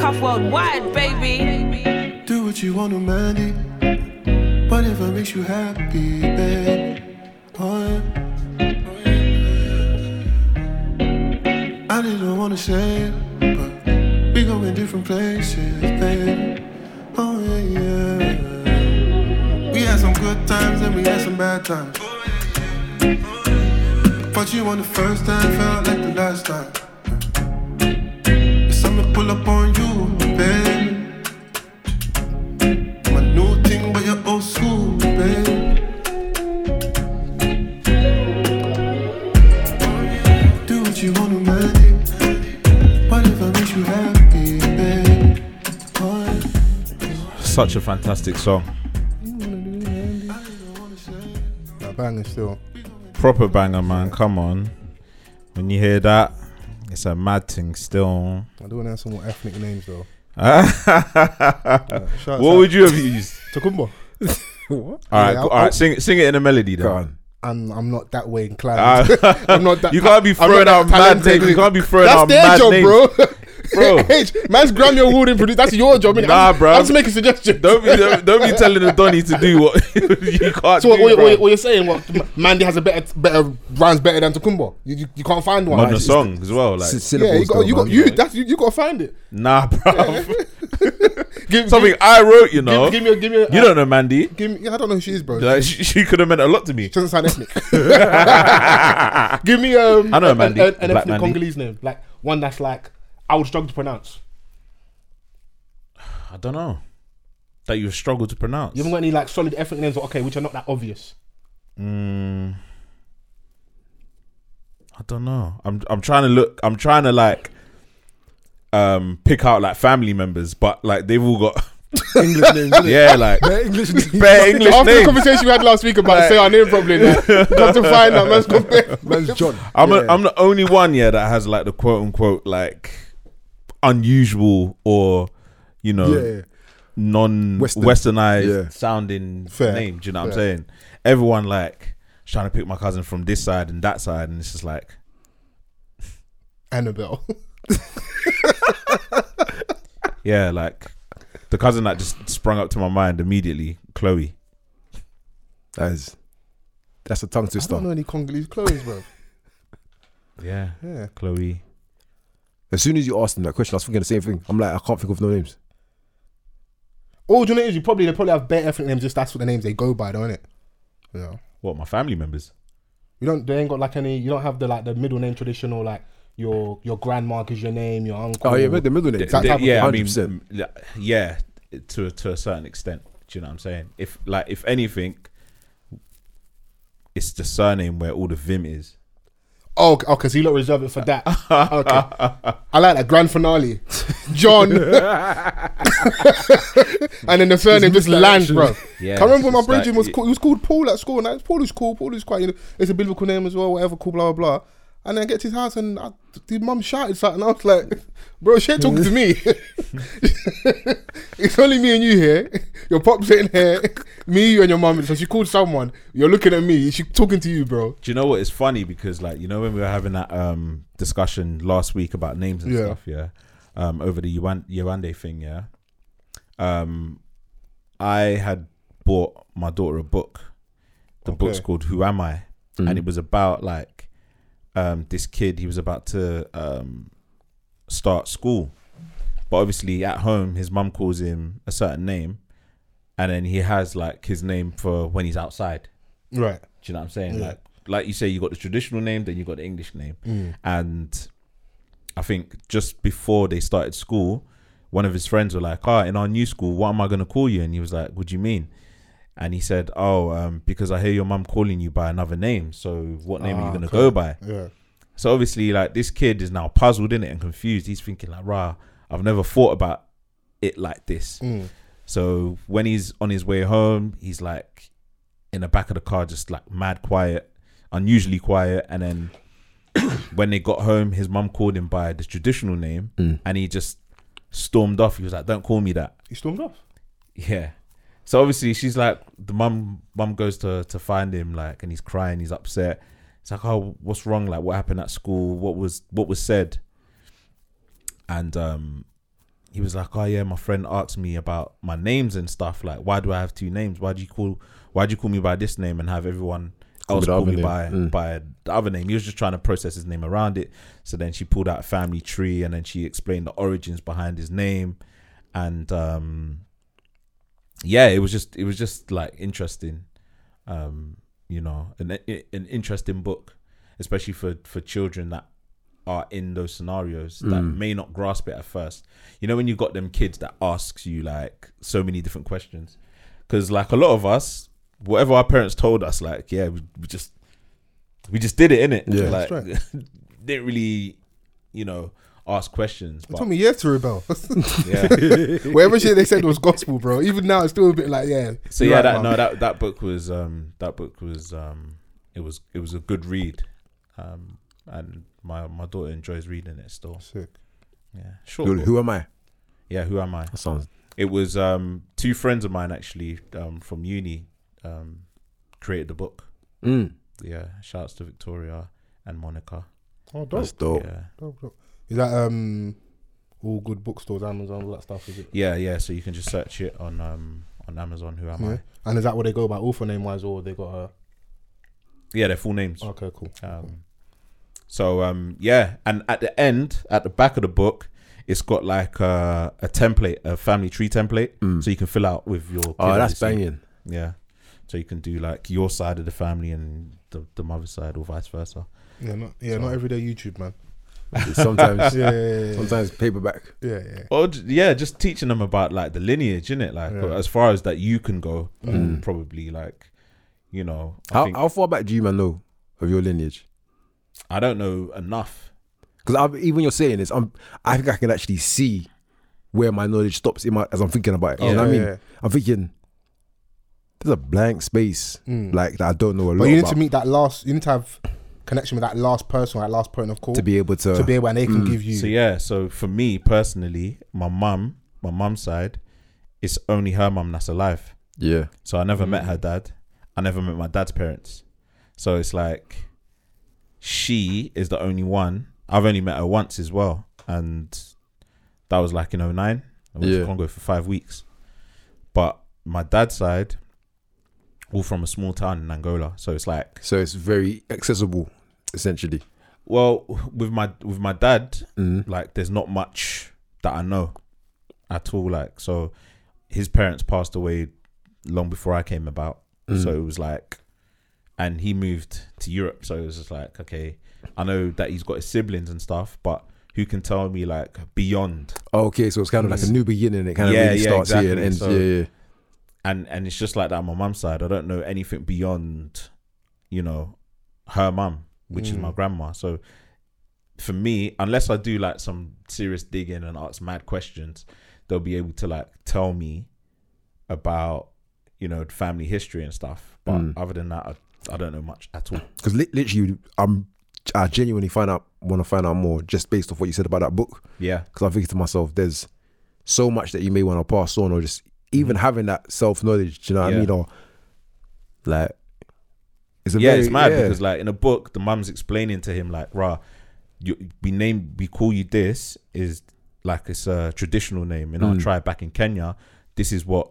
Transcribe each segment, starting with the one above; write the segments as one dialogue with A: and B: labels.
A: worldwide, baby.
B: Do what you want to Mandy Whatever makes you happy, babe oh, yeah. I didn't wanna say it But we go in different places, babe Oh yeah, yeah We had some good times and we had some bad times But you on the first time felt like the last time It's time to pull up on you, babe my new thing, but you're old school, babe. Do what you wanna, man. Whatever makes you happy, babe. Oh, yeah.
C: Such a fantastic song.
D: That banger still.
C: Proper banger, man. Come on. When you hear that, it's a mad thing still.
D: I do want to have some more ethnic names though.
C: what
D: Shout out
C: would you have used?
D: to Kumba?
E: What?
C: All right,
D: Yeah,
C: go-
D: I'll-
C: all right. Sing, sing it in a melody, then.
E: Go on.
D: I'm I'm not that way inclined.
C: Ah.
D: I'm not that.
C: You can't be
D: I'm not
C: throwing
D: that
C: out mad
D: talented.
C: names. You can't be throwing
D: That's
C: out
D: their
C: mad
D: job,
C: names.
D: bro.
C: Bro.
D: H, man's Grammy Award in produce. That's your job. innit?
C: Nah,
D: I'm,
C: bro.
D: I'm just making suggestions.
C: Don't be, don't, don't be telling the Donny to do what you can't
D: so what,
C: do.
D: what, you-
C: bro.
D: what, you- what you're saying? What M- Mandy has a better better rhymes better than Takumba. You, you you can't find one.
C: on the
D: It's-
C: song as well, like
E: S-
D: Yeah, you
E: syllables
D: got
E: though,
D: you got
E: man.
D: you. That's you, you got to find it.
C: nah, bro.
D: Give,
C: Something I wrote, you know.
D: Give, give me a give me. A,
C: you don't know Mandy.
D: Give me. Yeah, I don't know who she is, bro.
C: Like, she, she could have meant a lot to me.
D: She doesn't sound ethnic. Give me um,
C: I know
D: an-
C: a Mandy,
D: an, an
C: Black
D: ethnic
C: Mandy.
D: Congolese name, like one that's like I would struggle to pronounce.
C: I don't know that you struggle to pronounce.
D: You haven't got any like solid ethnic names, or, okay, which are not that obvious.
C: Mm, I don't know. I'm I'm trying to look. I'm trying to like um pick out like family members, but like they've all got
E: English names. innit?
C: yeah like
E: Bare English names.
C: bare English
D: After the
C: names.
D: conversation we had last week about say our name properly, man, got to find out man's compared.
E: Man's John.
C: I'm a,
E: Yeah.
C: I'm the only one yeah that has like the quote unquote like unusual or you know
E: Yeah, yeah.
C: non
E: Western.
C: westernized
E: Yeah.
C: sounding
D: Fair.
C: name. Do you know what I'm
D: Fair.
C: saying? Everyone like trying to pick my cousin from this side and that side, and it's just like
D: Annabelle.
C: yeah, like the cousin that just sprung up to my mind immediately, Chloe.
E: That is. That's a tongue
D: I don't
E: twister.
D: know any Congolese clothes, bro.
C: Yeah,
D: Yeah.
C: Chloe.
E: As soon as you asked him that question, I was thinking the same thing. I'm like, I can't think of no names.
D: All do you know is you probably they probably have bare ethnic names. Just that's what the names they go by, don't it? Yeah.
C: What my family members?
D: You don't. They ain't got like any. You don't have the like the middle name traditional like your your grandma gives your name, your uncle.
E: Oh yeah, but the middle name.
D: That
C: They-
D: type of-
C: yeah, I
E: 100%.
C: mean, yeah, yeah, to to a certain extent. Do you know what I'm saying? If like if anything, it's the surname where all the vim is.
D: Oh, okay, okay, so you lot reserve it for that. okay. I like that grand finale. John. and then the surname just lands, bro.
C: Yeah,
D: I remember when my
C: it's like-
D: bridging was called, he was called Paul at school. And I, Paul is cool, Paul is quite, you know, it's a biblical name as well, whatever, cool, blah, blah, blah. And then I get to his house and I, his mum shouted something. I was like, bro, she ain't talking to me. it's only me and you here. Your pop's sitting here. Me, you, and your mum. So she called someone. You're looking at me. She talking to you, bro.
C: Do you know what? It's funny because like you know when we were having that um discussion last week about names and
D: Yeah.
C: stuff, yeah, um, over the Yuan- Yuande thing, yeah. Um, I had bought my daughter a book. The book's
D: Okay.
C: called "Who Am I," and it was about like um this kid. He was about to um start school, but obviously at home his mum calls him a certain name, and then he has like his name for when he's outside.
D: Right.
C: Do you know what I'm saying?
D: Yeah.
C: Like, like you say, you got the traditional name, then you got the English name,
D: Mm.
C: and I think just before they started school, one of his friends were like, "Ah, in our new school, what am I gonna call you?" And he was like, "What do you mean?" And he said, "Oh, um, because I hear your mum calling you by another name. So what name are you
D: Ah,
C: gonna go
D: cool.
C: by?"
D: Yeah.
C: So obviously, like this kid is now puzzled in it and confused. He's thinking like, "Rah, I've never thought about it like this."
D: Mm.
C: So when he's on his way home, he's like in the back of the car, just like mad quiet, unusually quiet. And then when they got home, his mum called him by the traditional name, and he just stormed off. He was like, "Don't call me that."
D: He stormed off.
C: Yeah. So obviously she's like the mum mum goes to to find him like and he's crying, he's upset. It's like, oh, what's wrong? Like what happened at school? What was what was said? And um he was like, "Oh yeah, my friend asked me about my names and stuff. Like, why do I have two names? Why do you call Why do you call me by this name and have everyone
E: Call
C: else
E: the
C: call
E: other
C: me
E: name.
C: by
E: Mm.
C: by the other name?" He was just trying to process his name around it. So then she pulled out a family tree and then she explained the origins behind his name, and um, yeah, it was just it was just like interesting, um, you know, an an interesting book, especially for for children that are in those scenarios that
D: Mm.
C: may not grasp it at first. You know, when you've got them kids that asks you like so many different questions, because like a lot of us, whatever our parents told us, like yeah, we, we just we just did it in it.
E: Yeah.
C: like
D: That's right.
C: didn't really, you know, ask questions.
D: It
C: but-
D: took me years to rebel.
C: yeah.
D: Whatever shit they said was gospel, bro. Even now, it's still a bit like, yeah.
C: So
D: you're
C: yeah,
D: right,
C: that
D: Mum.
C: no, that that book was um that book was um it was it was a good read, um and my my daughter enjoys reading it still.
D: Sick.
C: Yeah, short.
E: Who,
C: book.
E: who am I?
C: Yeah, who am I?
E: That sounds.
C: It was um two friends of mine actually um from uni um created the book.
E: Mm,
C: Yeah, shouts to Victoria and Monica.
D: Oh, dope.
E: that's dope.
C: Yeah,
D: dope, dope. Is that um, all good bookstores, Amazon, all that stuff? Is it?
C: yeah, yeah. So you can just search it on um on Amazon. Who am
D: Yeah.
C: I?
D: And is that what they go by author name wise, or they got a?
C: Yeah, their full names.
D: Okay, cool.
C: Um, so um, yeah, and at the end, at the back of the book, it's got like uh, a template, a family tree template, so you can fill out with your. kid,
E: Mm. Oh, that's
C: obviously.
E: banging.
C: Yeah, so you can do like your side of the family and the, the mother's side, or vice versa.
D: Yeah, not yeah, not everyday YouTube, man.
E: Sometimes,
D: Yeah, yeah, yeah,
E: sometimes paperback.
D: yeah. yeah, yeah.
C: Or j- yeah, just teaching them about like the lineage, innit? Like
D: Yeah.
C: as far as that you can go, um, probably like, you know, I,
E: Mm. How,
C: think,
E: how far back do you man know of your lineage?
C: I don't know enough.
E: Because even when you're saying this, I'm I think I can actually see where my knowledge stops in my as I'm thinking about it. you
D: Yeah,
E: know what I mean?
D: yeah.
E: I'm thinking there's a blank space
D: Mm.
E: like that I don't know a lot
D: But you need
E: about
D: to meet that last. You need to have connection with that last person, that last point of call,
E: to be able to.
D: to be able, and they can give you.
C: mm, So yeah, so for me personally, my mum, my mum's side, it's only her mum that's alive.
E: yeah,
C: So I never met her dad. I never met my dad's parents. So it's like she is the only one. I've only met her once as well. And that was like in 09. I went
E: Yeah.
C: to Congo for five weeks. But my dad's side, all from a small town in Angola. So it's like
E: so it's very accessible essentially.
C: well, with my with my dad,
E: Mm.
C: like there's not much that I know at all. Like so, his parents passed away long before I came about.
E: Mm.
C: So it was like, and he moved to Europe. So it was just like, okay, I know that he's got his siblings and stuff, but who can tell me like beyond?
E: Oh, Okay, so it's kind of like a new beginning. It kind of
C: Mm. Yeah,
E: really
C: yeah,
E: starts here and
C: exactly.
E: ends.
C: So-
E: yeah, yeah.
C: And and it's just like that on my mum's side. I don't know anything beyond, you know, her mum, which is
D: Mm.
C: my grandma. So for me, unless I do like some serious digging and ask mad questions, they'll be able to like tell me about you know family history and stuff. But
E: Mm.
C: other than that, I, I don't know much at all.
E: Because li- literally, I'm I genuinely find out want to find out more just based off what you said about that book.
C: Yeah,
E: because I'm thinking to myself, there's so much that you may want to pass on, or just even having that self knowledge. Do you know what
C: Mm. Yeah.
E: I mean? Or like, it's a
C: yeah,
E: very,
C: it's mad
E: yeah.
C: because like in a book, the mum's explaining to him like, "Rah, you, we name we call you this is like it's a traditional name in our
E: Mm.
C: tribe back in Kenya. This is what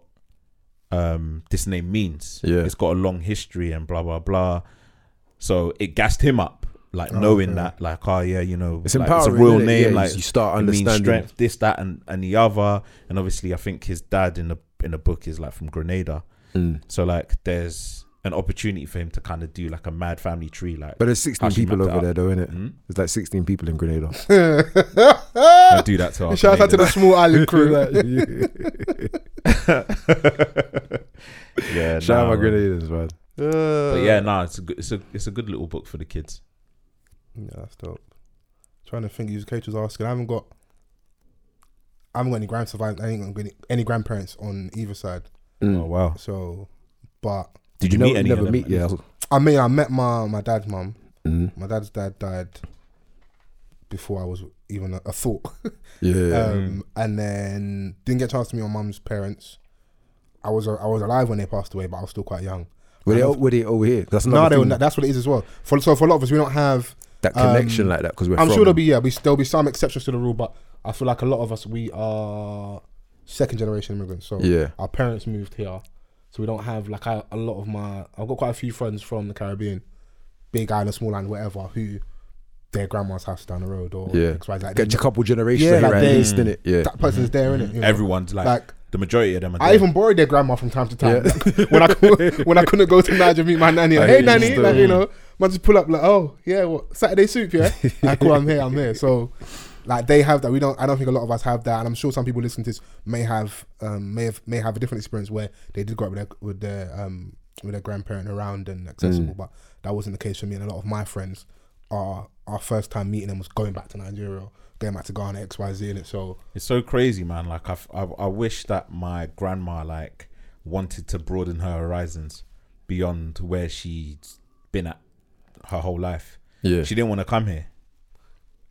C: um this name means.
E: Yeah.
C: it's got a long history and blah blah blah. So it gassed him up." Like knowing
D: okay.
C: that, like, oh yeah, you know,
E: it's
C: like,
E: empowering.
C: a real
E: innit?
C: name.
E: Yeah, you-
C: like
E: you start
C: it means
E: understanding.
C: strength, this, that, and, and the other. And obviously, I think his dad in the in the book is like from Grenada,
E: Mm.
C: so like there's an opportunity for him to kind of do like a mad family tree, like
E: But there's 16
C: Actually
E: people
C: mapped it
E: over there,
C: out.
E: though, isn't it?
C: Mm.
E: There's like 16 people in Grenada.
C: I do that to our
D: Shout out to the small island crew.
C: Canadians. yeah,
E: Shout out
C: nah,
E: my
C: man.
E: Grenadians, man.
C: But yeah, nah, it's a good, it's a it's a good little book for the kids.
D: Yeah, that's dope. Trying to think, you Kate was asking. I haven't got, I haven't got any grand survivors. I ain't got any, any grandparents on either side.
C: Oh wow!
D: So, but
C: Did you,
E: know-
C: meet any
E: never
C: of them?
E: meet? Yeah.
D: I mean, I met my my dad's mum.
E: Mm.
D: My dad's dad died before I was even a, a thought,
E: Yeah.
D: um, and then didn't get a chance to meet my mum's parents. I was I was alive when they passed away, but I was still quite young.
E: were, they,
D: I
E: o- were they over here? That's
D: No,
E: another
D: they were
E: thing,
D: not, that's what it is as well. For so for a lot of us, we don't have
E: that connection
D: um,
E: like that because we're
D: I'm
E: from
D: sure there'll be yeah, be, there'll be some exceptions to the rule, but I feel like a lot of us we are second generation immigrants. So
E: Yeah.
D: our parents moved here, so we don't have like I, a lot of my. I've got quite a few friends from the Caribbean, big island, small island, whatever, who their grandma's house down the road or
E: Yeah.
D: X, Y, Z.
E: Get a couple generations
D: Yeah,
E: here
D: like
E: at
D: they-
E: least, innit? Mm. Yeah. Mm-hmm.
D: that person's there in it.
C: Everyone's like,
D: Like-
C: the majority of them. Are
D: I
C: there.
D: even borrowed their grandma from time to time when I cou- when I couldn't go to Niger meet my nanny. Like, hey nanny, like you know, man just pull up like oh yeah, what Saturday soup yeah. I call I'm here, I'm here. So like they have that. We don't. I don't think a lot of us have that, and I'm sure some people listening to this may have um, may have may have a different experience where they did grow up with their with their um, with their grandparent around and accessible, but that wasn't the case for me and a lot of my friends. Our our first time meeting them was going back to Nigeria, going back to Ghana, X Y Z, and it so.
C: It's so crazy, man. Like I've, I, I wish that my grandma like wanted to broaden her horizons beyond where she's been at her whole life.
E: Yeah.
C: she didn't want to come here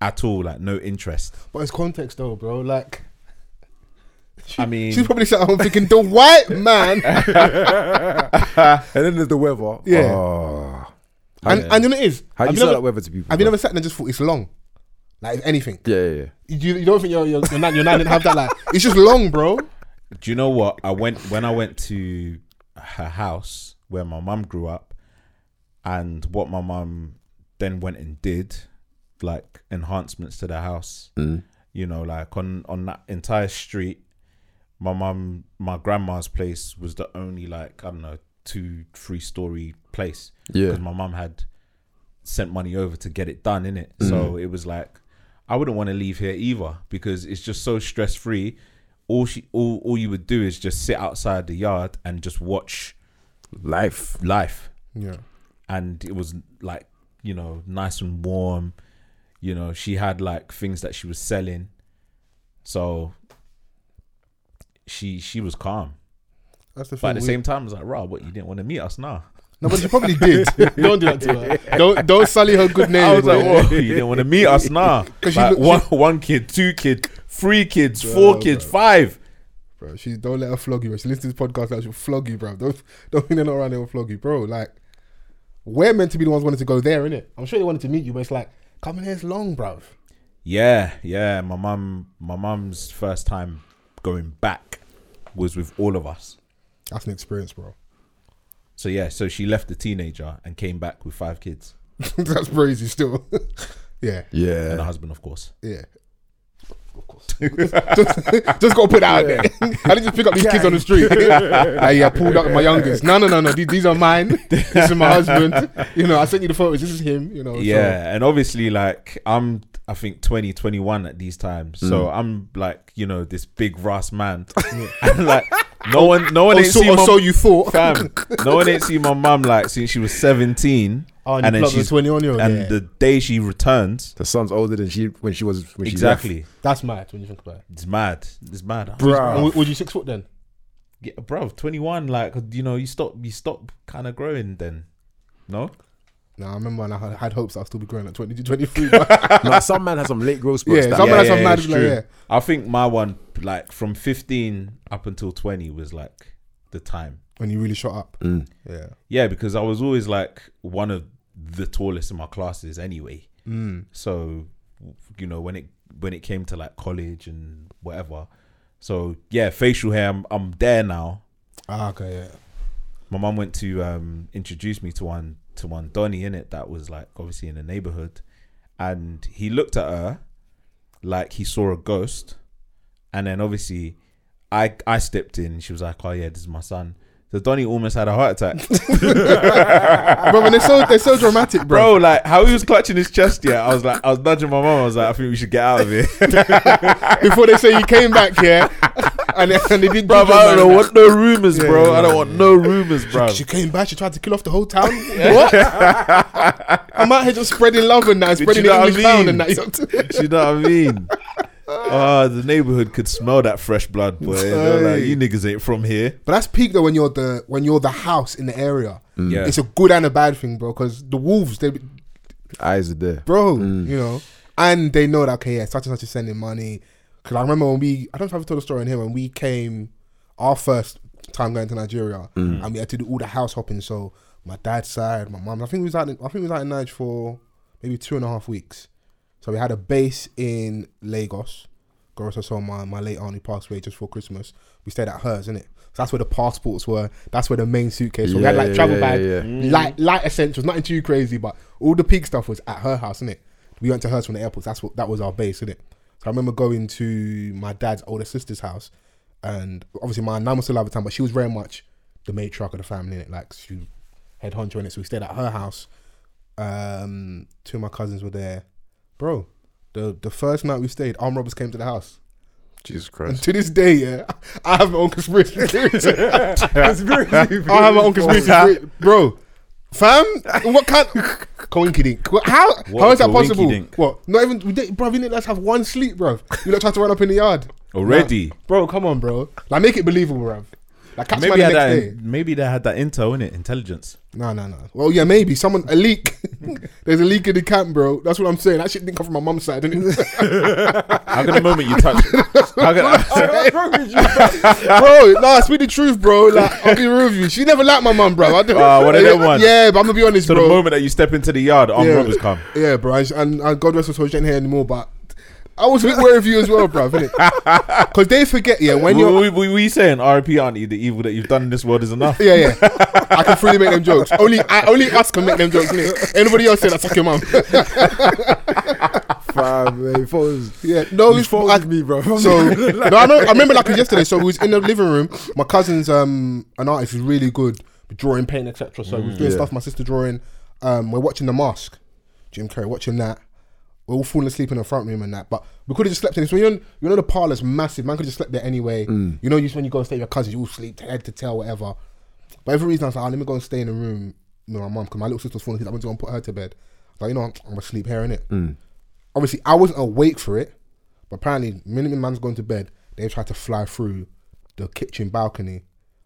C: at all. Like no interest.
D: But it's context though, bro. Like
C: I mean,
D: She's probably sat home thinking, the white man.
E: And then there's the weather.
D: Yeah.
E: Oh. How,
D: and, and you know it is.
E: how do
D: have
E: you
D: you
E: sell
D: never,
E: that weather to people?
D: have you
E: bro?
D: never sat there and just thought it's long? Like, if anything.
E: Yeah, yeah, yeah.
D: You, you don't think your, your, your, nan, your nan didn't have that? Like, it's just long, bro.
C: do you know what? I went when I went to her house where my mum grew up, and what my mum then went and did, like enhancements to the house. You know, like on on that entire street, my mum, my grandma's place was the only like I don't know two three story place.
E: Yeah.
C: because my mum had sent money over to get it done in it. So it was like I wouldn't want to leave here either because it's just so stress free. All she all, all you would do is just sit outside the yard and just watch
E: Life.
C: life.
D: Yeah.
C: And it was like, you know, nice and warm. You know, she had like things that she was selling. So she she was calm.
D: That's the
C: But
D: thing.
C: at the
D: we-
C: same time I was like, Rob, what you didn't want to meet us now.
D: no, but she probably did. don't do that to her. Don't, don't sully her good name.
C: I was like,
D: bro.
C: "Whoa, you didn't want to meet us, nah."
D: 'Cause she
C: Like,
D: look- she-
C: one, one kid, two kid, three kids, four kids, five.
D: bro. She don't let her flog you. She listens to this podcast, like she'll flog you, bro. Don't don't think they're not around. They'll flog you, bro. Like we're meant to be the ones wanting to go there, innit? I'm sure they wanted to meet you, but it's like coming here's long, bro.
C: Yeah, yeah. My mum, my mum's first time going back was with all of us.
D: That's an experience, bro.
C: So yeah, so she left the teenager and came back with five kids
D: That's crazy. Still, yeah,
E: Yeah.
C: and a husband, of course.
D: yeah. Of course. just, just gotta put that out there. I didn't just pick up these kids on the street. like, yeah, I pulled up my youngest. No, no, no, no. These, these are mine. This is my husband. You know, I sent you the photos. This is him. You know. Oh, so-
C: yeah, and obviously, like I'm, I think 20, 21 at these times. So I'm like, you know, this big ras man, and like no one, no one
D: Or
C: ain't
D: Oh, so,
C: seen
D: or
C: my
D: so you thought.
C: Fam, no one ain't seen my mum like since she was 17.
D: Oh, and you plugged the 21 -year-old,
C: And
D: yeah.
C: the day she returns,
E: The son's older than she when she was when she
C: exactly.
D: That's mad when you think about it.
C: It's mad. It's mad.
E: Bruh.
D: And w- was you six foot then?
C: Yeah, bro, 21, like, you know, you stop, you stop kind of growing then. No?
D: No, I remember when I had, had hopes I'd still be growing at 22, 23. but-
E: Left. Nah, some man has some late growth spurts.
D: Yeah,
E: that-
D: some man has
E: yeah,
D: some mad-
C: it's
D: like,
C: true.
D: yeah.
C: I think my one, like, from 15 up until 20 was like the time.
D: when you really shot up. Yeah.
C: Yeah, because I was always like one of the tallest in my classes anyway. Mm. So you know when it when it came to like college and whatever. So yeah, facial hair. I'm, I'm there now.
D: Ah, okay, yeah.
C: My mum went to um, introduce me to one to one Donny in it that was like obviously in the neighborhood, and he looked at her like he saw a ghost, and then obviously I I stepped in. She was like, "Oh yeah, this is my son." So Donny almost had a heart attack.
D: bro, and they're so, they're so dramatic, bro.
C: Bro, like how he was clutching his chest, yeah. I was like, I was nudging my mom. I was like, I think we should get out of here,
D: Before they say you came back here and, and they did
C: bro. I
D: juju, man.
C: don't want no rumors, bro. I don't want no rumors, bro.
D: She came back, she tried to kill off the whole town. what? I'm out here just spreading love and
C: But
D: that,
C: you
D: spreading
C: know
D: the
C: what I
D: English down
C: mean?
D: and that.
C: Do you know what I mean? Ah, the neighborhood could smell that fresh blood, boy. They're like,
D: Aye.
C: you niggas ain't from here.
D: But that's peak though when you're the when you're the house in the area.
C: Yeah.
D: It's a good and a bad thing, bro, because the wolves, they
E: Eyes are there.
D: bro,
E: Mm.
D: you know. And they know that okay, yeah, such and such is sending money. Because I remember when we, I don't know if I've told the story in here when we came, our first time going to Nigeria,
E: Mm.
D: and we had to do all the house hopping. So my dad's side, my mum, I think we was out, in, I think we was out in Niger for maybe two and a half weeks. So we had a base in Lagos. Gorissa saw my, my late aunt who passed away just for Christmas. We stayed at hers, innit? So that's where the passports were. That's where the main suitcase. So we had
E: Yeah,
D: like
E: yeah,
D: travel
E: yeah,
D: bag,
E: yeah,
D: light light essentials, nothing too crazy, but all the peak stuff was at her house, innit? We went to hers from the airport. That's what that was our base, innit? So I remember going to my dad's older sister's house, and obviously my nan was still alive at the time, but she was very much the matriarch of the family, innit? Like she head honcho in it. So we stayed at her house. Um, two of my cousins were there, bro. The the first night we stayed, armed robbers came to the house.
F: Jesus
D: And
F: Christ.
D: to this day, yeah, I have my own conspiracy theories.
E: Conspiracy
D: I have my own conspiracy theory, bro. Fam, what kind? Coinky dink. What- How how is that possible?
C: coinkydink?
D: What? Not even we did, bro. We didn't let's have one sleep, bro. You not trying to run up in the yard
C: Already?
D: Nah. bro. Come on, bro. Like make it believable, bro. Like catch
C: Maybe
D: man the
C: had
D: next
C: that.
D: day.
C: Maybe they had that intel in it, intelligence.
D: No, no, no. Well, yeah, maybe someone a leak. There's a leak in the camp, bro. That's what I'm saying. That shit didn't come from my mum's side, didn't it?
C: How can the moment you touch? How can
E: What's wrong with you?
D: bro, nah, speak the truth, bro. Like, I'll be real with you. She never liked my mum, bro. I don't,
C: Ah, one of them
D: yeah,
C: ones.
D: Yeah, but I'm gonna be honest,
C: so
D: bro.
C: the moment that you step into the yard, armed
D: Yeah.
C: robbers come.
D: Yeah, bro. And, and, and God rest her soul, she ain't here anymore. But I was a bit wary of you as well, bro. Because they forget, yeah, when
C: When
D: you're
C: we, we, we saying R.I.P. Auntie, the evil that you've done in this world is enough.
D: Yeah, yeah. I can freely make them jokes. Only I, only us can make them jokes. Innit? Anybody else say that fuck your mum.
E: Fam, man, phones.
D: Yeah, no,
E: You
D: it's
E: fucked
D: I-
E: with me, bro.
D: So no, I, know, I remember like it was yesterday. So we was in the living room. My cousin's um an artist who's really good with drawing, painting, etc. So we was doing
E: Yeah.
D: stuff. My sister drawing. Um, we're watching The Mask. Jim Carrey watching that. We're all falling asleep in the front room and that. But we could have just slept in. So you know, you know the parlor's massive. Man could just slept there anyway.
E: Mm.
D: You know, just when you go and stay with your cousins, you all sleep head to tail, whatever. But every reason I was like, oh, let me go and stay in the room with my mum because my little sister's falling asleep. I went to go and put her to bed. Like you know, I'm gonna sleep here innit?
E: Mm.
D: obviously I wasn't awake for it, but apparently minute man's gone to bed, they tried to fly through the kitchen balcony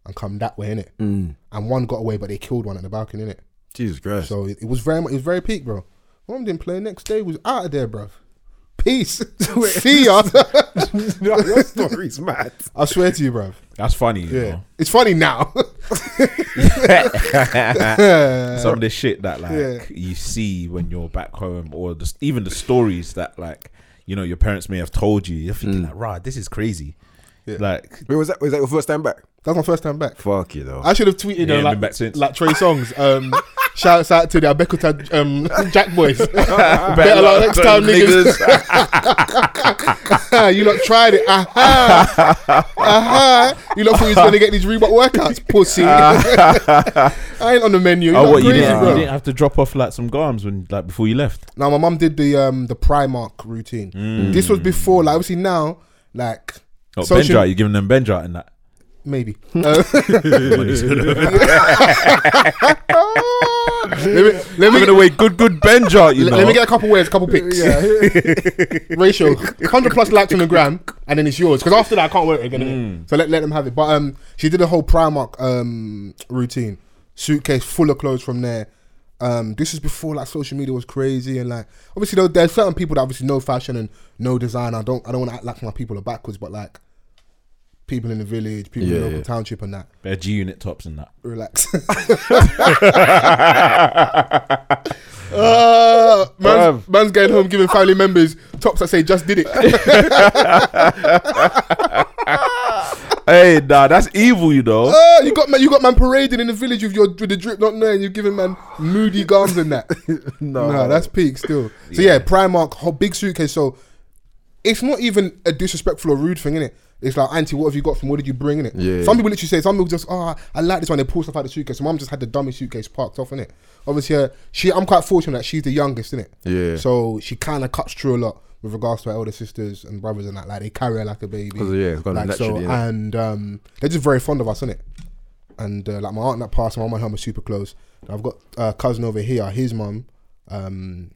D: and come that way in it. Mm. And one got away, but they killed one at the balcony in it.
E: Jesus Christ.
D: So it, it was very much, it was very peak, bro. Mom didn't play. Next day was out of there, bro. Peace. See ya.
E: your story's mad.
D: I swear to you, bro.
C: That's funny. You
D: Yeah,
C: know?
D: it's funny now.
C: some of the shit that like
D: Uh, Yeah.
C: you see when you're back home, or just even the stories that like you know your parents may have told you. You're thinking
D: Mm.
C: like, right, this is crazy. Like
E: Wait, was that was that your first time back?
D: That's my first time back.
E: Fuck you though.
D: I should have tweeted
C: Yeah,
D: her
C: been
D: like,
C: back since.
D: like Trey Songs. Um, shouts out to the Abekuta um, Jack Boys.
C: Ah.
D: Better luck next time, niggas. Ah, you lot tried it. Aha. Aha. You lot thought you was going to get these Reebok workouts, pussy. I ain't on the menu. You
C: Ah. Oh,
D: lot
C: what you
D: crazy,
C: didn't,
D: bro.
C: you didn't have to drop off like some garms when like before you left.
D: Now my mum did the um the Primark routine. This was before, like obviously now, like
C: Mm. Oh,
D: social-
C: Benja, you giving them Benja and that.
D: maybe. Uh, let me, let me
C: Giving away good, good Benja. You
D: Let,
C: know.
D: let me get a couple words, couple pics. Ratio, 100 plus likes on the gram, and then it's yours. Because after that, I can't wear it again. innit? So let, let them have it. But um, she did a whole Primark um, routine. Suitcase full of clothes from there. Um, this is before like social media was crazy and like obviously there, there's certain people that obviously know fashion and know design. I don't I don't want to act like my people are backwards, but like people in the village, people in
E: Yeah,
D: the local
E: yeah.
D: township and that
C: Bare G unit tops and that.
D: relax. uh, man's, man's going home giving family members tops that say just did it.
C: Hey, nah, that's evil, you know.
D: Uh, you got man, you got man parading in the village with your with the drip not knowing you're giving man moody gums and that. no, that's peak still. So yeah, Primark, whole big suitcase. So it's not even a disrespectful or rude thing, innit? It's like, Auntie, what have you got from? What did you bring in it?
E: Yeah.
D: Some people literally say, some people just, oh, I like this one. They pull stuff out of the suitcase. Mum just had the dummy suitcase parked off in it. Obviously, uh, she, I'm quite fortunate that she's the youngest in it.
E: Yeah.
D: So she kind of cuts through a lot with regards to her elder sisters and brothers and that. Like they carry her like a baby.
E: 'Cause, yeah, it's gonna
D: like, so,
E: naturally, innit?
D: and um, they're just very fond of us, innit? And uh, like my aunt that passed, my mum and her were super close. And I've got a cousin over here, his mum, um,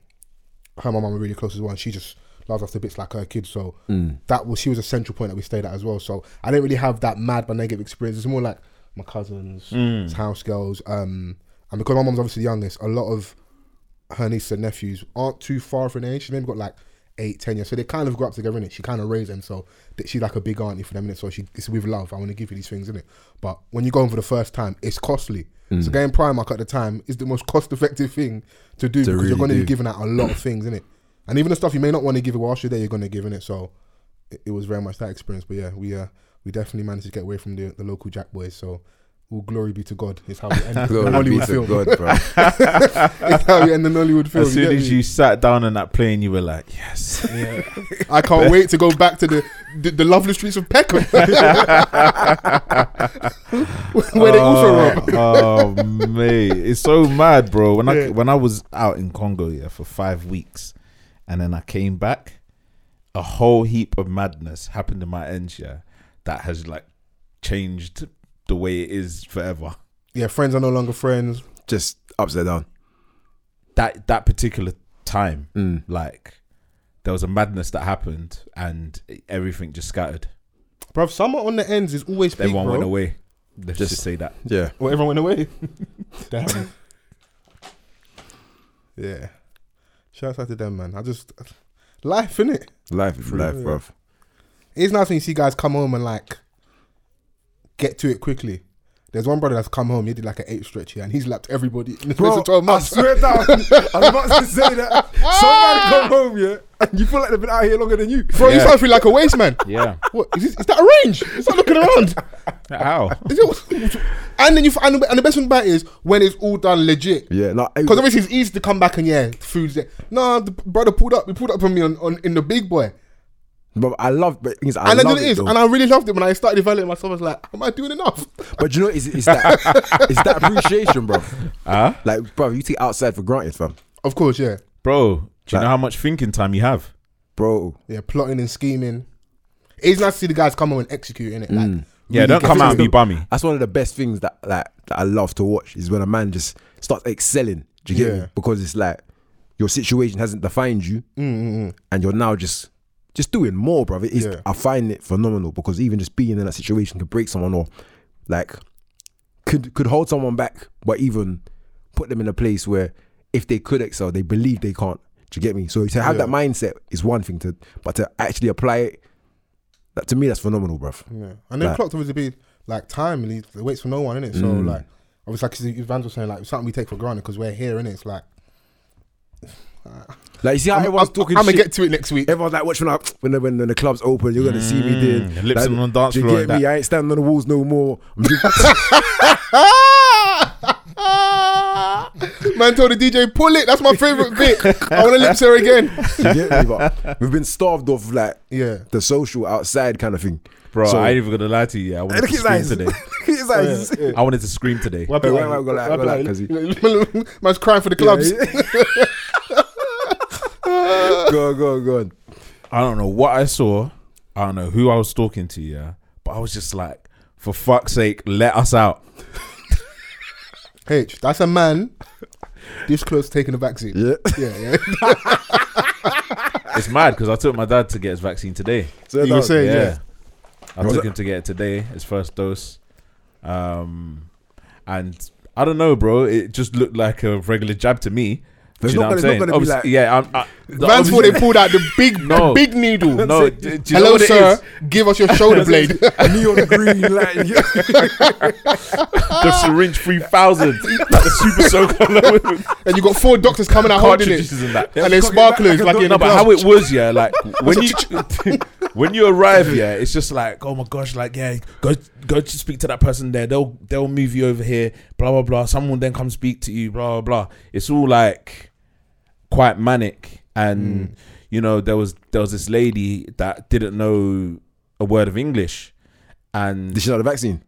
D: her and my mum are really close as well. And she just loves us to bits like her kids. So
E: Mm.
D: that was she was a central point that we stayed at as well. So I didn't really have that mad but negative experience. It's more like my cousins,
E: Mm.
D: his house girls, um, and because my mum's obviously the youngest, a lot of her nieces and nephews aren't too far from the age. She maybe got like eight, ten years. So they kind of grew up together, innit? She kind of raised them. So th- she's like a big auntie for them, innit? So she, it's with love. I want to give you these things, innit? But when you go in for the first time, it's costly.
E: Mm.
D: So going Primark at the time is the most cost effective thing to do because
E: really
D: you're going to be
E: do.
D: giving out a lot of things, innit? And even the stuff you may not want to give it whilst you're there, you're going to give, innit? So it, it was very much that experience. But yeah, we uh, we definitely managed to get away from the, the local Jack boys. So all glory be to God is how we end the
E: Glory be
D: Hollywood
E: to
D: film.
E: God, bro.
D: It's how we end the Nollywood film.
C: As soon
D: get
C: as
D: me?
C: you sat down on that plane, you were like, yes.
D: Yeah. I can't wait to go back to the the, the lovely streets of Peckham, where they also rob.
C: oh, oh, mate, it's so mad, bro. When I
D: Yeah.
C: when I was out in Congo, yeah, for five weeks, and then I came back, a whole heap of madness happened in my ends, yeah, that has like changed the way it is forever.
D: Yeah, friends are no longer friends.
E: Just upside down.
C: That that particular time,
E: Mm.
C: like, there was a madness that happened, and everything just scattered.
D: Bruv, summer on the ends is always peak,
C: Everyone
D: bro.
C: went away. Let's just,
E: Just-
C: say that.
E: Yeah.
D: Well, everyone went away. Damn. yeah. Shout out to them, man. I just life, innit?
E: Life is life, bro.
D: It's nice when you see guys come home and like get to it quickly. There's one brother that's come home. He did like an eight stretch here, and he's lapped everybody in the space of twelve months.
E: I swear down. I was about to say that. Somebody come home, yeah, and you feel like they've been out here longer than you.
D: Bro, you
C: Yeah.
D: start feeling like a waste man.
C: Yeah.
D: What is, this, is that a range? It's not looking around.
C: How?
D: Is it, and then you f- and, the- and the best thing about it is when it's all done legit.
E: Yeah, like it-
D: Because obviously it's easy to come back and yeah, the food's there. Nah, the brother pulled up. He pulled up on me on, on in the big boy,
E: but I love, but things I
D: and then
E: love
D: it
E: it
D: is,
E: though.
D: and I really loved it when I started developing myself. I was like, am I doing enough?
E: But you know, it's, it's that it's that appreciation, bro.
C: Huh?
E: Like, bro, you take outside for granted, fam.
D: Of course, yeah,
C: Bro, do you
E: Like-
C: know how much thinking time you have?
E: Bro,
D: yeah, plotting and scheming. It's nice to see the guys come on and execute in it. Like,
E: Mm.
C: Yeah, don't come out and be bummy.
E: that's one of the best things that like that I love to watch is when a man just starts excelling. Do you get
D: Yeah.
E: me? Because it's like your situation hasn't defined you,
D: Mm,
E: and you're now just just doing more, bro. It is.
D: Yeah.
E: I find it phenomenal because even just being in that situation could break someone or like could could hold someone back, but even put them in a place where if they could excel, they believe they can't. Do you get me? So to have
D: Yeah.
E: that mindset is one thing to, but to actually apply it, that to me that's phenomenal, bruv.
D: Yeah. And then
E: Like-
D: clocked obviously be like time and he he waits for no one, innit? So
E: Mm.
D: like obviously like you see, Vans was saying like it's something we take for granted because we're here, innit? It's like
E: Like you see how
D: I'm,
E: everyone's
D: I'm-
E: talking.
D: I'm
E: shit.
D: gonna get to it next week.
E: Everyone's like, watch when, I, when, the, when the club's open, you're gonna see me doing
C: Mm, lips on the dance
E: do you
C: floor
E: get
C: and
E: me?
C: that.
E: I ain't standing on the walls no more. I'm just,
D: Man told the DJ, pull it, that's my favourite bit. I wanna lips her again.
E: do you get me? But we've been starved of like
D: Yeah.
E: the social outside kind of thing,
C: Bro,
E: So-
C: I ain't even gonna lie to you. I wanted
E: Look
C: to
E: at his
C: scream
E: eyes.
C: today.
E: Look at his eyes.
D: Yeah, yeah.
C: I wanted to scream today.
E: Wait, wait, wait, go like- go like, 'cause he-
D: Man's crying for the clubs.
E: go on, go on, go on.
C: I don't know what I saw. I don't know who I was talking to, yeah. But I was just like, for fuck's sake, let us out.
D: H, that's a man this close to taking the vaccine.
E: Yeah.
D: Yeah, yeah.
C: It's mad because I took my dad to get his vaccine today.
E: So
D: You were saying- Yeah, yeah.
C: I took him to get it today, his first dose. Um, and I don't know, bro. It just looked like a regular jab to me. Do
E: There's
C: you know
E: not
C: what I'm
E: gonna- there's
C: saying?
E: not gonna be
C: Obviously-
E: like-
C: yeah, I'm, I,
D: Man's thought they pulled out the big
C: No.
D: the big needle.
C: No, d- do you know
D: Hello,
C: what it
D: sir.
C: is?
D: Give us your shoulder blade.
E: neon green light. Yeah.
C: the syringe 3000 the super soaker
D: and you got four doctors coming out holding it.
C: cartridges and that
D: And then
E: cock it back
D: sparklers
E: like
D: like
E: a
D: in
C: no
D: the
C: but
D: glass.
C: how it was yeah like when you when you arrive yeah it's just like oh my gosh like yeah go go to speak to that person there they'll they'll move you over here blah blah blah someone will then come speak to you blah blah blah it's all like quite manic
D: Mm.
C: and you know there was there was this lady that didn't know a word of english and
E: Dishing out the vaccine.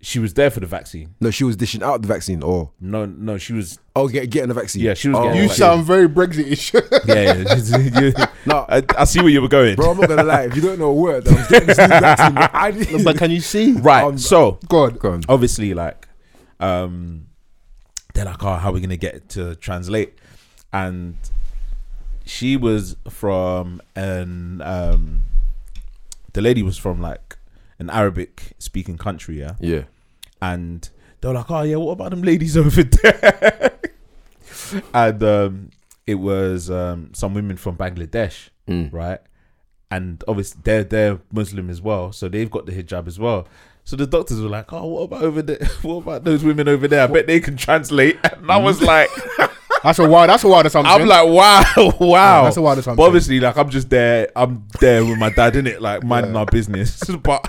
C: she was there for the vaccine
E: No, she was dishing out the vaccine, or
C: no no she was
E: oh, get, getting the vaccine.
C: Yeah, she was
E: Oh,
C: getting the
D: You
C: Like-
D: sound very Brexitish.
C: yeah, yeah. You-
E: No.
C: I, I see where you were going.
E: Bro, I'm not gonna lie. If you don't know a word, I'm getting this new vaccine. But I didn't.
D: can you see?
C: right.
E: Um,
C: so
D: God.
E: Go on.
C: obviously, like, um, they're like, oh, how are we gonna get it to translate? And she was from an um, the lady was from like an Arabic speaking country, yeah.
E: Yeah.
C: And they were like, oh yeah, what about them ladies over there? and um, it was um, some women from Bangladesh.
E: Mm.
C: right? And obviously they're they're Muslim as well, so they've got the hijab as well. So the doctors were like, "Oh, what about over there? What about those women over there? I bet they can translate." And I was like,
D: That's a wild. That's a wild assumption.
C: I'm like, wow, wow.
D: Yeah, that's a wild assumption.
C: But obviously, like, I'm just there. I'm there with my dad in it, like minding our business. but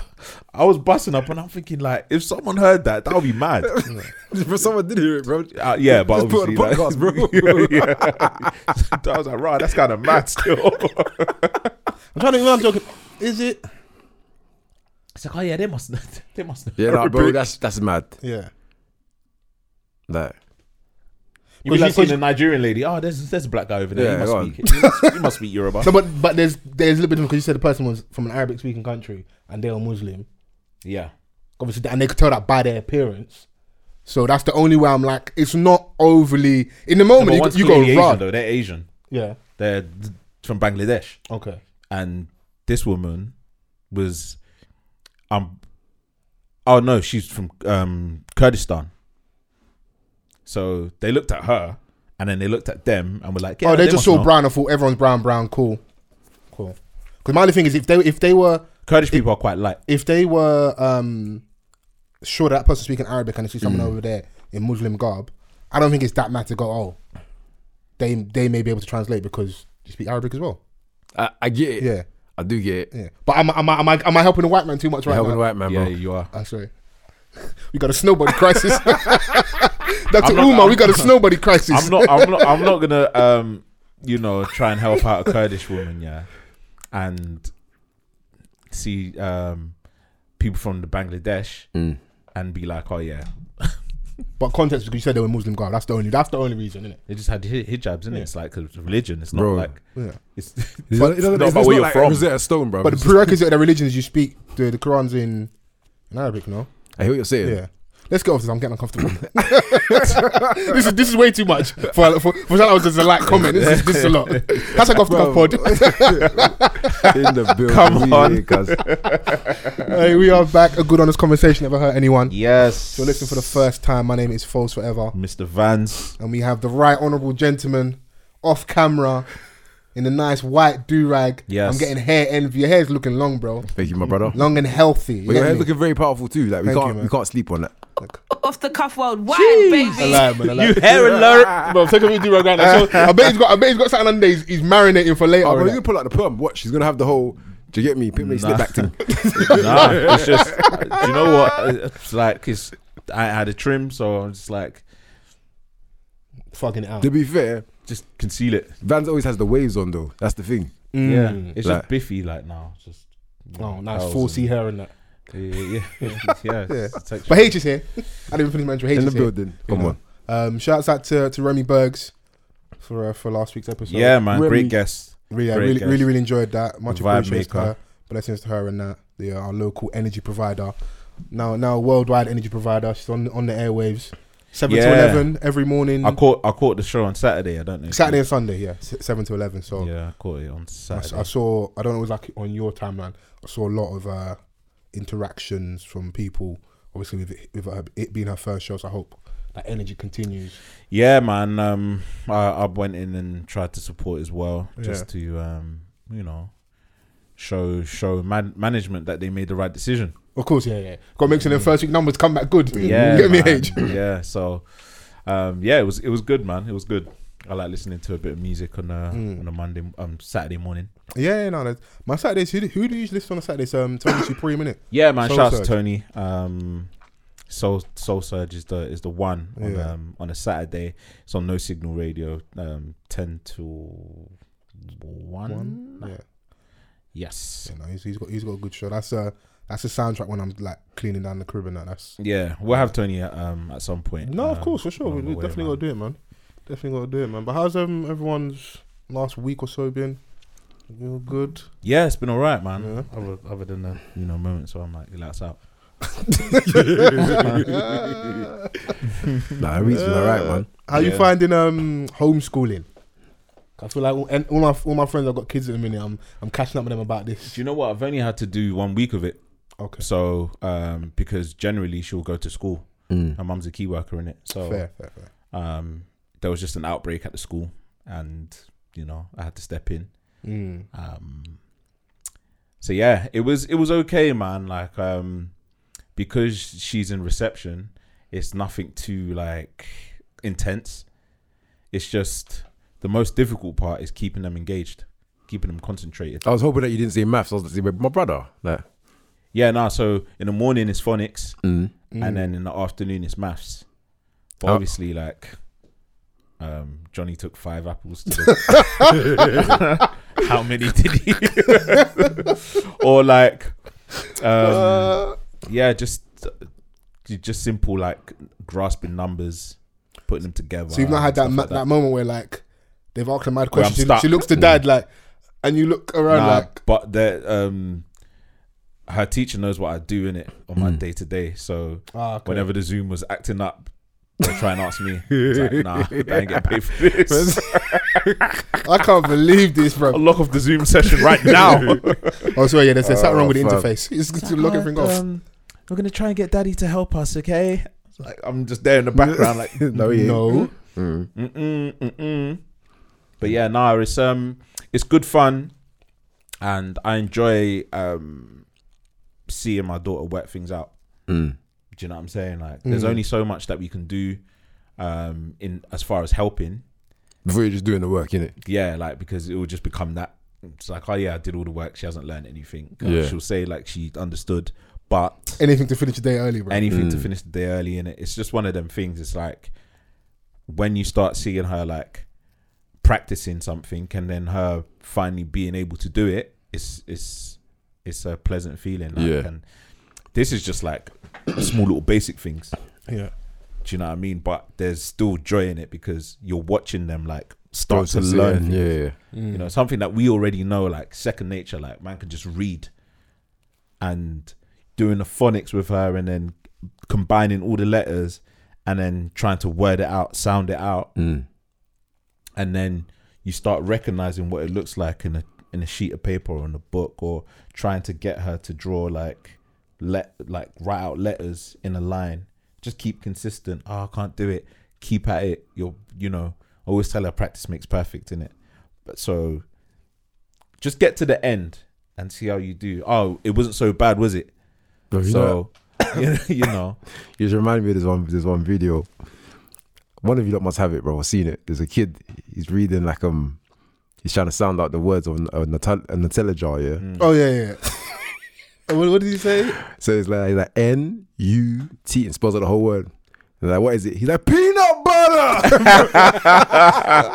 C: I was busting up, and I'm thinking, like, if someone heard that, that would be mad.
E: bro, someone did hear it, bro.
C: Uh, yeah, but
E: Just put
C: obviously,
E: it on the
C: like-
E: podcast, bro.
C: yeah, yeah. So I was like, right, that's kind of mad still.
D: I'm trying to. I'm joking. Is it?
C: it's like, oh yeah, they must, they must.
E: Yeah, nah, bro, that's that's mad.
D: Yeah.
E: Like,
C: You
D: Cause you-
C: like seeing
D: cause-
C: a Nigerian lady. Oh, there's there's a black guy over
E: Yeah,
C: there.
E: go
C: you,
E: on.
C: must speak, you must- you must speak Yoruba.
D: No, but but there's there's a little bit because you said the person was from an Arabic speaking country and they were Muslim.
C: yeah.
D: obviously, and they could tell that by their appearance. So that's the only way I'm like, it's not overly in the
C: No, but
D: moment.
C: one's
D: you, you
C: clearly
D: go
C: Asian
D: run,
C: though. They're Asian.
D: yeah,
C: They're th- from Bangladesh,
D: okay,
C: and this woman was, um, oh no, she's from um Kurdistan. So they looked at her, and then they looked at them, and were like, yeah,
D: oh, they, just
C: must
D: saw
C: know.
D: brown and thought everyone's brown, brown, cool, cool. Because my only thing is, if they if they were
C: Kurdish people are quite light.
D: if they were um sure that person speaking Arabic and they see someone over there in Muslim garb, I don't think it's that matter. to Go, oh, they they may be able to translate because you speak Arabic as well.
E: I, I get it.
D: Yeah,
E: I do get it.
D: yeah. But am, I- am I am I am I helping the white man too much right
E: Helping
D: now?
E: the white man,
C: yeah,
E: bro.
C: you are.
D: I sorry. We got a snowbody crisis. Dr.
C: I'm not-
D: Uma, we
C: I'm-
D: got a snowbody crisis.
C: I'm not. I'm not. I'm not gonna. Um, you know, try and help out a Kurdish woman, yeah, and see um people from the Bangladesh
E: Mm.
C: and be like, oh yeah,
D: But context because you said they were Muslim guard. That's the only. That's the only reason, isn't it?
C: they just had hi- hijabs, and
D: Yeah.
C: it's like 'cause it's religion. It's not
E: Bro.
C: like
D: Yeah.
C: it's.
E: But
C: it's not about where you're from.
E: Rosetta Stone, bro.
D: But the prerequisite of the religion is you speak the, the Quran's in in Arabic, no?
E: I hear what you're saying.
D: Yeah. Let's get off this. I'm getting uncomfortable. this is this is way too much for for, for that was just a like comment. This is this is a lot. That's like off the cuff
E: Bro.
D: pod.
E: In the building.
C: Come
E: we
C: on.
E: here, cuz.
D: hey, we are back. A good honest conversation never hurt anyone.
C: Yes.
D: If you're listening for the first time, my name is False Forever.
C: Mr. Vance.
D: and we have the right honourable gentleman off camera in a nice white do rag.
C: Yes.
D: I'm getting hair envy. Your hair's looking long, bro.
E: Thank you, my brother.
D: Long and healthy. You
E: But
D: get
E: your hair's
D: me?
E: looking very powerful too. Like we
D: Thank you,
E: can't
D: man.
E: we can't sleep on that.
A: Off the cuff worldwide, baby.
D: alive, man. Alive.
C: hair alert.
D: bro, take a do rag right now. So, I bet he's got. I bet he's got something under there. He's, he's marinating for later.
E: Oh,
D: and
E: bro, you're
D: that.
E: gonna pull out the perm. Watch, he's gonna have the whole. Do you get me? Pit me
C: Nah.
E: slip back thing.
C: nah, it's just. Do you know what? It's like it's. I had a trim, so I'm just like,
D: Fucking it out.
E: to be fair,
C: just conceal it.
E: Vans always has the waves on though. That's the thing.
C: Yeah, it's
E: Like-
C: just biffy like now. It's just
D: Hmm. Oh, nice
C: Howls
D: four
C: and-
D: C hair and that.
C: yeah, yeah, yeah. it's
D: But H is here. I didn't finish mentioning H
E: In the
D: is here.
E: building. Come
D: know.
E: on.
D: Um, shouts out to to Remy Bergs for uh, for last week's episode.
C: yeah, man,
E: Remy-
C: great guest.
D: Really, I
C: Great
D: really,
C: guest.
D: really, really enjoyed that. Much
C: The vibe
D: appreciated to
C: maker.
D: her. Blessings to her and that. The, uh, our local energy provider. Now, now a worldwide energy provider. She's on on the airwaves. Seven to
C: Yeah.
D: eleven every morning.
C: I caught I caught the show on Saturday. I don't know. if
D: Saturday
C: you-
D: and Sunday, yeah, s- seven to eleven. So
C: Yeah, I caught it on
D: I, s-
C: Saturday.
D: I saw. I don't know. It was like on your timeline. I saw a lot of uh, interactions from people. Obviously, with it, with her, it being her first show, so I hope that energy continues.
C: yeah, man. Um, I, I went in and tried to support as well, just
D: Yeah.
C: to um, you know, show show man- management that they made the right decision.
D: Of course, yeah, yeah. Got to make sure the first week numbers come back good.
C: Yeah,
D: get me
C: man.
D: H.
C: yeah. So, um, yeah, it was it was good, man. It was good. I like listening to a bit of music on a
D: Mm.
C: on a Monday, um, Saturday morning.
D: Yeah, no, that's, my Saturdays. Who do, who do you listen on a Saturdays? Um, Tony Supreme, innit?
C: Yeah, man.
D: Soul
C: Shouts
D: Surge.
C: to Tony. Um, Soul Soul Surge is the is the one on
D: Yeah.
C: um on a Saturday. It's on No Signal Radio. Um, ten to one.
D: Yeah,
C: Yes.
D: you know, he's, he's got he's got a good show. That's a that's a soundtrack when I'm like cleaning down the crib and that. That's
C: Yeah, we'll have Tony at, um at some point.
D: no, of
C: um,
D: course for sure.
C: along
D: We
C: the
D: we
C: way,
D: definitely
C: man.
D: got to do it, man. Definitely got to do it, man. But how's um everyone's last week or so been? Real good.
C: Yeah, it's been all right, man.
D: Yeah.
C: Other, other than the you know moments where I'm like, relax out.
E: Nah, Reed's been alright, man.
D: How you
C: Yeah.
D: finding um homeschooling? I feel like all, and all my all my friends have got kids at the minute. I'm I'm catching up with them about this.
C: Do you know what? I've only had to do one week of it.
D: Okay,
C: So, um, because generally she'll go to school. Her mum's a key worker in it. So,
D: fair, fair, fair.
C: um, there was just an outbreak at the school, and you know I had to step in.
D: Mm.
C: Um, so yeah, it was it was okay, man. Like um, because she's in reception, it's nothing too like intense. It's just the most difficult part is keeping them engaged, keeping them concentrated.
E: I was hoping that you didn't say maths. I was like, my brother. Like,
C: Yeah, nah. So in the morning it's phonics,
D: Mm.
C: and then in the afternoon it's maths. But
E: Oh.
C: obviously, like um, Johnny took five apples. To the How many did he? or like, um,
D: Uh.
C: yeah, just ju- just simple like grasping numbers, putting them together.
D: So you've not had that
C: stuff
D: ma-
C: like
D: that. moment where like they've asked a mad question. She,
C: stuck.
D: she looks to dad like, and you look around
C: Nah,
D: like,
C: but the um, her teacher knows what I do in it on
D: Mm.
C: my day to day. So
D: Ah, okay.
C: whenever the Zoom was acting up, they try and ask me. It's like, nah, I ain't getting paid for this.
D: I can't believe this,
C: I'll
D: bro.
C: lock off the Zoom session right now.
D: Oh, sorry, yeah, there's there's something wrong with the
E: Oh, fam.
D: interface. It's just lock everything off.
C: um, we're gonna try and get Daddy to help us, okay? Like I'm just there in the background, like
E: no, he ain't.
D: No,
C: mm-mm, mm-mm. But yeah, no, it's um, it's good fun, and I enjoy um, seeing my daughter work things out.
E: Mm.
C: Do you know what I'm saying? Like, there's only so much that we can do, um, in as far as helping.
E: Before you're just doing the work, innit?
C: Yeah, like because it will just become that. It's like, oh yeah, I did all the work. She hasn't learned anything. Uh,
E: Yeah.
C: She'll say like she understood, but
D: anything to finish the day early, bro.
C: anything
E: Mm.
C: to finish the day early in it. It's just one of them things. It's like when you start seeing her like practicing something and then her finally being able to do it, it's it's it's a pleasant feeling. Like,
E: Yeah.
C: And this is just like small little basic things.
D: yeah,
C: Do you know what I mean? But there's still joy in it because you're watching them like start to
E: Process it
C: learn.
E: and-
C: things.
E: Yeah, yeah.
C: You know, something that we already know, like second nature, like man can just read and doing the phonics with her and then combining all the letters and then trying to word it out, sound it out,
E: Mm.
C: and then you start recognizing what it looks like in a in a sheet of paper or in a book or trying to get her to draw like let like write out letters in a line. Just keep consistent. Oh, I can't do it. Keep at it. You're you know, I always tell her practice makes perfect in it. But so just get to the end and see how you do. Oh, it wasn't so bad, was it?
E: No, you
C: so
E: know-
C: you know, you know.
E: You just remind me of this one this one video. One of you lot must have it, bro. I've seen it. There's a kid. He's reading like um, he's trying to sound out the words of a Nutella, a Nutella jar. Yeah.
D: Oh yeah, yeah. yeah. what, what did he say?
E: So it's like, like N U T and spells out the whole word. And like, what is it? He's like peanut butter.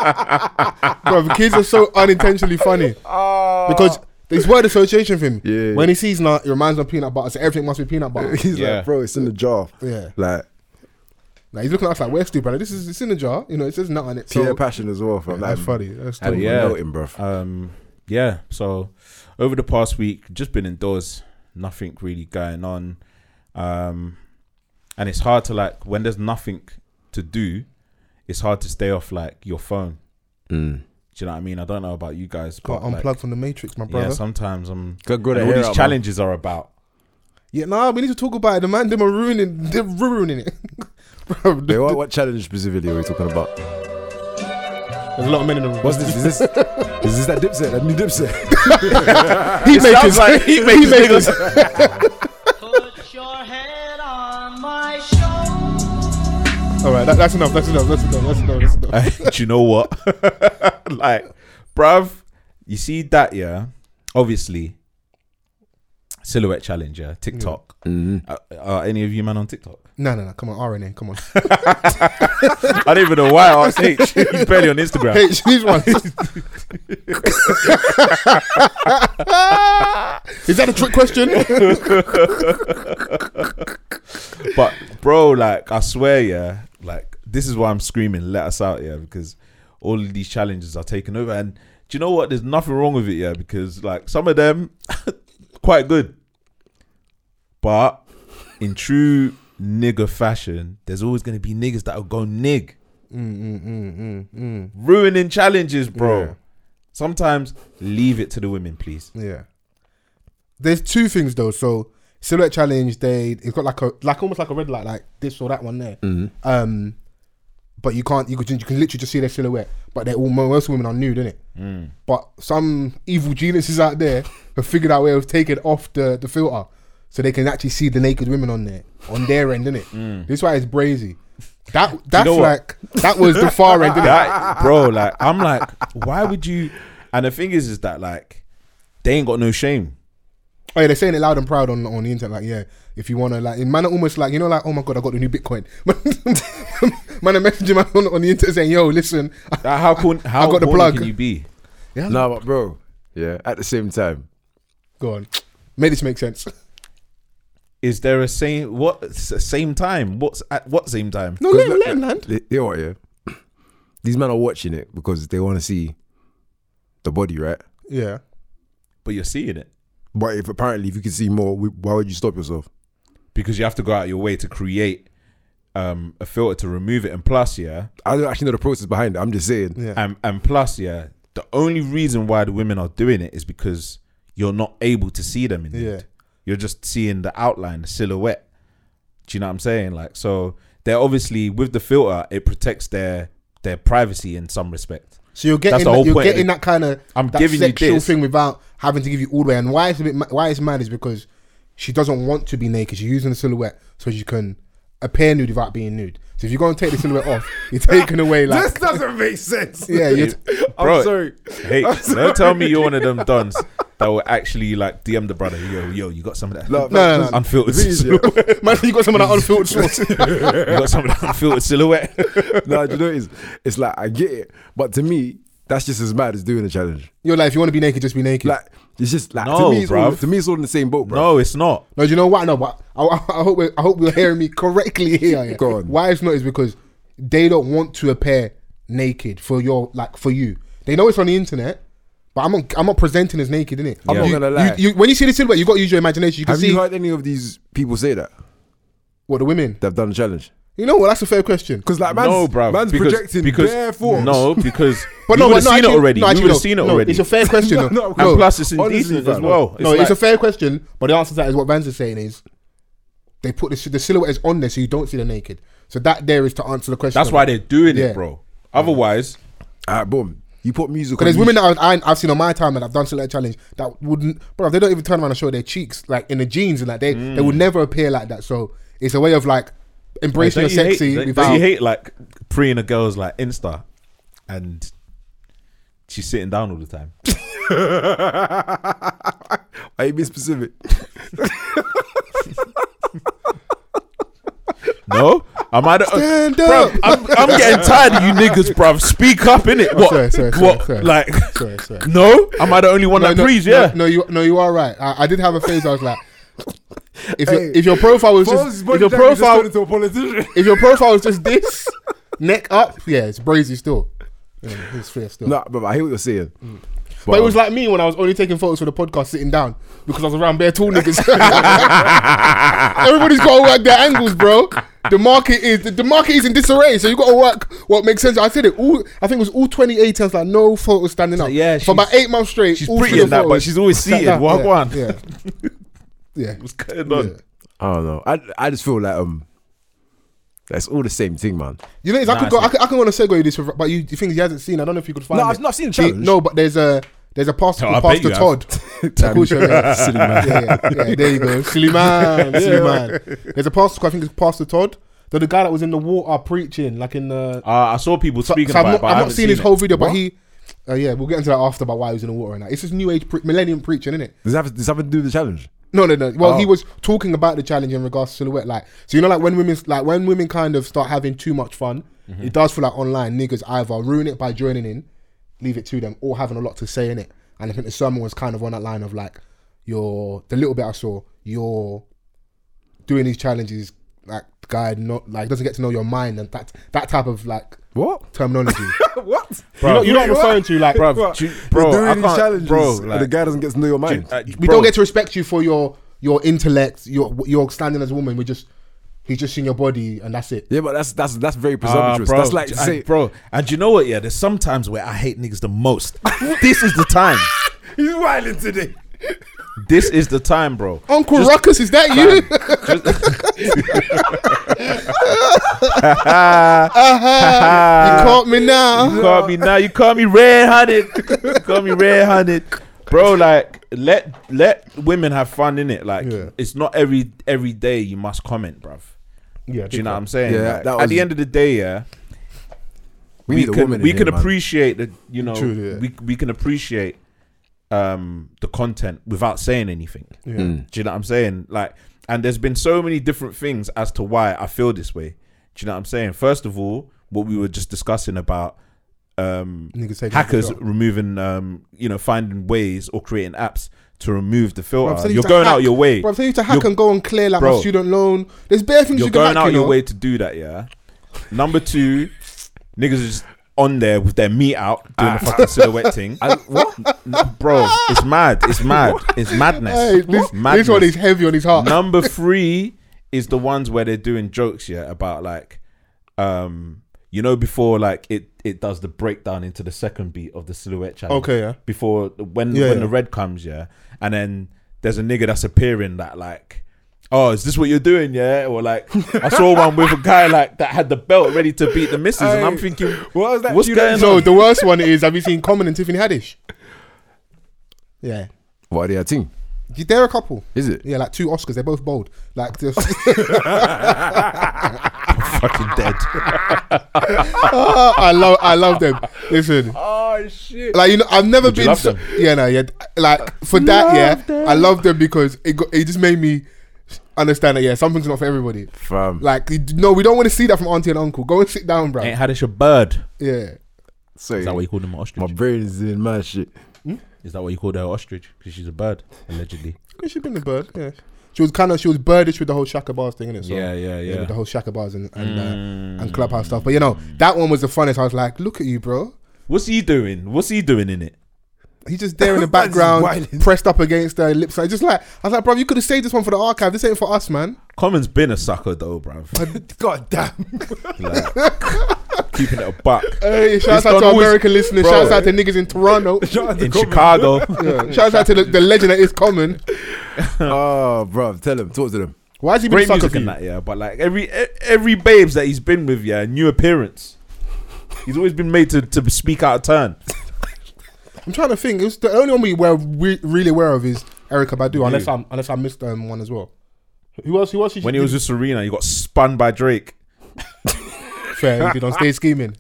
D: bro, kids are so unintentionally funny
C: Ah.
D: because this word association thing.
E: Yeah.
D: When he sees nut, it reminds him of peanut butter. So everything must be peanut butter.
E: he's
C: Yeah.
E: like, bro, it's in the jar.
D: yeah.
E: Like
D: Like, he's looking at us like we're stupid. Like, this is it's in a jar. You know, it says nut on it. So
E: pure passion as well. From
D: that's funny. That's
C: Hell
D: dope.
C: yeah.
E: melting, bro.
C: Um, yeah. So over the past week, just been indoors, nothing really going on, um, and it's hard to like when there's nothing to do, it's hard to stay off like your phone.
E: Mm.
C: Do you know what I mean? I don't know about you guys, but
D: Got unplugged
C: like,
D: from the matrix, my brother.
C: yeah, sometimes I'm.
E: Got grow
C: and
E: the
C: all
E: hair
C: these
E: out, man.
C: challenges are about.
D: Yeah, nah, we need to talk about it. The man, them are ruining, they're ruining it. Bro,
E: Wait,
D: there's
E: what, what challenge specifically are we talking about?
D: a lot of men in the room.
E: What's this? Is this is this that dipset? That new dipset?
D: He makes
C: like
D: he makes niggas.
F: Put your head on my shoulder.
D: All right, that, that's enough. That's enough. That's enough. That's enough. That's enough.
C: do you know what? like, bruv, you see that, yeah? Obviously, silhouette challenge, yeah?
E: Mm.
C: TikTok. Are, are any of you man on TikTok?
D: No, no, no. Come on, RNA. Come on.
C: I don't even know why I asked H. He's barely on Instagram.
D: Hey, these ones. Is that a trick question?
C: But bro, like I swear, yeah, like this is why I'm screaming, let us out, yeah, because all of these challenges are taken over. And do you know what? There's nothing wrong with it, yeah, because like some of them quite good. But in true nigger fashion, there's always gonna be niggas that'll go nig.
D: Mm,
C: Ruining challenges, bro.
D: Yeah.
C: Sometimes leave it to the women, please.
D: Yeah. There's two things though. So silhouette challenge, they it's got like a like almost like a red light, like this or that one there.
C: Mm-hmm.
D: Um, but you can't you can you can literally just see their silhouette. But they're all most women are nude, innit? Mm. But some evil geniuses out there have figured out a way of taking off the the filter, so they can actually see the naked women on there on their end, innit? This is why it's brazy. That that's
C: Mm. know what?
D: like that was the far end. Didn't it?
C: that, bro. Like I'm like, why would you? And the thing is, is that like they ain't got no shame.
D: Oh yeah, they're saying it loud and proud on, on the internet. Like yeah, if you wanna like, man, are almost like you know, like oh my god, I got the new Bitcoin. man, a messaging man on, on the internet saying, yo, listen,
C: Like, how cool? How
D: got the
C: horny
D: plug.
C: Can you be?
E: No, but bro, yeah. At the same time,
D: go on, make this make sense.
C: Is there a same what s- same time? What's at what same time?
D: No, let, him- let him land.
E: they, you know what, yeah. These men are watching it because they want to see the body, right?
D: Yeah,
C: But you're seeing it
E: But if apparently if you could see more, wh- why would you stop yourself?
C: because you have to go out of your way to create um, a filter to remove it. And plus, yeah,
E: I don't actually know the process behind it. I'm just saying.
D: yeah.
C: and and plus, yeah, the only reason why the women are doing it is because you're not able to see them. In
D: Yeah.
C: you're just seeing the outline, the silhouette. Do you know what I'm saying? Like, so they're obviously with the filter, it protects their their privacy in some respect.
D: So you're
C: That's
D: getting
C: the whole
D: that, you're
C: point.
D: getting that kind of
C: I'm
D: that
C: giving you
D: sexual
C: this.
D: thing without having to give you all the way. And why it's a bit ma- why it's mad is because she doesn't want to be naked. She's using the silhouette so she can appear nude without being nude. So if you go and take the silhouette off, you're taking away like
E: doesn't make sense.
D: yeah, you're t-
C: Bro,
E: sorry.
C: Hey, don't tell me you're one of them dons that will actually like DM the brother. Yo, yo, you got some of that
D: no,
E: No,
D: no, no.
C: unfiltered.
E: Really, yeah.
C: silhouette.
D: man, you got someone that unfiltered shorts.
C: you got some of that unfiltered silhouette.
E: no, do you know what it is? It's like I get it, but to me, that's just as bad as doing a challenge.
D: You're like, if you want to be naked, just be naked.
E: Like it's just like
C: No,
E: to me, it's all,
C: bruv.
E: to me, it's all in the same boat, bro.
C: No, it's not.
D: no, do you know what? No, but I, I, I hope we're, I hope you're hearing me correctly here. yeah.
E: Go on.
D: Why it's not is because they don't want to appear naked for your like for you. They know it's on the internet, but I'm not, I'm not presenting as naked, innit?
E: I'm not
D: You-
E: gonna
D: you-
E: lie.
D: you- when you see the silhouette, you got to use your imagination. You can
E: Have
D: see
E: you heard any of these people say that
D: what the women.
E: they've done a challenge?
D: You know what? That's a fair question.
E: Because like man's,
C: no, bro.
E: man's projecting bare forms.
C: No, because but
D: But no,
C: no, we would
D: but no,
C: have seen
D: actually-
C: it already.
D: no,
C: we
D: actually,
C: would
D: no,
C: have seen it
D: no,
C: already.
D: It's a fair question. though.
E: No, of
C: and
E: course.
C: plus, it's
E: Honestly,
C: indecent
E: fam.
C: as well.
D: no, it's a
C: like-
D: fair question, but the answer to that is what Vans is saying is they put the, the silhouette is on there so you don't see the naked. So that there is to answer the question.
C: That's why they're doing
D: Yeah.
C: it, bro. Otherwise,
E: All right, boom. You put music.
D: But
E: on
D: there's women
E: YouTube.
D: that I've, I, I've seen on my time that have done select challenge that wouldn't, bro. They don't even turn around and show their cheeks, like in the jeans and like they they
C: Mm.
D: would never appear like that. So it's a way of like embracing
C: don't
D: your
C: you, hate,
D: sexy
C: don't-
D: without.
C: don't you hate like pre and a girl's like Insta, and she's sitting down all the time.
E: Are you being specific?
C: No, am I the? uh,
D: Stand
C: Bruv,
D: up.
C: I'm, I'm getting tired of you niggas, bruv. Speak up, innit? What?
D: sorry, sorry, sorry,
C: what?
D: sorry.
C: Like,
D: Sorry, sorry.
C: no, am I the only one that
D: no,
C: prees?
D: no,
C: Yeah.
D: No, you no, you are right. I, I did have a phase. I was like, if your, if your profile was just if your profile
E: a politician.
D: if your profile was just this neck up, yeah, it's brazy still. Yeah, it's fair still.
E: No, but I hear what you're saying.
D: Mm. But it was like me when I was only taking photos for the podcast sitting down because I was around bare tall niggas. Everybody's got to work their angles, bro. The market is the, the market is in disarray, so you got to work what makes sense. I said it all. I think it was all 2018. I was like, no photos standing up.
C: Yeah,
D: for about
C: she's-
D: eight months straight.
C: She's
D: all
C: pretty
D: three
C: in that, but
D: photos
C: she's always
D: sat
C: seated.
D: down.
C: What
D: yeah,
C: one?
D: Yeah, yeah.
C: What's going on?
E: I don't know. I, I just feel like um, that's all the same thing, man.
D: You know, I
C: Nah,
D: could go.
C: it's
D: I could, I could want to segue this, but you the things you hasn't seen. I don't know if you could find.
E: No, I've
D: it.
E: not seen the
D: See,
E: challenge.
D: No, but there's a there's a pastor
C: Oh, I bet
D: called Pastor
C: you have.
D: Todd. Of course you have, yeah. Yeah, yeah, yeah, there you go, silly man, silly man. There's a pastor. called- I think it's Pastor Todd. They're the guy that was in the water preaching, like in the.
C: Uh, I saw people
D: So,
C: speaking
D: so I've
C: about
D: not,
C: it, but I
D: I've not
C: haven't
D: seen his
C: it.
D: whole video, but
E: What?
D: he. Uh, yeah, we'll get into that after about why he was in the water and that. It's this new age pre- millennium preaching, isn't it?
E: Does it have does it have to do with the challenge?
D: No, no, no. Well, he
E: Oh.
D: was talking about the challenge in regards to silhouette. Like, so you know, like when women, like when women kind of start having too much fun,
C: Mm-hmm.
D: it does feel like online niggas either ruin it by joining in, leave it to them, or having a lot to say in it. And I think the sermon was kind of on that line of like, you're the little bit I saw, you're doing these challenges, like guy not like doesn't get to know your mind and that that type of like
E: What?
D: terminology.
E: What?
D: you know, you know what I'm referring to, like,
C: Bruv, do you- bro,
E: Doing
C: I
E: these
C: can't-
E: challenges,
C: bro,
E: and
C: like-
E: the guy doesn't get to know your mind.
C: Uh,
D: we
C: bro,
D: don't get to respect you for your your intellect, your your standing as a woman. We just he's just seen your body and that's it.
E: yeah, but that's that's that's very
C: Ah,
E: presumptuous. that's like to
C: I-
E: say,
C: bro. And you know what? Yeah, there's sometimes where I hate niggas the most. this is the time.
E: he's wilding today.
C: This is the time, bro.
D: Uncle Ruckus, is that you? you caught me
C: ah, You
D: now.
C: call me now. You call me red-handed. you call me red-handed, bro. Like let let women have fun in it. Like
D: Yeah.
C: it's not every every day you must comment, bruv.
D: Yeah,
C: Do you know what I'm saying?
E: Yeah,
C: Like,
E: that
C: at
E: was-
C: the end of the day, yeah,
E: We, need a
C: can
E: woman. in
C: we
E: here,
C: can
E: man.
C: appreciate that you know
D: True, yeah.
C: we we can appreciate um the content without saying anything.
D: Yeah.
C: Do you know what I'm saying? Like, and there's been so many different things as to why I feel this way. Do you know what I'm saying? First of all, what we were just discussing about um
D: Niggas taking
C: hackers
D: the job.
C: removing um you know finding ways or creating apps to remove the
D: Bruv, so
C: filter.
D: you
C: You're
D: to
C: going
D: hack-
C: out your way.
D: Bruv, so you to hack
C: You're-
D: and go and clear like my
C: Bro.
D: student loan. There's bare things
C: You're
D: you can
C: going
D: hack,
C: out
D: you
C: your
D: know?
C: way to do that, yeah. Number two, niggas is just on there with their meat out doing
D: Ah.
C: the fucking silhouette thing. N- Bro, it's mad. It's mad. It's madness.
D: Hey, this,
C: madness.
D: this one is heavy on his heart.
C: Number three is the ones where they're doing jokes, yeah, about like, um, you know, before like it it does the breakdown into the second beat of the silhouette challenge.
D: Okay, yeah.
C: Before when
D: Yeah,
C: when
D: yeah.
C: the red comes, yeah, and then there's a nigga that's appearing that like. Oh, is this what you're doing? Yeah, or like I saw one with a guy like that had the belt ready to beat the missus, and I'm
E: Hey,
C: thinking,
E: what was that
C: What's
E: you done?
C: going
D: So
C: on?
D: the worst one is have you seen Common and Tiffany Haddish? Yeah.
E: What are they a team?
D: They're a couple.
E: Is it?
D: Yeah, like two Oscars. They're both bold. Like just
C: fucking dead.
D: I love I love them. Listen.
C: oh shit!
D: Like you know, I've never
C: you
D: been.
C: love
D: So,
C: them?
D: yeah, no, yeah. Like for that, yeah, I love them because it got, it just made me understand that yeah, something's not for everybody.
E: Fam.
D: Like you d- no, we don't want to see that from auntie and uncle. Go and sit down, bro.
C: Ain't Haddish a bird?
D: Yeah,
E: So
C: Is that what you call them? an Ostrich?
E: my brain is in my shit.
C: Is that what you called her ostrich? Because she's a bird, allegedly.
D: she's been a bird. Yeah, she was kind of she was birdish with the whole Shaka bars thing, innit? So,
C: Yeah, yeah, yeah. Mm.
D: with the whole Shaka bars and and, uh, and clubhouse stuff. But you know, that one was the funnest. I was like, look at you, bro.
C: What's he doing? What's he doing in it?
D: He's just there in the
E: Man's
D: background,
E: wilding.
D: pressed up against her lips. I just like I was like, bro, you could have saved this one for the archive. This ain't for us, man.
C: Common's been a sucker though, bruv.
E: God damn.
C: Like, keeping it a buck.
D: Hey,
C: It's
D: shouts out
C: done
D: to
C: always-
D: American listeners.
C: Bro.
D: Shouts out to niggas in Toronto.
C: In Chicago.
D: Yeah. Shouts out to the, the legend that is common.
E: oh, bruv, tell him, talk to them.
D: Why has he been
C: Great
D: sucker
C: music
D: for
C: and
D: you?
C: that, yeah. But like every e- every babes that he's been with, yeah, new appearance. He's always been made to, to speak out of turn.
D: I'm trying to think. It was the only one we were re- really aware of is Erica Badu, unless I'm unless I missed um, one as well. Who else? Who else?
C: When he was with Serena, he got spun by Drake.
D: fair, he did on stage scheming.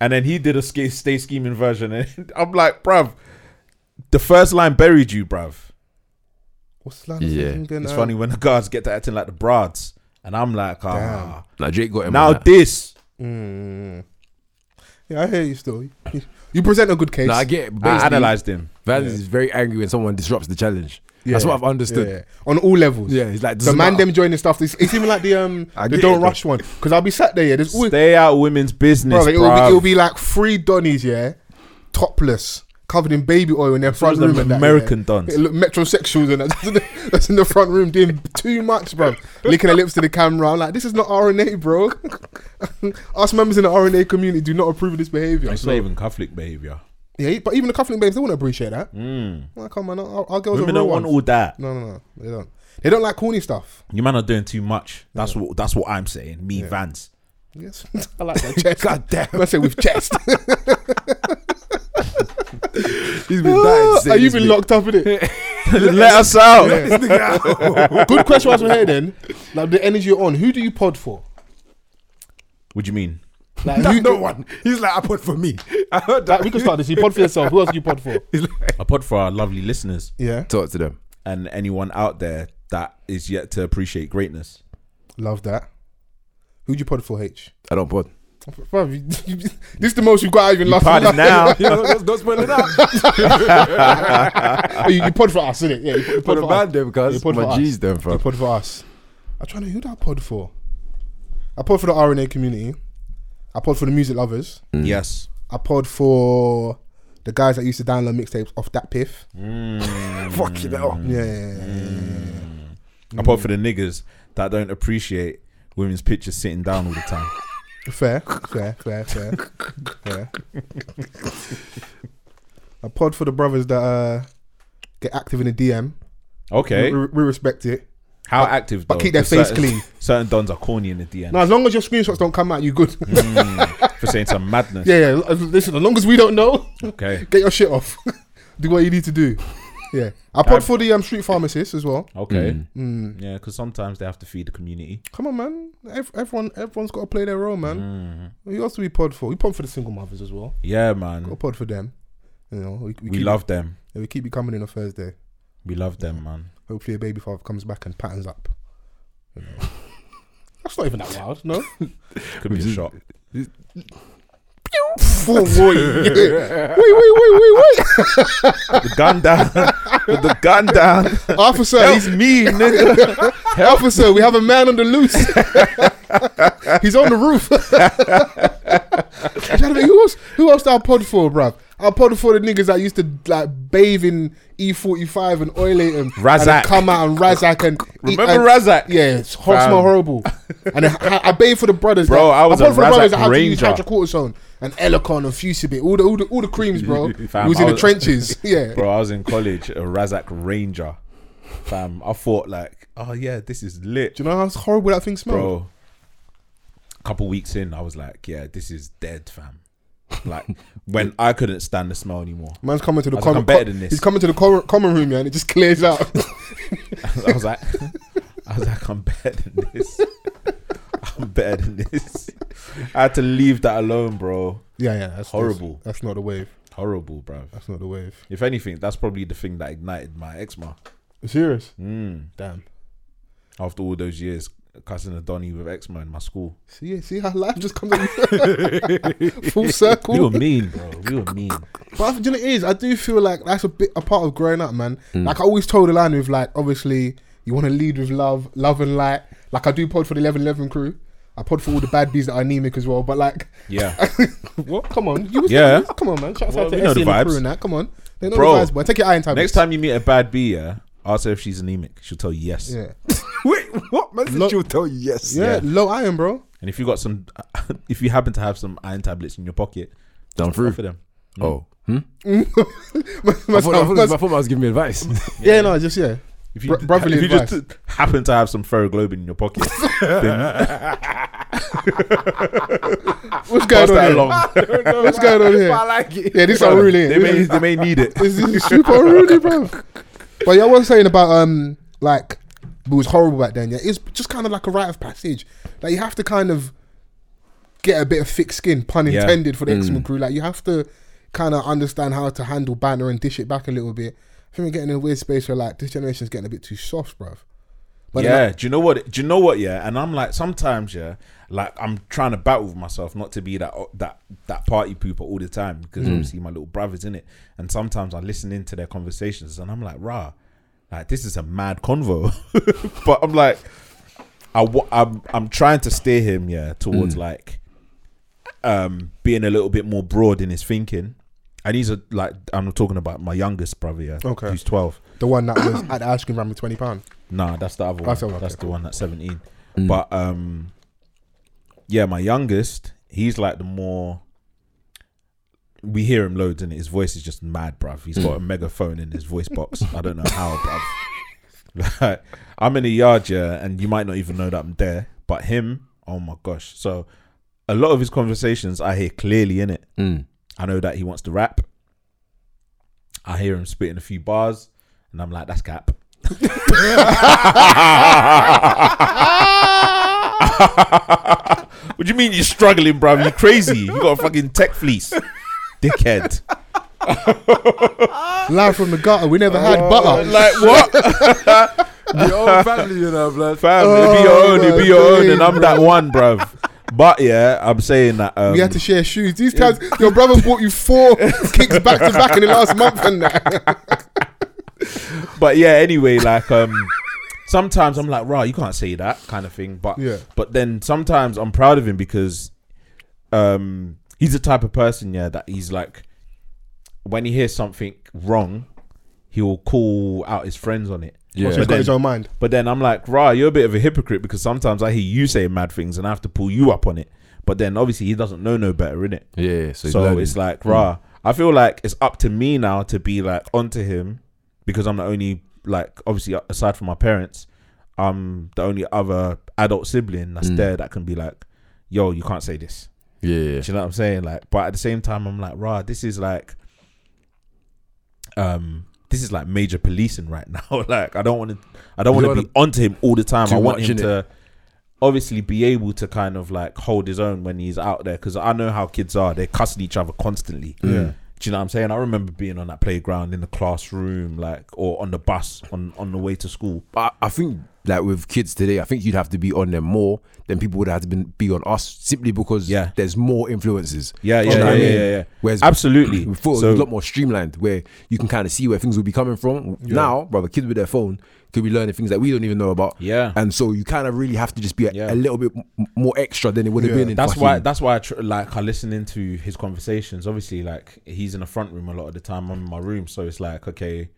C: And then he did a sk- stay scheming version. And I'm like, bruv, the first line buried you, bruv.
D: What's that?
E: Yeah.
C: It's
D: Uh.
C: funny when the guards get to acting like the broads. And I'm like, ah.
D: Damn.
E: Now Drake got him.
C: Now
E: on that.
C: this.
D: Mm. Yeah, I hear you still. You- You present a good case.
E: Nah, I get it.
C: I
E: Basically,
C: analyzed him.
E: Vaz is very angry when someone disrupts the challenge. That's what I've understood.
D: Yeah, yeah. On all levels.
E: Yeah, it's like,
D: the
E: doesn't
D: man
E: matter.
D: them joining stuff. It's, it's even like the um
E: I
D: the
E: get it,
D: don't
E: though.
D: rush one because I'll be sat there. Yeah, there's always
C: Stay out women's business,
D: Bro,
C: bro.
D: it'll be, it'll be like three Donnies, yeah, topless, covered in baby oil in their front
C: as the
D: room. and that,
C: American
D: yeah.
C: Dons.
D: It look metrosexuals and that, that's in the front room doing too much, bro. Licking their lips to the camera. I'm like, this is not RNA, bro. Us members in the RNA community do not approve of this behavior.
C: it's not even Catholic behavior.
D: Yeah, but even the cufflink babes, they won't appreciate that. Like, come on, our, our girls
C: Hmm. Women
D: are real
C: don't want
D: ones.
C: all that.
D: No, no, no, they don't. They don't like corny stuff.
C: You man are doing too much. That's what that's what I'm saying. Me, Vance.
D: Yes, I like that chest. God damn, I say with chest.
E: He's been
C: Oh,
E: dying.
D: Are you been locked up in it?
C: Let us out.
D: Good question as we're here then. Like the energy you're on, who do you pod for?
C: What do you mean?
D: Like,
E: That's
D: who
E: no
D: do-
E: one. He's like, I put for me. I heard
D: like,
E: that.
D: we can start this. You pod for yourself. Who else do you pod for?
C: I put for our lovely listeners
D: Yeah.
E: Talk to them.
C: and anyone out there that is yet to appreciate greatness.
D: Love that. Who'd you pod for, H?
E: I don't put.
D: Bruv, you- you- this is the most you've got out of your
C: You
D: last
C: parted now.
E: don't, don't spoil it out.
D: Oh, you, you pod for us, innit? Yeah, you pod, you pod
E: Put a
D: for
E: man
D: us.
E: them,
D: You
E: cuz.
D: put for
E: My
D: us.
E: G's them,
D: You
E: fam.
D: pod for us. I'm trying to who did I pod for? I pod for the RNA community. I pod for the music lovers.
C: Yes.
D: I pod for the guys that used to download mixtapes off that piff.
E: Fucking hell.
D: Yeah, yeah, yeah, yeah, yeah.
C: I put for the niggas that don't appreciate women's pictures sitting down all the time.
D: Fair, fair, fair, fair, fair. A pod for the brothers that uh, get active in the DM.
C: Okay.
D: We, we respect it.
C: How active
D: but
C: though?
D: keep their
C: 'Cause
D: face
C: certain-
D: clean.
C: Certain dons are corny in the DM
D: Now, as long as your screenshots don't come out, you good.
C: Mm. for saying some madness.
D: yeah, yeah. l- Listen, as long as we don't know,
C: Okay.
D: get your shit off. do what you need to do. Yeah, I pod for the um, street pharmacist as well. Mm.
C: Okay. Yeah, because sometimes they have to feed the community.
D: Come on, man. Ev- everyone, everyone's got to play their role, man. Who else do we pod for? We pod for the single mothers as well.
C: Mm-hmm. Yeah,
D: Got
C: man.
D: pod for them. You know, we,
C: We
D: keep,
C: love them.
D: yeah, we keep you coming in on Thursday.
C: We love them, man.
D: Hopefully, a baby father comes back and patterns up. You know. That's not even that wild, no.
C: Could be a shot.
D: Full boy. wait, wait, wait, wait, wait.
C: The gun down. With the gun down.
D: Officer, he's
C: me, nigga.
D: Officer, we have a man on the loose. He's on the roof. I'm trying to think, who else? Who else? I pod for, bruv? I pod for the niggas that used to like bathe in E45 and oilate and and
C: Razak.
D: then come out and Razak and
C: Remember
D: and,
C: Razak?
D: Yeah, it's hot, smell horrible. And then I, I bathed for the brothers,
C: Bro,
D: that-
C: I was
D: pod
C: a
D: for the brothers
C: Razak
D: that had to use
C: ranger.
D: hydrocortisone and Elicon and Fusibit, all the all the all the creams, bro.
C: Fam,
D: we was in
C: I
D: the
C: was-
D: trenches, yeah.
C: Bro, I was in college, a Razak Ranger. Fam, I thought like, oh yeah, this is lit.
D: Do you know how horrible that thing smelled?
C: Bro, couple weeks in, I was like, yeah, this is dead, fam. Like when I couldn't stand the smell anymore.
D: Man's coming to the
C: I was like,
D: common.
C: I'm better than this.
D: He's coming to the co- common room, yeah, and it just clears out.
C: I was like, I was like, I'm better than this. I'm better than this. I had to leave that alone, bro.
D: yeah, yeah, that's
C: Horrible.
D: That's, that's not the wave.
C: Horrible, bro.
D: That's not the wave.
C: If anything, that's probably the thing that ignited my eczema.
D: Serious?
C: Mm.
D: Damn.
C: After all those years cussing a Donny with eczema in my school.
D: See, see how life just comes in- full
C: We
D: circle.
C: were mean, bro. We were mean.
D: But do you know what it is? I do feel like that's a bit a part of growing up, man.
C: Mm.
D: Like I always told line with like, obviously you want to lead with love, love and light. Like I do pod for the eleven eleven crew. I pod for all the bad bees that are anemic as well. But like,
C: Yeah.
D: what? Come on, you was
C: Yeah.
D: Come on, man. Shout
C: Well,
D: out to
C: we know
D: Essie
C: the
D: and the crew
C: vibes.
D: and that. Come on, they know
C: Bro.
D: the vibes, boy. Take your iron tablets.
C: Next time you meet a bad bee, yeah, ask her if she's anemic. She'll tell you yes.
D: Yeah.
E: Wait, what? Man, said
D: Look-
E: she'll tell you yes.
D: yeah, low iron, bro.
C: And if you got some, if you happen to have some iron tablets in your pocket,
E: Done through.
C: offer them.
E: Oh. Hmm? I
D: Must-
E: thought, I, thought, I
D: must-
E: thought I was giving me advice.
D: yeah, no, just yeah.
C: If you,
D: Bro-
C: did-
D: brotherly
C: if you
D: advice.
C: just happen to have some ferroglobin in your pocket,
D: What's
C: pass
D: going on
C: that
D: here?
C: along.
D: What's going on here?
E: like it.
D: Yeah, this is unruly.
C: they may
D: This
C: they may need it.
D: is, this is super unruly, bro. But yeah, I was saying about um, like it was horrible back then. Yeah, it's just kind of like a rite of passage. Like you have to kind of get a bit of thick skin, pun
C: Yeah.
D: intended, for the X Men crew. Like you have to kind of understand how to handle banner and dish it back a little bit. I think we're getting in a weird space where like this generation's getting a bit too soft, bruv. But
C: yeah,
D: like,
C: do you know what? Do you know what? Yeah, and I'm like sometimes, yeah, like I'm trying to battle with myself not to be that that that party pooper all the time
D: Mm.
C: because obviously my little brother's in it, and sometimes I listen into their conversations and I'm like, rah, like this is a mad convo, but I'm like, I wa- I'm I'm trying to steer him, yeah,
D: Mm.
C: towards like, um, being a little bit more broad in his thinking, and he's a like I'm talking about my youngest brother, yeah,
D: Okay.
C: who's twelve.
D: the one that was at the ice cream ran with twenty pound.
C: Nah, that's the other one. That's,
D: That's the one, okay,
C: the one that's 17. But um yeah, my youngest, he's like the more we hear him loads and his voice is just mad, bruv. He's got a megaphone in his voice box. I don't know how, bruv. Like, I'm in the yard, yeah, and you might not even know that I'm there. But him, oh my gosh. So a lot of his conversations I hear clearly in it. I know that he wants to rap. I hear him spitting a few bars, and I'm like, that's cap. what do you mean you're struggling, bro? You crazy? You got a fucking tech fleece, dickhead.
D: Live from the gutter, we never had butter.
C: Like what,
E: Your own family, you know, blood.
C: fam? it'll be your own. It'll be your own,
D: days,
C: and I'm that one, bro. But yeah, I'm saying that. Um,
D: We had to share shoes. These times, your brother bought you four kicks back to back in the last month and that.
C: but yeah, anyway, like um sometimes I'm like, right, you can't say that kind of thing. But
D: Yeah.
C: but then sometimes I'm proud of him because um he's the type of person, yeah, that he's like when he hears something wrong, he'll call out his friends on it.
E: Yeah.
D: He's got his own mind.
C: But then I'm like, rah, you're a bit of a hypocrite because sometimes I hear you saying mad things and I have to pull you up on it. But then obviously he doesn't know no better, innit?
E: Yeah, so, he's
C: so
E: learning.
C: it's like rah. I feel like it's up to me now to be like onto him because I'm the only like obviously uh, aside from my parents, I'm the only other adult sibling that's there that can be like, yo, you can't say this.
E: yeah, yeah.
C: Do you know what I'm saying? Like, but at the same time, I'm like, rah, this is like, um, this is like major policing right now. like I don't want to, I don't
E: You
C: want
E: wanna
C: to be onto him all the time.
E: do
C: I want
E: much,
C: him
E: innit?
C: to obviously be able to kind of like hold his own when he's out there because I know how kids are. They're cussing each other constantly. Yeah. Do you know what I'm saying? I remember being on that playground in the classroom, like, or on the bus on on the way to school.
E: I, I think like with kids today, I think you'd have to be on them more than people would have to been, be on us simply because
C: Yeah.
E: there's more influences.
C: Yeah,
E: Do
C: yeah,
E: you know what I
C: yeah,
E: mean?
C: yeah, yeah.
E: Whereas
C: Absolutely.
E: before it was
C: So-
E: a lot more streamlined, where you can kind of see where things will be coming from. Now, brother, kids with their phone could be learning things that we don't even know about.
C: Yeah.
E: and so you kind of really have to just be a,
C: Yeah.
E: a little bit m- more extra than it would have
D: Yeah.
E: been. In
C: That's
E: fucking-
C: why. That's why I tr- like I listen into his conversations. Obviously, like he's in the front room a lot of the time. I'm in my room, so it's like okay,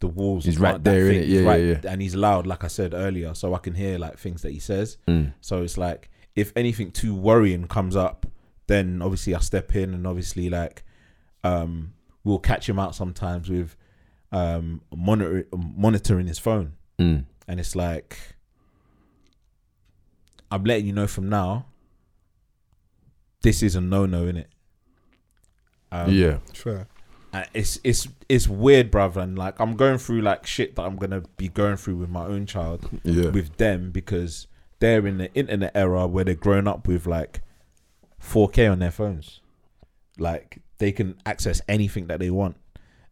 C: the walls.
E: He's right
C: aren't that
E: there,
C: thick,
E: innit?
C: he's
E: Yeah,
C: right-
E: yeah, yeah.
C: And he's loud, like I said earlier, so I can hear like things that he says.
E: Mm,
C: So it's like if anything too worrying comes up, then obviously I step in, and obviously like um we'll catch him out sometimes with um monitor- monitoring his phone,
E: Mm.
C: and it's like I'm letting you know from now. This is a no-no, innit? Um,
E: yeah.
D: Fair.
C: and it's it's it's weird, brother. And like I'm going through like shit that I'm gonna be going through with my own child,
E: Yeah.
C: with them because they're in the internet era where they're growing up with like 4K on their phones, like they can access anything that they want,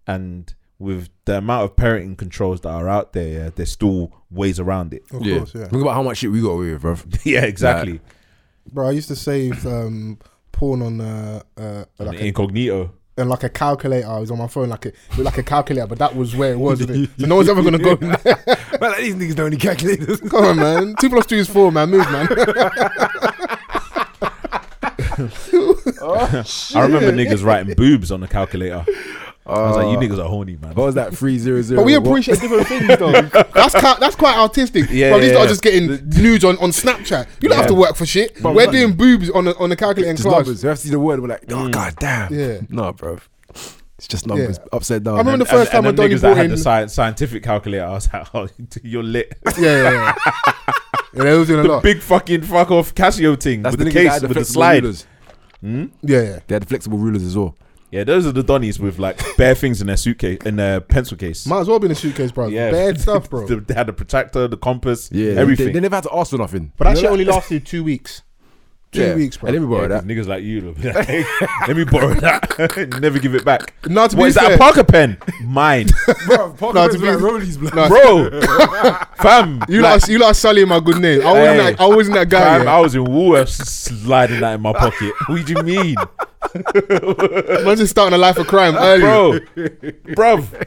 C: and with the amount of parenting controls that are out there, yeah, there's still ways around it.
D: Of
E: yeah.
D: course, yeah.
E: Think about how much shit we got away with, bro.
C: yeah, exactly.
D: Bro, I used to save um, porn on uh, uh,
C: And
D: like, a,
C: incognito.
D: and like a calculator. I was on my phone like a with like a calculator, but that was where it was, isn't it? So no one's ever gonna go. in there.
E: man, like, these niggas don't need calculators.
D: Come on, man. Two plus two is four, man. Move, man.
C: I remember niggas writing boobs on the calculator. I was
D: Ah.
C: like, you niggas are horny, man.
E: What was that? Three zero zero.
D: But we appreciate different things, though. That's quite, that's quite artistic.
C: Yeah,
D: bro, these
C: yeah,
D: lot
C: yeah.
D: are just getting nudes on, on Snapchat. You don't have to work for shit.
E: But
D: We're
E: like-
D: doing boobs on a, on a calculator in
E: just
D: class.
E: numbers. We have to see the word. We're like, oh
C: Mm.
E: god damn.
D: Yeah.
E: No, bro. It's just numbers
D: Yeah.
E: upside down.
D: I remember the
E: And-
D: first time
C: and
D: I
C: them
D: done
C: niggas that
D: brought
C: had
D: in.
C: the sci- scientific calculator, I was like, oh, you're lit.
D: Yeah, yeah, yeah. yeah, they was doing a lot.
C: Big fucking fuck off Casio thing
E: that's
C: with the,
E: niggas that
C: case
E: had
C: with the
E: flexible
C: slide.
E: Rulers.
D: Yeah, yeah.
E: They had the flexible rulers as well.
C: Yeah, those are the donnies with like bare things in their suitcase in their pencil case.
D: Might as well be in a suitcase, bro.
C: yeah,
D: Bad stuff, bro.
C: they, they had the protractor, the compass,
E: Yeah,
C: yeah,
E: they-
C: everything.
E: They, they never had to ask for nothing.
D: But that shit only lasted two weeks. Two
E: Yeah.
D: weeks, bro.
E: And then we
C: Yeah,
E: borrowed
C: 'cause
E: that.
C: niggas like you, like, let me borrow that, never give it back.
D: No, to
C: What
D: be
C: is that?
D: fair,
C: A Parker pen? Mine,
E: Bro,
D: No, to was be- like
C: bro, fam.
D: you like, you like Sully my good name. I wasn't,
C: Hey.
D: that, I wasn't that guy.
C: Fam,
D: yeah.
C: I was in Woolworths sliding that in my pocket. what do you mean,
D: I'm just starting a life of crime early.
C: bro, bruv?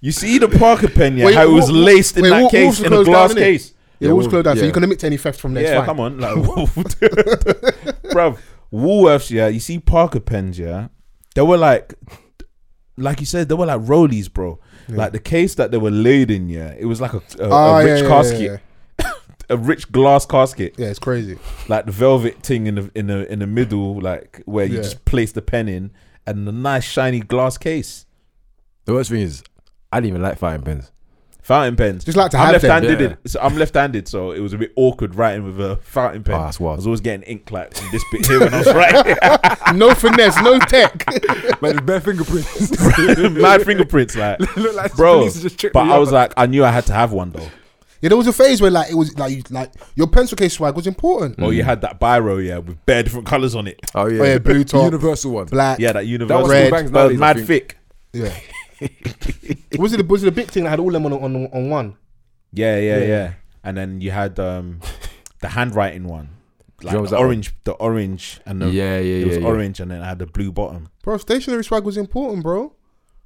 C: You see the Parker pen, yeah?
D: Wait,
C: how it was
D: Wol-
C: laced in
D: wait,
C: that
D: Wol-
C: case,
D: Wolves
C: in a
D: closed down,
C: glass
D: innit?
C: case.
D: Yeah, always
E: Yeah,
D: closed down, so
E: yeah.
D: you can admit any theft from there.
C: yeah,
D: Yeah,
C: come on, like, bruv, Woolworths, yeah. You see Parker pens, yeah. They were like, like you said, they were like rollies, bro. Like the case that they were laid in, yeah. It was like a, a,
D: Ah,
C: a
D: yeah,
C: rich
D: yeah,
C: casket,
D: yeah, yeah.
C: a rich glass casket,
D: Yeah, it's crazy.
C: like the velvet thing in the in the in the middle, like where you
D: Yeah.
C: just place the pen in, and the nice shiny glass case.
E: The worst thing is, I didn't even like fighting pens.
C: Fountain pens.
D: Just like to
C: I'm
D: have them.
C: left-handed.
E: Yeah.
C: So I'm left-handed, so it was a bit awkward writing with a fountain pen.
E: Oh, that's wild.
C: I was always getting ink like in this bit here when I was writing.
D: No finesse, no tech.
E: Man, it's bare fingerprints.
C: mad fingerprints, like,
E: Look like
C: bro.
E: police just tripped
C: But
E: me
C: I
E: up.
C: was like, I knew I had to have one though.
D: Yeah, there was a phase where like it was like you- like your pencil case swag was important.
C: Or
E: Mm.
C: you had that biro, yeah, with bare different colors on it.
E: oh yeah,
D: Oh, yeah, blue
E: The
D: top.
E: universal one.
D: Black.
C: Yeah, that universal,
E: was
D: Red.
E: bangs
C: but
E: nowadays, I
C: mad
E: think.
C: thick.
D: Yeah. was it the was it the big thing that had all them on on, on one?
C: Yeah, yeah,
D: Yeah.
C: yeah, And then you had um the handwriting one, like
E: What was
C: the
E: that one?
C: orange, the orange, and the
E: Yeah, yeah,
C: it was
E: yeah, yeah.
C: orange, and then I had the blue bottom.
D: Bro, stationary swag was important, bro.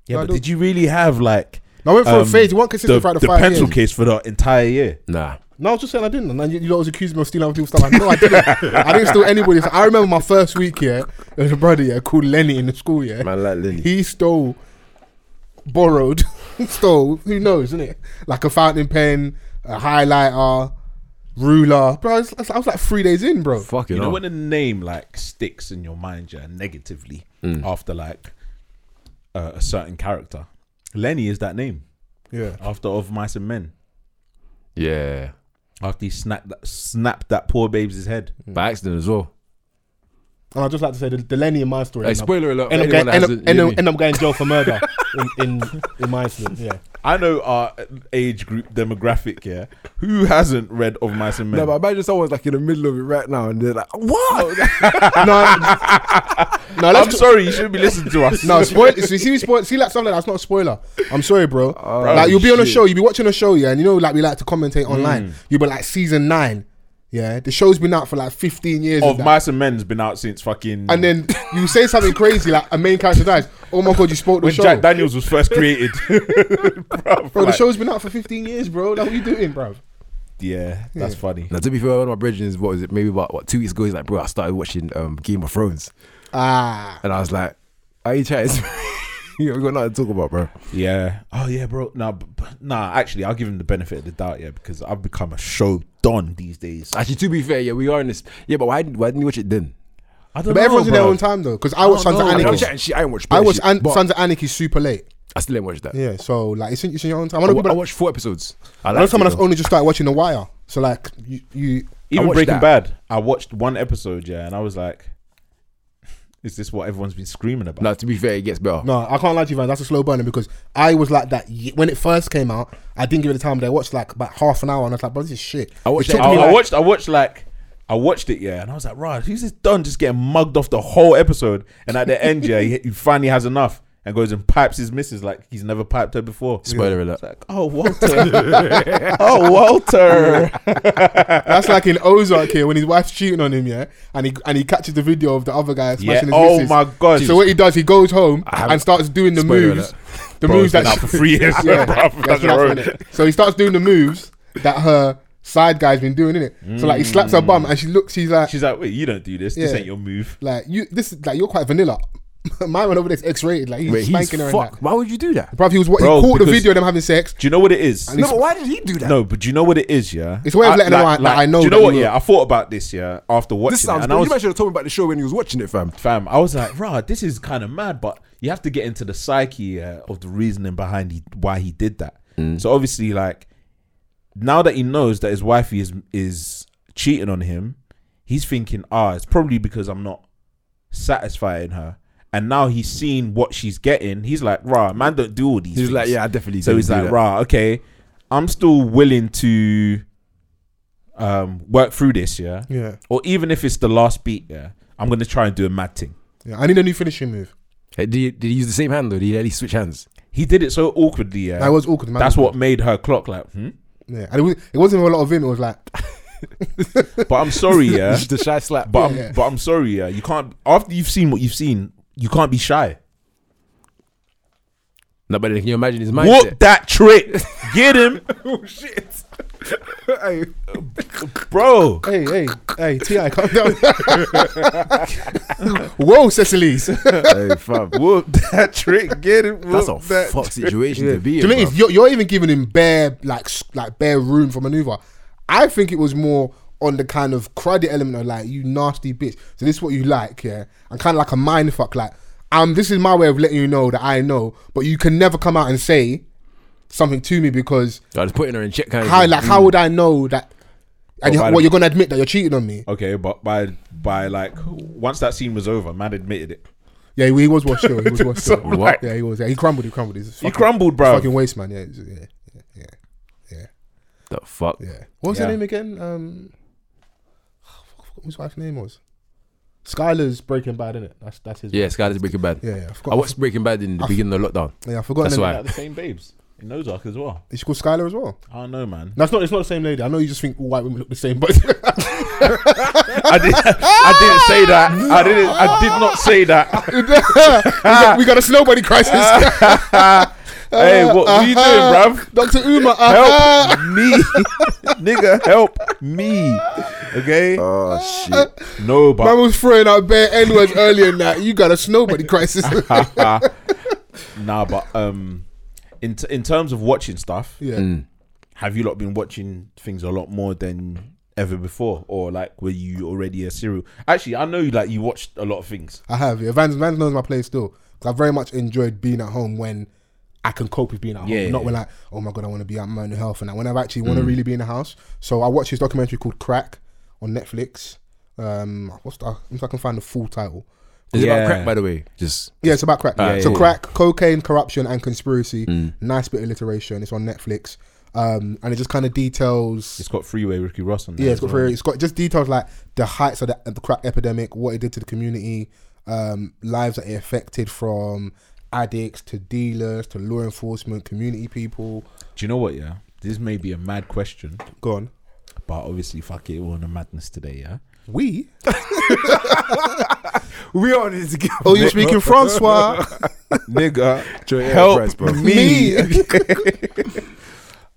C: Yeah,
D: I
C: but
D: don't-
C: did you really have like
D: No, I went for a
C: um,
D: phase. You weren't consistent
C: the,
D: throughout the,
C: the
D: five
C: pencil
D: years.
C: case for the entire year?
E: Nah,
D: No, I was just saying I didn't. And then you, you always accused me of stealing other people's stuff. Like, no, I didn't. I didn't steal anybody's. I remember my first week here. There was a brother here called Lenny in the school. Yeah,
E: man, like Lenny.
D: he stole, borrowed, stole. Who knows, isn't it? Like a fountain pen, a highlighter, ruler. Bro, I was, I was like three days in, bro.
E: Fucking
C: You know
E: hell.
C: when a name like sticks in your mind, yeah, negatively
E: Mm.
C: after like uh, a certain character. Lenny is that name
D: Yeah.
C: after of mice and men.
E: Yeah,
C: After he snapped that, snapped that poor babe's head.
E: by accident as well.
D: And I'd just like to say the, the Lenny in my story.
E: Hey,
D: end up-
E: spoiler alert. for
D: end up,
E: anyone
D: going,
E: that
D: end, up,
E: hasn't-
D: end,
E: yeah,
D: up, end up going jail for murder.
G: in, in, in my incident. Yeah.
C: I know our age group demographic, yeah. Who hasn't read Of Mice and Men?
E: No, but imagine someone's like in the middle of it right now and they're like, what?
D: No,
C: I'm
D: let's go-
C: sorry, you shouldn't be listening to us.
D: No, spoil. See, see, we spoil. See, like something that's not a spoiler. I'm sorry, bro. like you'll be on a
C: Oh, shit. Mm.
D: show, you'll be watching a show, yeah, and you know, like we like to commentate online. You'll be like season nine, yeah. The show's been out for like 15 years, and
C: Of
D: that.
C: Mice and Men's been out since fucking.
D: and then you say something crazy, like a main character dies. Oh my god, you spoiled the
C: when
D: show,
C: Jack Daniels was first created. Bruv,
D: bro.
C: like-
D: The show's been out for 15 years, bro. Like, what are you doing, bro?
C: Yeah, that's funny.
E: now, to be fair, one of my brethren is, what was it, maybe about what, two weeks ago, he's like, bro, I started watching um, Game of Thrones.
D: Ah,
E: And I was like, are you trying? you know, we got nothing to talk about, bro.
C: Yeah. Oh yeah, bro. Nah, b- b- nah. Actually, I'll give him the benefit of the doubt. Yeah, because I've become a show don these days. I,
E: Actually, to be fair, yeah, we are in this. Yeah, but why, didn't- why didn't you watch it then?
C: don't
D: but everyone's in their
C: bruv.
D: own time though, because I watched Sons of
C: know.
E: I, mean, I'm
D: Anarchy.
E: chatting shit, I ain't watched.
D: I
E: better
D: watched
E: shit,
D: An-
E: but
D: Sons of Anarchy super late.
E: I still ain't watched that.
D: Yeah, so like it's in, it's in your own time. I
E: I,
D: know
E: wa-
D: people
E: I
D: that-
E: watched four episodes. I
D: I know
E: liked it,
D: someone that's
E: though.
D: only just started watching The Wire. So like you, you
C: Even
E: watched
C: Breaking
E: that.
C: Bad, I watched one episode. Yeah, and I was like, "Is this what everyone's been screaming about?"
E: No, to be fair, it gets better.
D: no, I can't lie to you, man. That's a slow burner because I was like that ye- when it first came out. I didn't give it the time, but I watched like about half an hour, and I was like, bro, this is shit.
E: I watched
D: It
E: that-
D: took
C: I,
D: me,
C: I
D: like-
C: watched. I watched like. I watched it, yeah, and I was like, "Right, who's this done just getting mugged off the whole episode?" And at the end, yeah, he, he finally has enough and goes and pipes his missus like he's never piped her before.
E: Spoiler alert.
C: It's like, oh Walter, oh Walter.
D: That's like in Ozark here when his wife's cheating on him, yeah, and he and he catches the video of the other guy smashing
C: Yeah.
D: his
C: Oh
D: missus.
C: my god.
D: So what he does, he goes home
E: haven't-
D: and starts doing the
E: Spoiler
D: moves,
E: alert.
D: the
C: Bro,
D: moves
C: it's been
D: that
C: out for three years, bro. That's
D: that's what
C: road.
D: happened, innit? So he starts doing the moves that her side guy's been doing in it. So like he slaps her
C: Mm.
D: bum and she looks, she's like,
C: She's like, "Wait, you don't do this. This
D: Yeah.
C: ain't your move."
D: Like you, this is like you're quite vanilla. Mine went over this X-rated. Like he's
E: Wait, he's
D: spanking her. and
E: fuck. Why would you do that?
D: that. Bruv, he was what
C: Bro,
D: he caught the
C: because-
D: video of them having sex.
C: Do you know what it is?
E: No, but why did he do that?
C: No, but do you know what it is, yeah?
D: It's a way of letting her out that I know
C: Do you
D: that
C: know what?
D: you-
C: Yeah, I thought about this, yeah, after watching
E: This sounds.
C: it, and
E: cool.
C: I
E: you
C: was
E: might should have told me about the show when he was watching it, fam.
C: fam, I was like, rah, this is kind of mad, but you have to get into the psyche yeah, of the reasoning behind he, why he did that.
E: Mm.
C: So obviously, like now that he knows that his wifey is is cheating on him, he's thinking, ah, it's probably because I'm not satisfying her. And now he's seen what she's getting. He's like, rah, man, don't do all these.
E: He was
C: things.
E: like, yeah, I definitely.
C: So
E: didn't
C: he's
E: do
C: like,
E: that.
C: right, okay, I'm still willing to um, work through this, yeah?
D: Yeah.
C: Or even if it's the last beat, yeah, I'm gonna try and do a mad thing.
D: Yeah, I need a new finishing move.
E: Hey, Did he, did he use the same hand or did he at least switch hands?
C: He did it so awkwardly, yeah.
D: That was awkward. Man.
C: That's what made her clock like, hmm?
D: Yeah, and it, was, it wasn't even a lot of in. It was like
C: But I'm sorry, yeah.
E: the shy slap.
C: But I'm,
D: Yeah.
C: but I'm sorry, yeah. You can't after you've seen what you've seen, you can't be shy.
E: no, but can you imagine his mindset?
C: Walk that trick, get him,
E: Hey,
C: bro.
D: Hey, hey, hey, Ti, calm down. Whoa, Cecily's. Do
E: fam.
C: Walk that trick, get him.
E: That's a
C: walk that
E: fuck situation to be
D: you
E: in.
D: know
E: bruv.
D: if you're, you're even giving him bare like s- like bare room for maneuver? I think it was more on the kind of cruddy element of like you nasty bitch. So this is what you like, yeah, and kind of like a mind fuck. Like, um, this is my way of letting you know that I know, but you can never come out and say something to me because
E: I was putting her in check. "Hmm, Kind of
D: how
E: thing.
D: like how would I know that? And you,
C: by
D: well,
C: the-
D: you're gonna admit that you're cheating on me.
C: Okay, but by by like once that scene was over, man admitted it.
D: Yeah, he, he was washed. Sure, he was washed. sure.
E: What?
D: Yeah, he was. Yeah, he crumbled. He crumbled. He's
C: He
D: fucking-
C: crumbled, bro.
D: Fucking waste, man. Yeah, it's- yeah, yeah,
E: the fuck?
D: yeah. yeah. What was
C: Yeah.
D: her name again? Um, what his wife's name was? Skylar's Breaking Bad, innit? That's that's his.
E: Yeah, Skyler's Breaking Bad.
D: yeah, yeah. I forgot.
E: I watched Breaking Bad in the beginning of lockdown.
D: yeah, I forgot.
E: That's
D: her name.
E: why.
C: the same babes in Ozark as well.
D: Is she called Skylar as well?
C: I don't know, man.
D: No, it's not. It's not the same lady. I know you just think all white women look the same, but
C: I, did, I didn't say that. I didn't. I did not say that.
D: we, got, we got a snowbody crisis.
C: hey, what, what are you doing, bruv?
D: Doctor Uma. uh,
C: Help me, nigga. Help me. Okay.
E: Oh shit!
C: No,
D: Man
C: but
D: was throwing out bare N words earlier than that. You got a snowbody crisis.
C: nah, but um, in t- in terms of watching stuff,
D: yeah.
E: Mm.
C: have you lot been watching things a lot more than ever before, or like were you already a serial? Actually, I know like you watched a lot of things.
D: I have. Yeah, Vans, Vans knows my play still. 'Cause I very much enjoyed being at home when I can cope with being at home.
C: Yeah,
D: Not
C: yeah,
D: when I, oh my God, I want to be at mental health and that. When I actually want to really be in the house. So I watched this documentary called Crack on Netflix. Um, what's the, if I can find the full title.
E: Is it
C: Yeah.
E: about crack, by the way? Just
D: Yeah, it's about crack.
E: Yeah,
D: so
E: yeah,
D: crack, cocaine, corruption, and conspiracy. Nice bit of alliteration. It's on Netflix, um, and it just kind of details.
C: It's got freeway Ricky Ross on there.
D: yeah, it's
C: as
D: got
C: well.
D: very, it's got just details like the heights of the, of the crack epidemic, what it did to the community, um, lives that it affected from addicts to dealers to law enforcement, community people.
C: Do you know what? Yeah, this may be a mad question,
D: Go on.
C: but obviously, fuck it, we're on a madness today. Yeah,
D: We?
E: we on this together.
D: Oh, you're speaking Francois.
C: nigga,
E: Help price, bro.
D: Me.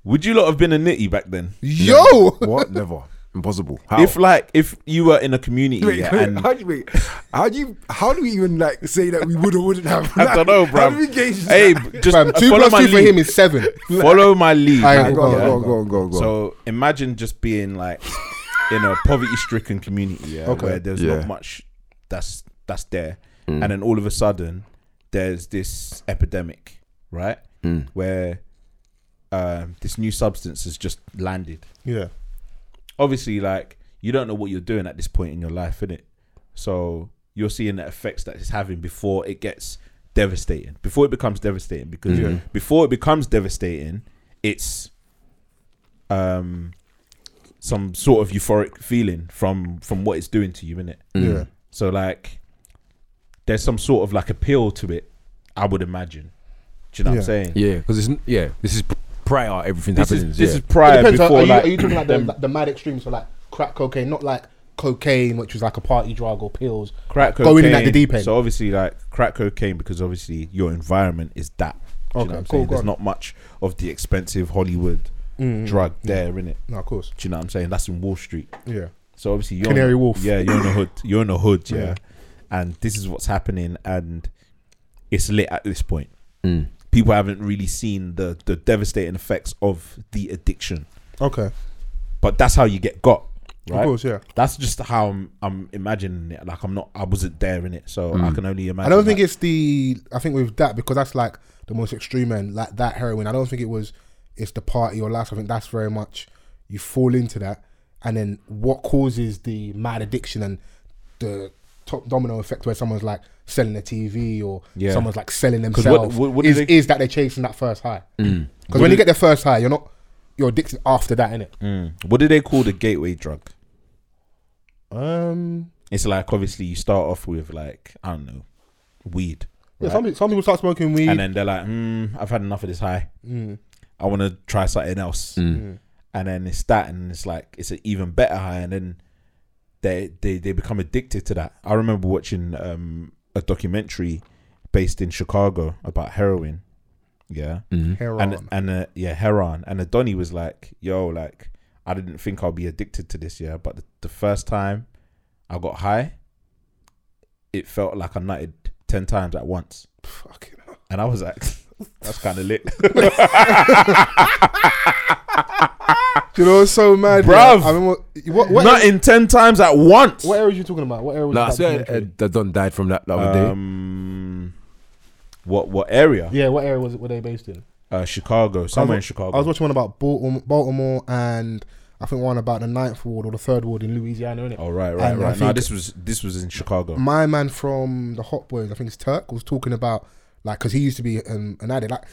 C: would you lot have been a nitty back then?
D: Yo.
E: what? Never. Impossible. How?
C: If like, if you were in a community,
E: Wait,
C: yeah,
E: wait,
C: and
E: how do you wait, how do you how do we even like say that we would or wouldn't have?
C: I don't know, bro.
E: How do we gauge this?
C: Hey, b- just
D: Fam, two
C: follow
D: plus
C: my
D: two for
C: lead.
D: him is seven.
C: Follow my lead.
D: Alright,
C: man.
E: go on,
C: Yeah.
E: go on, go on, go on, go on.
C: So imagine just being like in a poverty-stricken community, yeah,
D: Okay.
C: where there's
E: Yeah.
C: not much that's that's there, and then all of a sudden there's this epidemic, right, where um, this new substance has just landed.
D: Yeah.
C: Obviously, like you don't know what you're doing at this point in your life, innit? So you're seeing the effects that it's having before it gets devastating, before it becomes devastating, because
E: Mm-hmm.
C: before it becomes devastating, it's um some sort of euphoric feeling from from what it's doing to you, innit?
E: Mm.
D: Yeah.
C: So like there's some sort of like appeal to it, I would imagine. Do you know what
D: Yeah.
C: I'm saying?
E: yeah, because it's yeah, this is prior everything
C: This
E: happening.
C: is this
E: yeah.
C: is prior
D: Depends,
C: before
D: are,
C: like,
D: you, are you talking like the,
C: them-
D: the mad extremes for like crack cocaine, not like cocaine, which was like a party drug or pills?
C: crack cocaine.
D: Going in at the deep end.
C: So obviously, like crack cocaine, because obviously your environment is that. Do you
D: Okay,
C: know what I'm
D: cool,
C: saying?
D: go
C: There's
D: on. Mm,
C: not much of the expensive Hollywood drug there in it.
D: No, of course.
C: Do you know what I'm saying? That's in Wall Street.
D: Yeah.
C: So obviously, you're
D: Canary
C: in,
D: Wharf. Mm.
C: Yeah, you're in the hood. You're in the hood. Yeah.
D: Yeah.
C: and this is what's happening, and it's lit at this point. People haven't really seen the the devastating effects of the addiction,
D: Okay.
C: but that's how you get got. Right?
D: Of course, yeah.
C: That's just how I'm, I'm imagining it. Like I'm not, I wasn't there in it, so I can only imagine.
D: I don't think
C: that.
D: it's the. I think with that because that's like the most extreme end, like that heroin. I don't think it was. It's the party or last. I think that's very much you fall into that, and then what causes the mad addiction and the top domino effect where someone's like selling a TV or
C: Yeah.
D: someone's like selling
C: 'Cause what-
D: themselves
C: what- what do
D: is,
C: they- Mm.
D: is that they're chasing that first high. Because when you get the first high, you're not you're addicted after that, innit?
C: What do they call the gateway drug? Mm.
D: Um,
C: It's like obviously you start off with like I don't know, weed,
D: yeah, some, pe- some people start smoking weed. Mm.
C: and then they're like, mm, I've had enough of this high. I want to try something else,
E: Mm.
C: and then it's that, and it's like it's an even better high, and then they they they become addicted to that. I remember watching um a documentary based in Chicago about heroin. Yeah,
E: Mm, mm-hmm.
D: heroin.
C: and and uh, yeah, Heron and Adoni was like, "Yo, like I didn't think I'll be addicted to this, yeah, but the, the first time I got high, it felt like I nutted ten times at once,
D: Fucking hell.
C: and I was like, that's kind of lit,
D: Do you know what's so mad, yeah?
C: Bruv.
D: I remember, what, what,
C: nutting ten times at once."
D: What area was you talking about? What area was
E: Nah, I
D: that
E: swear
D: documentary?
E: Ed, Ed Dunn died from that the other day.
C: Um, what what area?
D: Yeah, what area was it? Were they based in?
C: Uh, Chicago, somewhere in
D: I was
C: Chicago.
D: watching one about Baltimore, Baltimore and I think one about the ninth ward or the third ward in Louisiana, innit?
C: Oh right, right,
D: And I
C: right. No,
D: think-
C: this was this was in Chicago.
D: My man from the Hot Boys, I think it's Turk, was talking about like because he used to be an, an addict. Like,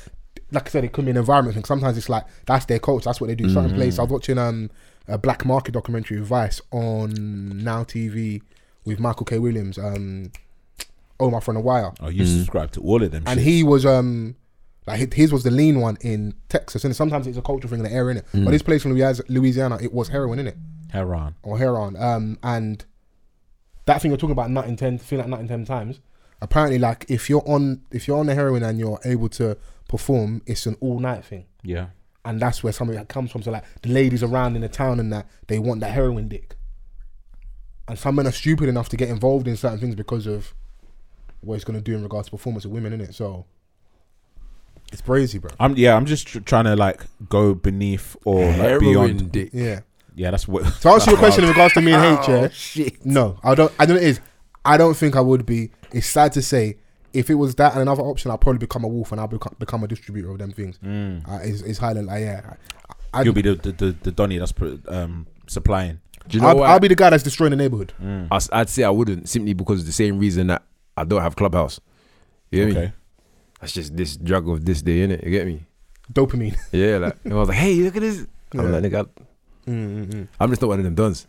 D: like I said, it could be an environment thing. Sometimes it's like that's their culture, that's what they do. Certain
C: Mm.
D: place. I was watching um a black market documentary with Vice on Now TV with Michael K. Williams. Um, oh my friend, a wire.
C: Oh, you subscribe to all of them.
D: Mm. and
C: shit.
D: he was um like hi- his was the lean one in Texas, and sometimes it's a cultural thing in the area, innit? But this place in Louis- Louisiana, it was heroin, innit?
C: Heron.
D: Or heroin. Um, and that thing you're talking about, nut in ten, feel like nut in ten times. Apparently, like if you're on if you're on the heroin and you're able to perform, it's an all night thing,
C: Yeah.
D: and that's where some of that comes from. So like the ladies around in the town and that they want that heroin dick, and some men are stupid enough to get involved in certain things because of what it's gonna do in regards to performance of women, innit? So. It's crazy, bro.
C: I'm yeah. I'm just tr- trying to like go beneath or like
E: Heroin
C: beyond.
E: dick.
D: Yeah.
C: Yeah, that's what.
D: To answer your
C: that's
D: question in regards to me and H, yeah,
E: Shit.
D: no, I don't. I know it is. I don't think I would be. It's sad to say. If it was that and another option, I'd probably become a wolf and I'll become, become a distributor of them things. Uh, it's, it's Highland. Like, yeah, I,
C: how-
D: I,
C: Mm. You'll be the the, the, the Donny that's pr- um, supplying.
E: Do you know
D: I'll,
E: what?
C: Mm.
D: I'll be the guy that's destroying the neighborhood.
E: I s- I'd say I wouldn't simply because of the same reason that I don't have Clubhouse. You get me?
C: Okay.
E: That's just this drug of this day, innit? You get me?
D: Dopamine.
E: Yeah, like and I was like, hey, look at this. I'm
D: Yeah.
E: like, nigga,
C: Mm,
E: I'm just not one of them duns.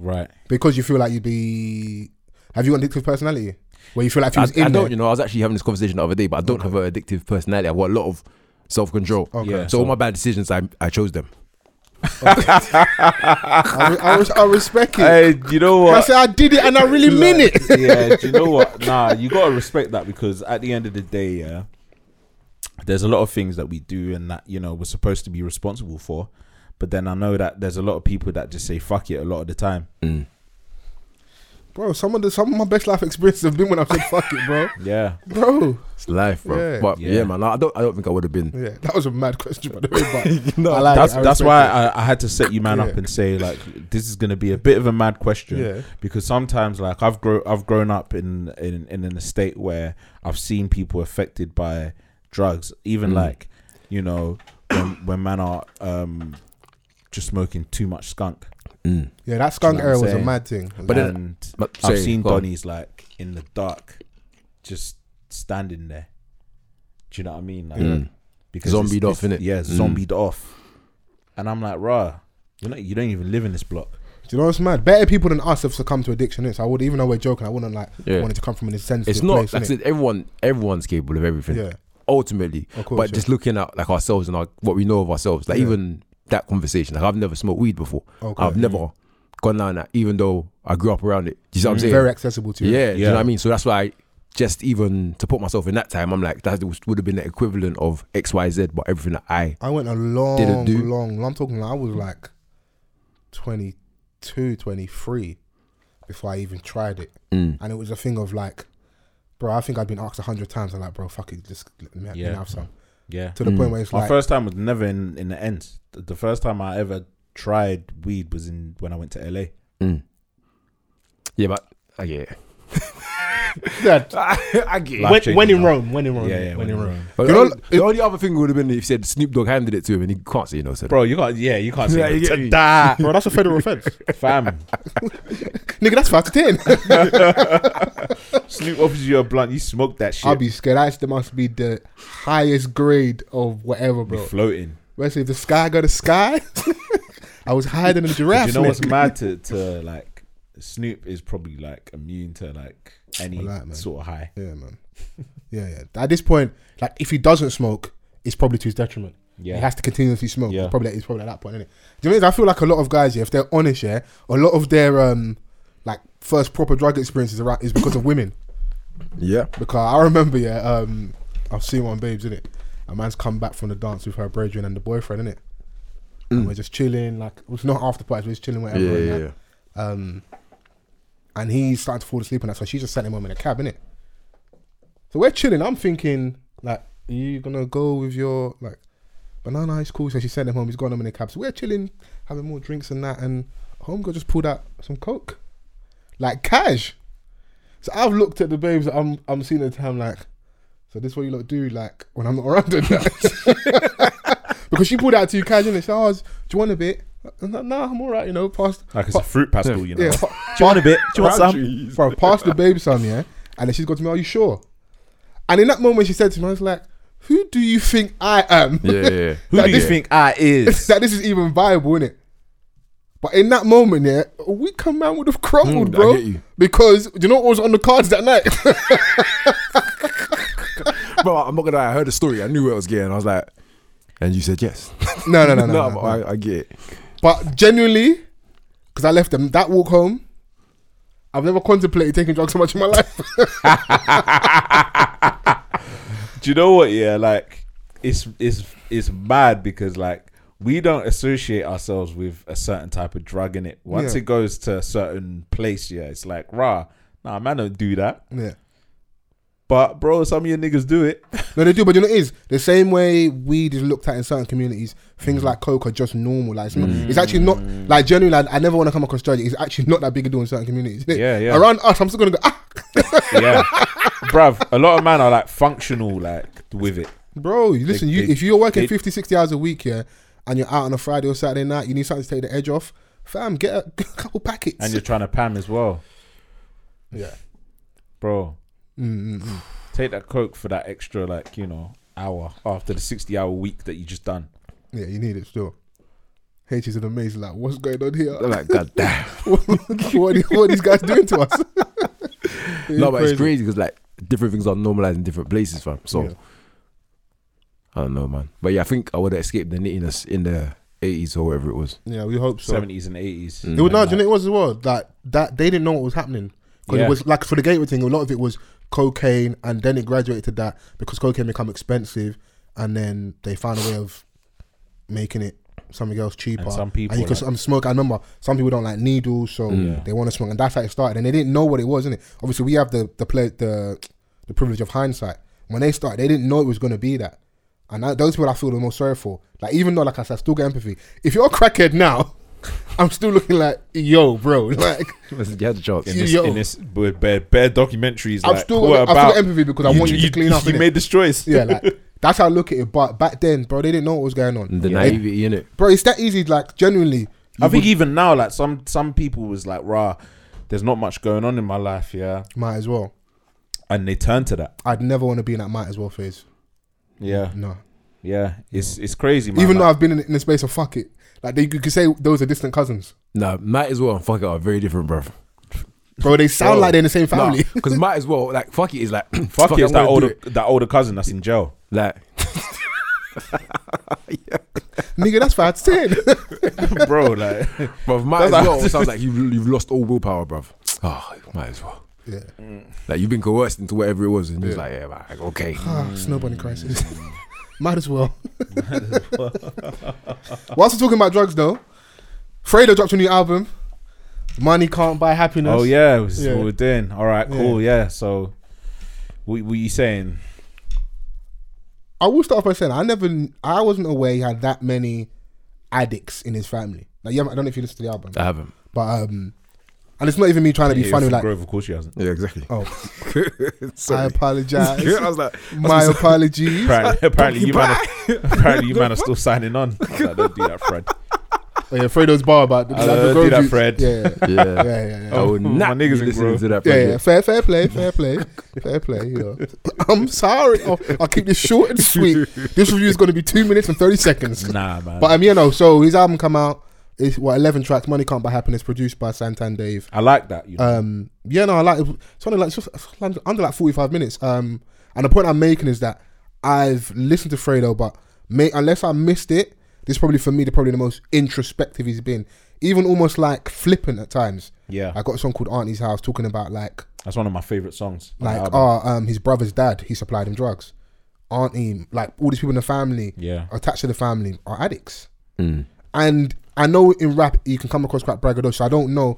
C: Right.
D: Because you feel like you'd be. Have you got addictive personality? Where you feel like if you
E: I,
D: was in
E: I don't,
D: there-
E: you know. I was actually having this conversation the other day, but I don't have an addictive personality. I've got a lot of self control.
D: Okay.
C: Yeah.
E: So, all my bad decisions, I I chose them.
D: I, re- I, re- I respect it.
C: Hey, you know
D: I
C: what?
D: said I did it and I really mean it.
C: yeah, do you know what? Nah, you gotta respect that because at the end of the day, yeah, there's a lot of things that we do and that you know we're supposed to be responsible for, but then I know that there's a lot of people that just say fuck it a lot of the time.
D: Bro, some of the some of my best life experiences have been when I've said fuck it, bro.
C: Yeah,
D: Bro.
E: It's life, bro.
D: Yeah.
E: But
C: Yeah.
E: yeah. man, I don't I don't think I would have been.
D: Yeah, that was a mad question, by the way, but
E: No,
D: I like
C: that's
D: it, I
C: that's
D: respect
C: why
D: it.
C: I, I had to set you man
D: Yeah.
C: up and say like this is gonna be a bit of a mad question
D: Yeah.
C: because sometimes like I've grown I've grown up in in in an estate where I've seen people affected by drugs, even
E: Mm.
C: like you know when when man are um just smoking too much skunk.
E: Mm.
D: Yeah, that skunk
C: Do you know what
D: era
C: I'm
D: was a
C: saying?
D: mad thing.
E: But then-
C: and
E: But
C: I've
E: sorry,
C: seen
E: go on.
C: Donny's like in the dark, just standing there. Do you know what I mean? Like,
E: Mm.
C: because
E: Zombied
C: it's-
E: off,
C: it's-
E: innit?
C: Yeah,
E: Mm.
C: zombied off. And I'm like, rah, you know, you don't even live in this block.
D: Do you know what's mad? Better people than us have succumbed to addiction. innit? So I would, even though we're joking, I wouldn't like
E: Yeah.
D: wanted to come from an insensitive
E: It's not.
D: place.
E: Like I
D: innit?
E: said, everyone everyone's capable of everything.
D: Yeah,
E: Ultimately,
D: of course.
E: but
D: yeah.
E: just looking at like ourselves and our, what we know of ourselves, like
D: Yeah.
E: even that conversation. Like I've never smoked weed before.
D: Okay.
E: I've never gone down that, even though I grew up around it. Do you see what I'm
D: It's
E: saying?
D: Mm. very accessible to you.
E: yeah, do you
C: Yeah.
E: know what I mean? So that's why I just even to put myself in that time, I'm like, that would have been the equivalent of X, Y, Z, but everything that I
D: I went a long,
E: do.
D: long, I'm talking like I was like 22, 23 before I even tried it.
E: Mm.
D: And it was a thing of like, bro, I think I'd been asked a hundred times. I'm like, bro, fuck it, just let me, let me
C: Yeah.
D: have some.
C: Yeah.
D: To the point where it's
C: My
D: like,
C: first time was never in, in the end. The- The first time I ever tried weed was in when I went to LA.
E: mm. Yeah, but uh, yeah. I get it.
C: Life
G: When, when
C: changing
G: in
C: life.
G: Rome, when in Rome,
C: Yeah, yeah,
G: when in Rome.
E: But
D: You
E: the,
D: know,
E: only, the only other thing would have been if he said Snoop Dogg handed it to him and he can't say no. So
C: Bro, you got yeah, you can't
E: Yeah,
C: say
E: you
C: yeah,
E: get
C: to
E: me.
C: that,
G: Bro, that's a federal offense.
C: fam.
D: nigga, that's five to ten.
C: Snoop offers you a blunt, you smoke that shit.
D: I'll be scared. That must be the highest grade of whatever,
C: Be
D: bro.
C: floating.
D: Basically, if the sky go to sky, I was higher than a
C: Do
D: giraffe.
C: you know what's
D: nigga.
C: mad to, to like Snoop is probably like immune to like any
D: Well, that, man.
C: sort of high.
D: Yeah, man. Yeah, yeah. At this point, like if he doesn't smoke, it's probably to his detriment.
C: Yeah.
D: He has to continuously smoke.
C: Yeah.
D: It's probably it's probably at that point, isn't it? Do you know what I mean? I feel like a lot of guys, yeah, if they're honest, yeah, a lot of their um like first proper drug experiences are is because of women.
E: yeah,
D: Because I remember, yeah, um I've seen one babes, innit? A man's come back from the dance with her brethren and the boyfriend, innit? And we're just chilling, like it's not after parties, we're just chilling
E: yeah,
D: whatever.
E: Mm. yeah,
D: and
E: yeah,
D: that. Um, and he's starting to fall asleep on that. So she just sat him home in a cab, innit? So we're chilling. I'm thinking, like, are you gonna go with your like but no, no, it's cool. So she sent him home, he's gone home in a cab. So we're chilling, having more drinks and that, and homegirl just pulled out some coke. Like cash. So I've looked at the babes that I'm I'm seeing at the time like, so this what you lot do like when I'm not around and that. because she pulled out two cash and she oh, do you want a bit? I'm like, nah, I'm alright, you know, past
C: Like it's a fruit pastel, you know.
D: yeah,
C: Do
D: pa-
C: you want a bit? Do you want some?
E: Boundaries.
D: bro, pass the babe some, yeah? And then she's got to me, are you sure? And in that moment, she said to me, I was like, who do you think I am?
E: yeah, yeah, yeah.
C: Who do you think I is?
D: that this is even viable, innit? But in that moment, yeah, a weaker man would have crumbled,
E: Mm, I
D: bro.
E: get you.
D: Because do Hmm, you know what was on the cards that night?
E: bro, I'm not gonna. lie, I heard the story. I knew where I was getting. I was like, and you said yes.
D: no, no, no, no. no,
E: but
D: no.
E: I, I get it.
D: But genuinely, because I left them that walk home, I've never contemplated taking drugs so much in my life.
C: Do you know what? Yeah, like it's it's it's mad because like we don't associate ourselves with a certain type of drug in it. Once
D: Yeah.
C: it goes to a certain place, yeah, it's like rah. Nah, man, don't do that.
D: yeah.
C: But bro, some of your niggas do it.
D: No, they do, but you know what it is the same way weed is looked at in certain communities.
C: Mm.
D: Things like coke are just normal. Like it's, not, it's actually not like generally. Like, I never want to come across strategy. It's actually not that big a deal in certain communities. innit?
C: Yeah, yeah.
D: Around us, I'm still gonna go. Ah,
C: yeah, bruv. A lot of men are like functional, like with it.
D: bro, you listen.
C: They-
D: you
C: they-
D: if you're working
C: they-
D: 50, 60 hours a week, yeah, and you're out on a Friday or Saturday night, you need something to take the edge off. Fam, get a, get a couple packets.
C: and you're trying to pam as well,
D: yeah,
C: bro.
D: Mm-hmm.
C: Take that coke for that extra, like you know, hour after the sixty-hour week that you just done.
D: Yeah, you need it still. H is an amazing. Like, what's going on here?
E: I'm like, God damn.
D: what, what, are- what are these guys doing to us?
E: no, but it's crazy because like different things are normalized in different places, fam. So
D: Yeah.
E: I don't know, man. But yeah, I think I would have escaped the nittiness in the eighties or whatever it was.
D: Yeah, we hope so.
C: Seventies and eighties.
D: It was no, do you know it was as well that that they didn't know what was happening because
C: Mm. Yeah.
D: it was like for the gateway thing. A lot of it was cocaine, and then it graduated to that because cocaine become expensive, and then they found a way of making it something else cheaper.
C: And some people
D: and you could
C: like-
D: um, smoke. I remember some people don't like needles, so they want to smoke, and that's how it started. And they didn't know what it was, innit? Obviously, we have the the play, the the privilege of hindsight. When they started, they didn't know it was going to be that. And I, those people I feel the most sorry for. Like, even though, like I said, I still get empathy. If you're a crackhead now, I'm still looking like, yo, bro. Like,
E: you had the chance.
C: In this,
D: Yo.
C: in this bare, bare documentaries,
D: I'm
C: like,
D: still,
C: were
D: I still
C: about-
D: got empathy because I want you, to clean up.
C: You
D: innit?
C: made this choice.
D: yeah, like, that's how I look at it. But back then, bro, they didn't know what was going on.
E: And the
D: They-
E: naivety in it.
D: bro, it's that easy. Like, genuinely.
C: I think even now, like some some people was like, "Rah, there's not much going on in my life, yeah,"
D: might as well.
C: and they turn to that.
D: I'd never want to be in that might as well phase.
C: Yeah,
D: No.
C: yeah, it's it's crazy, man.
D: Even though
C: like,
D: I've been in, in the space of fuck it. Like, they, you could say those are distant cousins.
E: No, might as well. Fuck it, are very different, bro.
D: Bro, they sound like they're in the same family.
E: because might as well. Like, fuck it is like,
C: fuck, it,
E: I'm
C: it's that
E: gonna do
C: older
E: it.
C: that older cousin that's in jail.
E: Like,
D: Nigga, that's five to ten.
C: bro. Like,
E: bro, might as
C: That's
E: well.
C: like-
E: It sounds like you've you've lost all willpower, bro. Oh, might as well.
D: yeah.
E: Like you've been coerced into whatever it was, and you're just like, yeah, man, okay.
D: Ah, snow bunny crisis. Might as well. Whilst we're talking about drugs, though, Fredo dropped a new album. Money can't buy happiness.
C: oh yeah, this is
D: Yeah.
C: what we're doing. All right, cool. Yeah, so. What, what you saying?
D: I will start off by saying I never, I wasn't aware he had that many addicts in his family. Like, you haven't- I don't know if you listened to the album,
E: I haven't.
D: but um, and it's not even me trying to be
C: Yeah,
D: funny.
C: from
D: Like,
C: Grove, of course she hasn't.
E: Yeah, exactly.
D: oh, I
E: Sorry.
D: apologize.
E: I was like,
D: My apologies. oh
C: Apparently, apparently you man, are, apparently you man are still signing on. Like, don't do that, Fred.
D: yeah, Fredo's bar about the,
C: Uh,
D: like the
C: do
D: girl
C: that,
D: dudes.
C: Fred.
D: Yeah, yeah,
E: yeah.
D: yeah, yeah. yeah.
E: I would
C: My
E: not be
C: niggas in
E: listening
C: Grove.
E: to that.
D: Yeah,
E: project.
D: yeah, fair, fair play, fair play, fair play. You know. I'm sorry. I'll, I'll keep this short and sweet. This review is going to be two minutes and thirty seconds.
C: Nah, man.
D: But um, you know, so his album come out. It's what eleven tracks. Money can't buy happiness. Produced by Santan Dave.
C: I like that. You know.
D: Um, yeah, no, I like it. It's only like it's just under like forty five minutes. Um, and the point I'm making is that I've listened to Fredo, but mate, unless I missed it, this is probably for me the probably the most introspective he's been. Even almost like flippant at times.
C: Yeah.
D: I got a song called Auntie's House talking about like
C: That's one of my favorite songs. on the
D: like
C: album.
D: oh um his brother's dad he supplied him drugs auntie like all these people in the family
C: Yeah.
D: attached to the family are addicts
E: Mm.
D: and i know in rap you can come across quite braggadocious so i don't know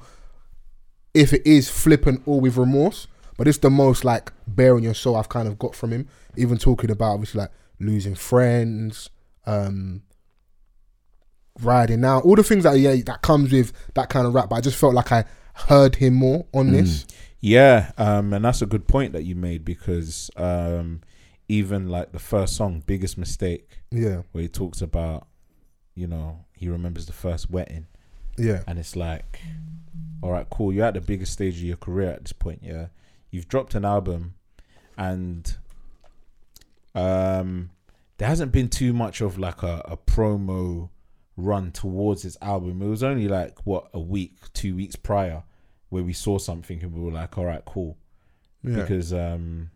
D: if it is flippant or with remorse but it's the most like bare on your soul i've kind of got from him even talking about obviously like losing friends um riding out all the things that yeah that comes with that kind of rap but i just felt like i heard him more on
C: Mm.
D: this
C: Yeah, um, and that's a good point that you made because um, even like the first song, biggest mistake,
D: yeah
C: where he talks about, you know, he remembers the first wetting,
D: yeah
C: and it's like, all right, cool, you're at the biggest stage of your career at this point, yeah. You've dropped an album, and um, there hasn't been too much of like a, a promo run towards his album. It was only like what a week, two weeks prior, where we saw something and we were like, all right, cool
D: yeah
C: because um,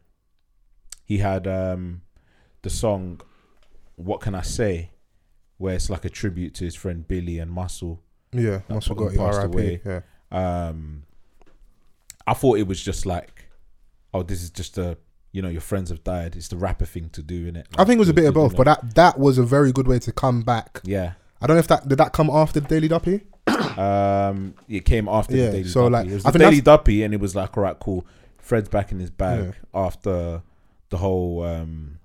C: he had um, the song "What Can I Say," where it's like a tribute to his friend Billy and Muscle.
D: Yeah, once we
C: probably
D: got it,
C: passed
D: RIP.
C: away.
D: Yeah,
C: Um, I thought it was just like, oh, this is just a you know your friends have died. It's the rapper thing to do in it.
D: I think it was a bit of both, but that that was a very good way to come back.
C: yeah,
D: I don't know if that did that come after the Daily Duppy.
C: um, it came after
D: Yeah,
C: the Daily
D: so,
C: Duppy.
D: like,
C: it was
D: I
C: the
D: think
C: Daily
D: that's-
C: Duppy, and it was like, all right, cool. Fred's back in his bag after the whole um,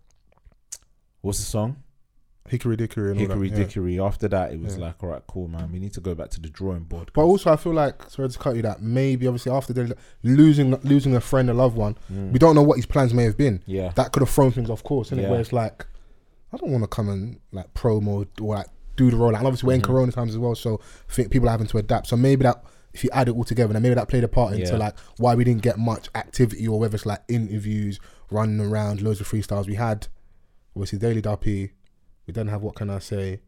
C: what's the song?
D: Hickory Dickory and all
C: hickory
D: that. yeah.
C: dickory. After that, it was like, all right, cool, man. We need to go back to the drawing board.
D: But also, I feel like sorry to cut you that maybe obviously after Daily Dup- losing losing a friend, a loved one, we don't know what his plans may have been.
C: Mm. Yeah.
D: that could have thrown things off course. And
C: Yeah.
D: where it's like, I don't want to come and like
C: Mm-hmm.
D: promo or like do the role. And obviously, we're in Corona times as well, so I think people are having to adapt. So maybe that if you add it all together, and maybe that played a part into
C: Yeah.
D: like why we didn't get much activity or whether it's like interviews, running around, loads of freestyles. We had obviously Daily Duppy. We then have what can I say?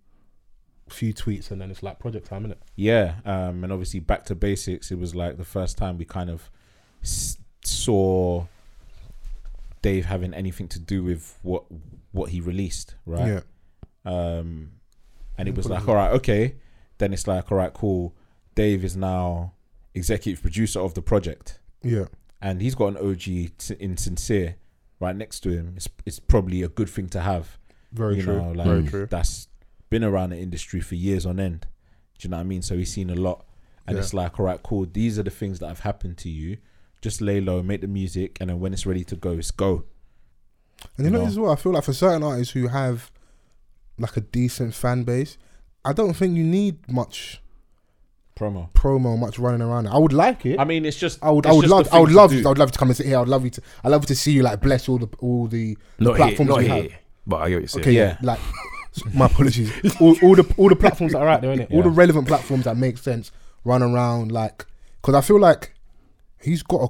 D: A few tweets, and then it's like project time, innit?
C: Yeah, um, and obviously back to basics. It was like the first time we kind of s- saw Dave having anything to do with what what he released, right?
D: Yeah.
C: um, and it was like, all right, okay. Then it's like, all right, cool. Dave is now executive producer of the project,
D: Yeah.
C: and he's got an OG t- in sincere right next to him. It's it's probably a good thing to have.
D: Very
C: you
D: true.
C: know, like
D: Very true.
C: that's been around the industry for years on end. Do you know what I mean? So he's seen a lot, and
D: Yeah.
C: it's like, all right, cool. These are the things that have happened to you. Just lay low, make the music, and then when it's ready to go, it's go.
D: And you
C: you
D: know,
C: know?
D: as well, I feel like for certain artists who have like a decent fan base, I don't think you need much
C: Promo.
D: promo, much running around. I would like it.
C: I mean, it's just.
D: I would, I
C: it's
D: would
C: just
D: love,
C: the
D: I would
C: thing to
D: love,
C: do.
D: I would love to come and sit here. I'd love you to, I love to see you like bless all the all the, the
E: Not here,
D: platforms
E: not
D: we
E: here.
D: have.
E: But I get what you're saying.
D: Okay, yeah. Like, my apologies. all, all the all the platforms that are out there, innit? All the
C: Yeah.
D: relevant platforms that make sense. Run around like, because I feel like he's got a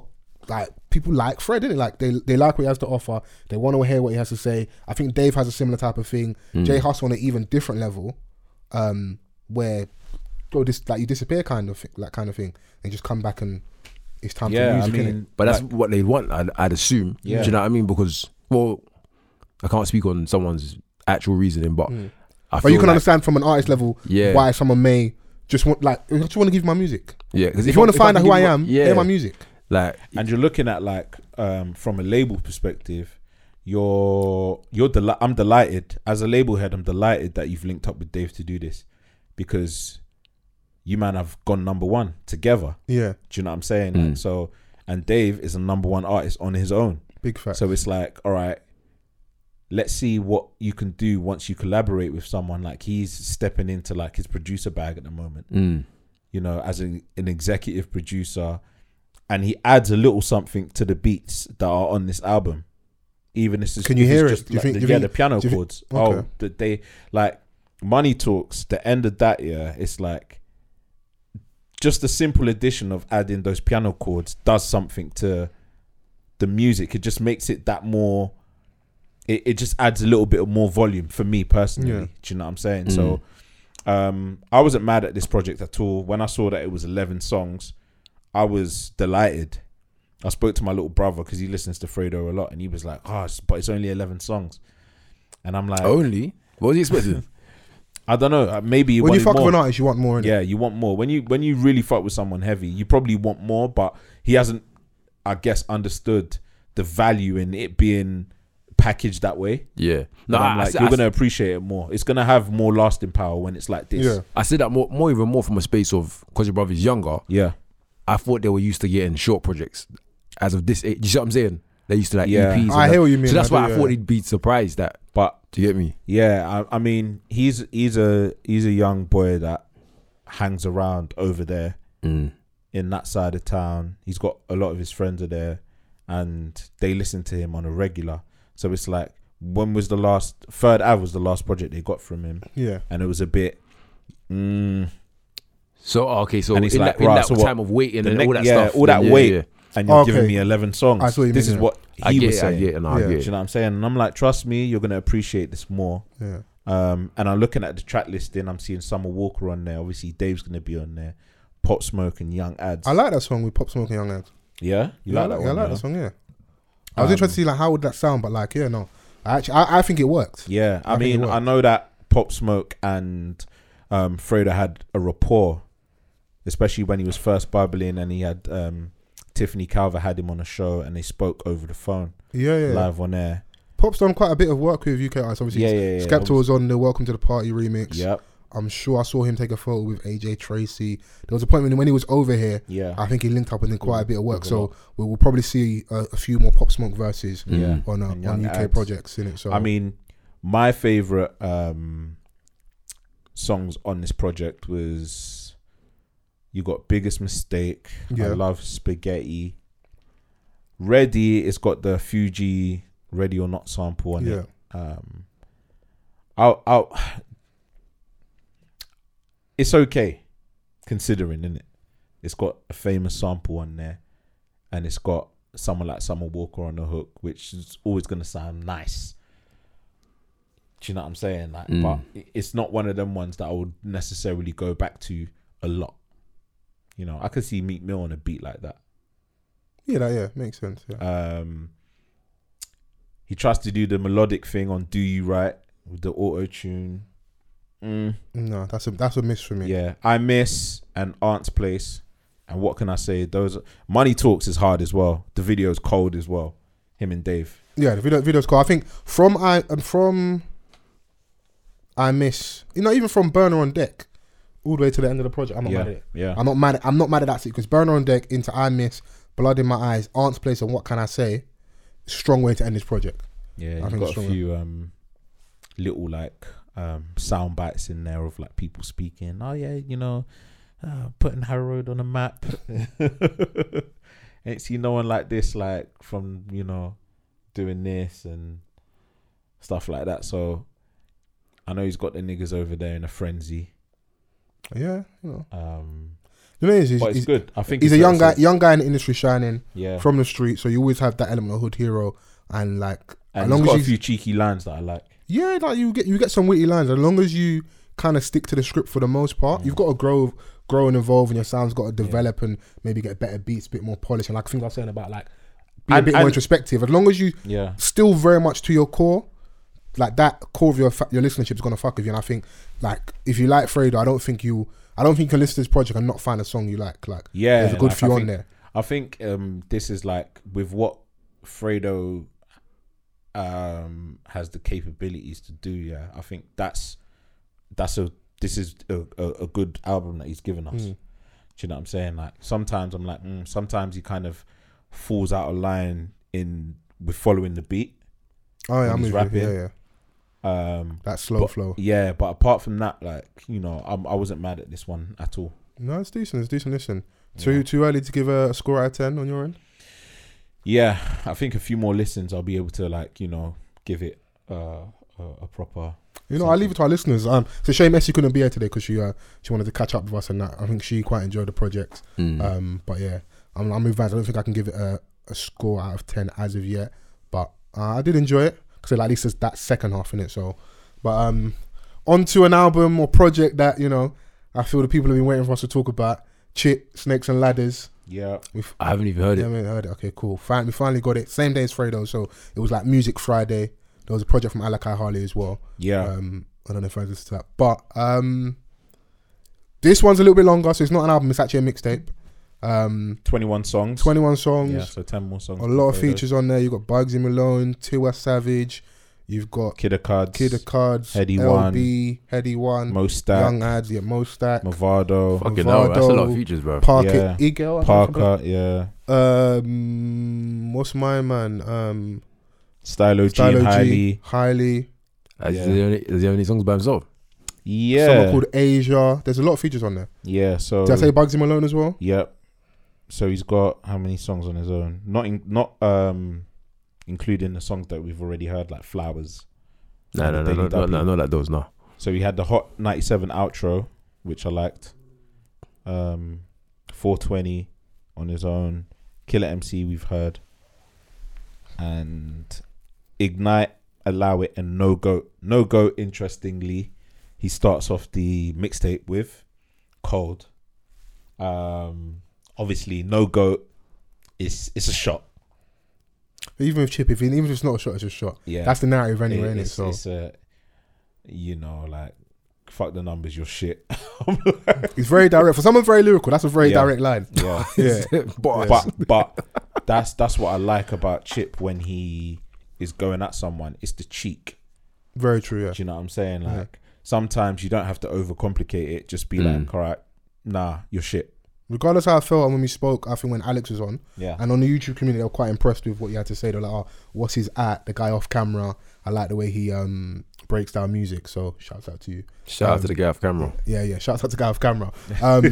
D: like people like Fred, innit? Like they they like what he has to offer. They want to hear what he has to say. I think Dave has a similar type of thing.
C: Hmm.
D: Jay Huss on an even different level, um, where bro, this like you disappear kind of thing, like kind of thing, and just come back and it's time for
C: Yeah, I
D: music. innit?
C: mean,
E: But that's what they want, I'd, I'd assume.
C: Yeah.
E: Do you know what I mean? Because, well, I can't speak on someone's actual reasoning, but I feel
D: But you can
E: like-
D: understand from an artist level
E: Yeah.
D: why someone may just want like I just want to give you my music.
E: Yeah, because
D: If you want to find out who I am,
E: yeah,
D: hear my music.
E: Like,
C: and you're looking at like um from a label perspective you're you're deli- i'm delighted as a label head i'm delighted that you've linked up with dave to do this because you man have gone number one together
D: Yeah,
C: do you know what i'm saying Like, so and dave is a number one artist on his own
D: big fact.
C: so it's like all right let's see what you can do once you collaborate with someone like he's stepping into like his producer bag at the moment
E: mm,
C: you know, as an, an executive producer, and he adds a little something to the beats that are on this album. Even if it's
D: Can you
C: if
D: hear it?
C: it's Just
D: Do you
C: like
D: think-
C: the,
D: do you
C: yeah,
D: think-
C: the piano
D: do you think-
C: chords.
D: okay.
C: Oh, that they like money talks. The end of that, yeah, it's like just a simple addition of adding those piano chords does something to the music. It just makes it that more. It, it just adds a little bit of more volume for me personally.
D: Yeah.
C: Do you know what I'm saying? So, um, I wasn't mad at this project at all. When I saw that it was 11 songs, I was delighted. I spoke to my little brother because he listens to Fredo a lot, and he was like, "Ah, it's but it's only 11 songs," and I'm like,
E: only. What was he expecting?
C: "I don't know. uh, Maybe
D: when you
C: wanted
D: fuck
C: more."
D: with an artist, you want more. Innit?
C: Yeah, you want more. When you when you really fuck with someone heavy, you probably want more, but he hasn't I guess understood the value in it being packaged that way.
E: yeah.
C: No,
E: No, I,
C: I'm
E: I
C: like,
E: said-
C: you're
E: I
C: gonna appreciate it more. It's gonna have more lasting power when it's like this.
D: Yeah.
E: I said that more, more even more from a space of because your brother's younger.
C: Yeah.
E: I thought they were used to getting short projects as of this age. You see what I'm saying? They used to like
C: Yeah.
E: EPs. and
D: I hear
E: that.
D: what you mean,
E: So that's
D: I
E: why
D: do,
E: I thought
D: yeah.
E: he'd be surprised that.
C: But
E: Do you get me?
C: yeah, I, I mean he's he's a he's a young boy that hangs around over there
E: Mm.
C: in that side of town. He's got a lot of his friends are there and they listen to him on a regular. So it's like when was the last third Ave was the last project they got from him.
D: yeah.
C: and it was a bit. Mm,
E: So oh, okay, so
C: And it's
E: in
C: like,
E: that, in
C: right,
E: that
C: so what-
E: time of waiting
C: the
E: and
C: next-
E: all that
C: yeah,
E: stuff,
C: all
E: then
C: that
E: yeah,
C: wait,
E: yeah.
C: and you're
D: Okay.
C: giving me eleven songs.
D: I see what you
C: this is
D: mean, yeah.
C: what
E: I
C: he
E: get
C: was
E: it, I
C: saying.
E: get it, no, I
D: Yeah.
E: get
C: Do
E: it.
C: you know what I'm saying? And I'm like, trust me, you're gonna appreciate this more.
D: Yeah.
C: Um, and I'm looking at the track listing. I'm seeing Summer Walker on there. Obviously, Dave's gonna be on there. Pop Smoke and Young Ads.
D: I like that song with Pop Smoke and Young Ed.
C: yeah, you
D: Yeah,
C: like
D: I
C: that
D: like,
C: one?
D: I like
C: yeah? Um,
D: that song. Yeah. I was interested to see like how would that sound, but like yeah, no. I actually, I, I think it worked.
C: Yeah, I,
D: I think it
C: mean, I
D: worked.
C: know that Pop Smoke and um, Fredo had a rapport, especially when he was first bubbling, and he had um, Tiffany Calver had him on a show, and they spoke over the phone
D: Yeah, yeah.
C: live on air.
D: Pop's done quite a bit of work with UK artists. Obviously,
C: Yeah, yeah, yeah,
D: Skepta was on the Welcome to the Party remix.
C: Yep.
D: I'm sure I saw him take a photo with AJ Tracy. There was a point when, when he was over here.
C: Yeah.
D: I think he linked up and did quite a bit of work. So we will probably see a, a few more Pop Smoke verses
C: Yeah.
D: on uh,
C: And
D: on
C: Young
D: UK
C: Ads.
D: projects in it. So
C: I mean, my favorite um, songs on this project was you got biggest mistake. I
D: Yeah.
C: love spaghetti. Ready, it's got the Fuji Ready or Not sample on
D: yeah,
C: it. Um, I'll, I'll, it's okay, considering, is it? It's got a famous sample on there, and it's got someone like Summer Walker on the hook, which is always gonna sound nice. Do you know what I'm saying? Like,
H: Mm.
C: but it- it's not one of them ones that I would necessarily go back to a lot. You know, I could see Meek Mill on a beat like that.
D: Yeah, that, yeah, makes sense. Yeah.
C: Um, he tries to do the melodic thing on "Do You Right" with the auto tune. Mm.
D: No, that's a that's a miss for me.
C: Yeah, I miss and Aunt's Place, and what can I say? Those Money Talks is hard as well. The video is cold as well. Him and Dave.
D: Yeah, the video video's cool. I think from I um, from I miss you know even from Burner on Deck all the way to the end of the project. I'm not
C: yeah,
D: mad at it.
C: yeah.
D: I'm not mad. I'm not mad at that because Burner on Deck into I miss Blood in My Eyes, Aunt's Place, and What Can I Say? Strong way to end this project.
C: Yeah,
D: I
C: you've
D: think
C: got
D: it's
C: a
D: stronger.
C: few um, little like um, sound bites in there of like people speaking. Oh yeah, you know, uh, putting Harrow Road on a map. Ain't seen no one like this, like from you know, doing this and stuff like that. So I know he's got the niggas over there in a frenzy.
D: Yeah, you know,
C: Um,
D: the thing is, he's,
C: but it's
D: he's-
C: good. I think
D: he's a
C: it's
D: young guy,
C: excellent.
D: young guy in the industry shining
C: Yeah,
D: from the street. So you always have that element of hood hero and like
C: and
D: as long
C: he's
D: as
C: got a
D: he's-
C: few cheeky lines that I like.
D: Yeah, like you get you get some witty lines as long as you kind of stick to the script for the most part. You've got to grow, grow and evolve, and your sound's got to develop and maybe get better beats, a bit more polished. And like I think I was saying about like be a
C: And-
D: bit more
C: and-
D: introspective. As long as you
C: Yeah,
D: still very much to your core, like that core of your fa- your listenership is gonna fuck with you. And I think like if you like Fredo, I don't think you, I don't think you can listen to this project and not find a song you like. Like
C: yeah.
D: there's a good
C: like, I
D: few on
C: think-
D: there.
C: I think um, this is like with what Fredo um, has the capabilities to do. Yeah, I think that's that's a this is a, a, a good album that he's given us. Do you know what I'm saying? Like sometimes I'm like, mm, sometimes he kind of falls out of line in with following the beat.
D: Oh yeah,
C: when
D: I'm
C: he's
D: with you.
C: rapping.
D: Yeah, yeah,
C: Um,
D: that slow
C: but,
D: flow.
C: Yeah, but apart from that, like you know, I'm, I wasn't mad at this one at all.
D: No, it's decent. It's decent. Listen, too too early to give a, a score out of ten on your end.
C: yeah i think a few more listens i'll be able to like you know give it uh, a, a proper
D: You know, I leave it to our listeners. Um, it's a shame Essie couldn't be here today because she uh, she wanted to catch up with us and that. I think she quite enjoyed the project.
H: Mm.
D: Um, but yeah, I'm I'm advanced. I don't think I can give it a, a score out of ten as of yet, but uh, I did enjoy it because at least it's that second half in it. So, but um, onto an album or project that you know I feel the people have been waiting for us to talk about: Chit, Snakes and Ladders.
C: yeah
D: We've
H: I haven't even heard
D: yeah,
H: it.
D: we heard it. Okay, cool. Fine, we finally got it. Same day as Fredo, so it was like Music Friday. There was a project from Alakai Harley as well.
C: yeah
D: Um, I don't know if I listened to that, but um, this one's a little bit longer, so it's not an album. It's actually a mixtape. Um,
C: 21 songs
D: twenty-one songs,
C: yeah so 10 more songs
D: a lot
C: before
D: of
C: those.
D: features on there. You've got Bugsy Malone, Tiwa Savage, you've got
C: kid of cards
D: Kid of Cards,
C: Heady
D: LB, Heady One,
C: mostat
D: Young Ads, yeah, Mostak,
C: movado
H: Fucking hell, that's a lot of
D: Vado,
H: features, bro.
C: Yeah.
D: Parker, Eagle,
C: parker yeah
D: Um, what's my man? Um,
C: stylo g and
D: Stylo G,
C: Hailey.
D: Highly,
H: Is
C: Yeah.
H: he the only, is he the only songs by himself?
D: someone
C: yeah Oh.
D: called Asia. There's a lot of features on there.
C: yeah so
D: Did I say Bugsy Malone as well?
C: yep so he's got how many songs on his own not in, not um including the songs that we've already heard like flowers
H: No,
C: And
H: no, no,
C: the Daily
H: no, no,
C: Double.
H: no, not like those. No.
C: So he had the Hot 97 outro, which I liked. Um, 420 on his own. Killer MC, we've heard. And Ignite, Allow It, and No Goat. No Goat, interestingly, he starts off the mixtape with Cold. Um, obviously, No Goat is it's a shot.
D: Even with Chip, if even if it's not a shot, it's a shot.
C: Yeah.
D: That's the narrative anyway,
C: It-
D: innit?
C: it's,
D: So
C: it's a, you know, like, fuck the numbers, you're shit.
D: it's very direct. For someone very lyrical, that's a very
C: Yeah.
D: direct line.
C: Yeah.
D: Yeah.
E: Bars.
C: but but that's that's what I like about Chip when he is going at someone. It's the cheek.
D: Very true, yeah.
C: Do you know what I'm saying? Like sometimes you don't have to overcomplicate it. Just be like, all right, nah, you're shit.
D: Regardless how I felt and when we spoke, I think when Alex was on,
C: Yeah.
D: and on the YouTube community, they were quite impressed with what you had to say. They're like, oh, what's his at? The guy off camera. I like the way he um breaks down music. So shouts out to you.
H: Shout out to the guy off camera.
D: Yeah, yeah. Shouts out to guy off camera. Um,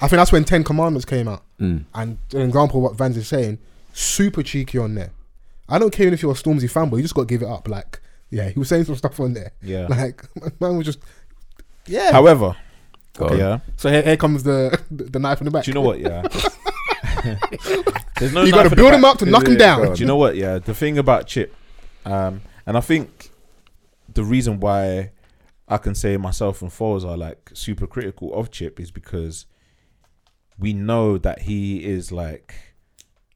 D: I think that's when Ten Commandments came out.
H: Mm.
D: And an example of what Vans is saying, super cheeky on there. I don't care even if you're a Stormzy fanboy, you just got to give it up. Like, yeah, he was saying some stuff on there.
C: Yeah.
D: Like, man was just, yeah.
C: However,
H: Go on.
C: Yeah.
D: So here, here comes the the knife in the back.
C: Do you know what? Yeah. There's no
D: You
C: knife
D: gotta
C: in the
D: build
C: back.
D: him up to knock him
H: yeah,
D: down.
H: go
C: Do you know what? Yeah, the thing about Chip, um, and I think the reason why I can say myself and Foles are like super critical of Chip is because we know that he is like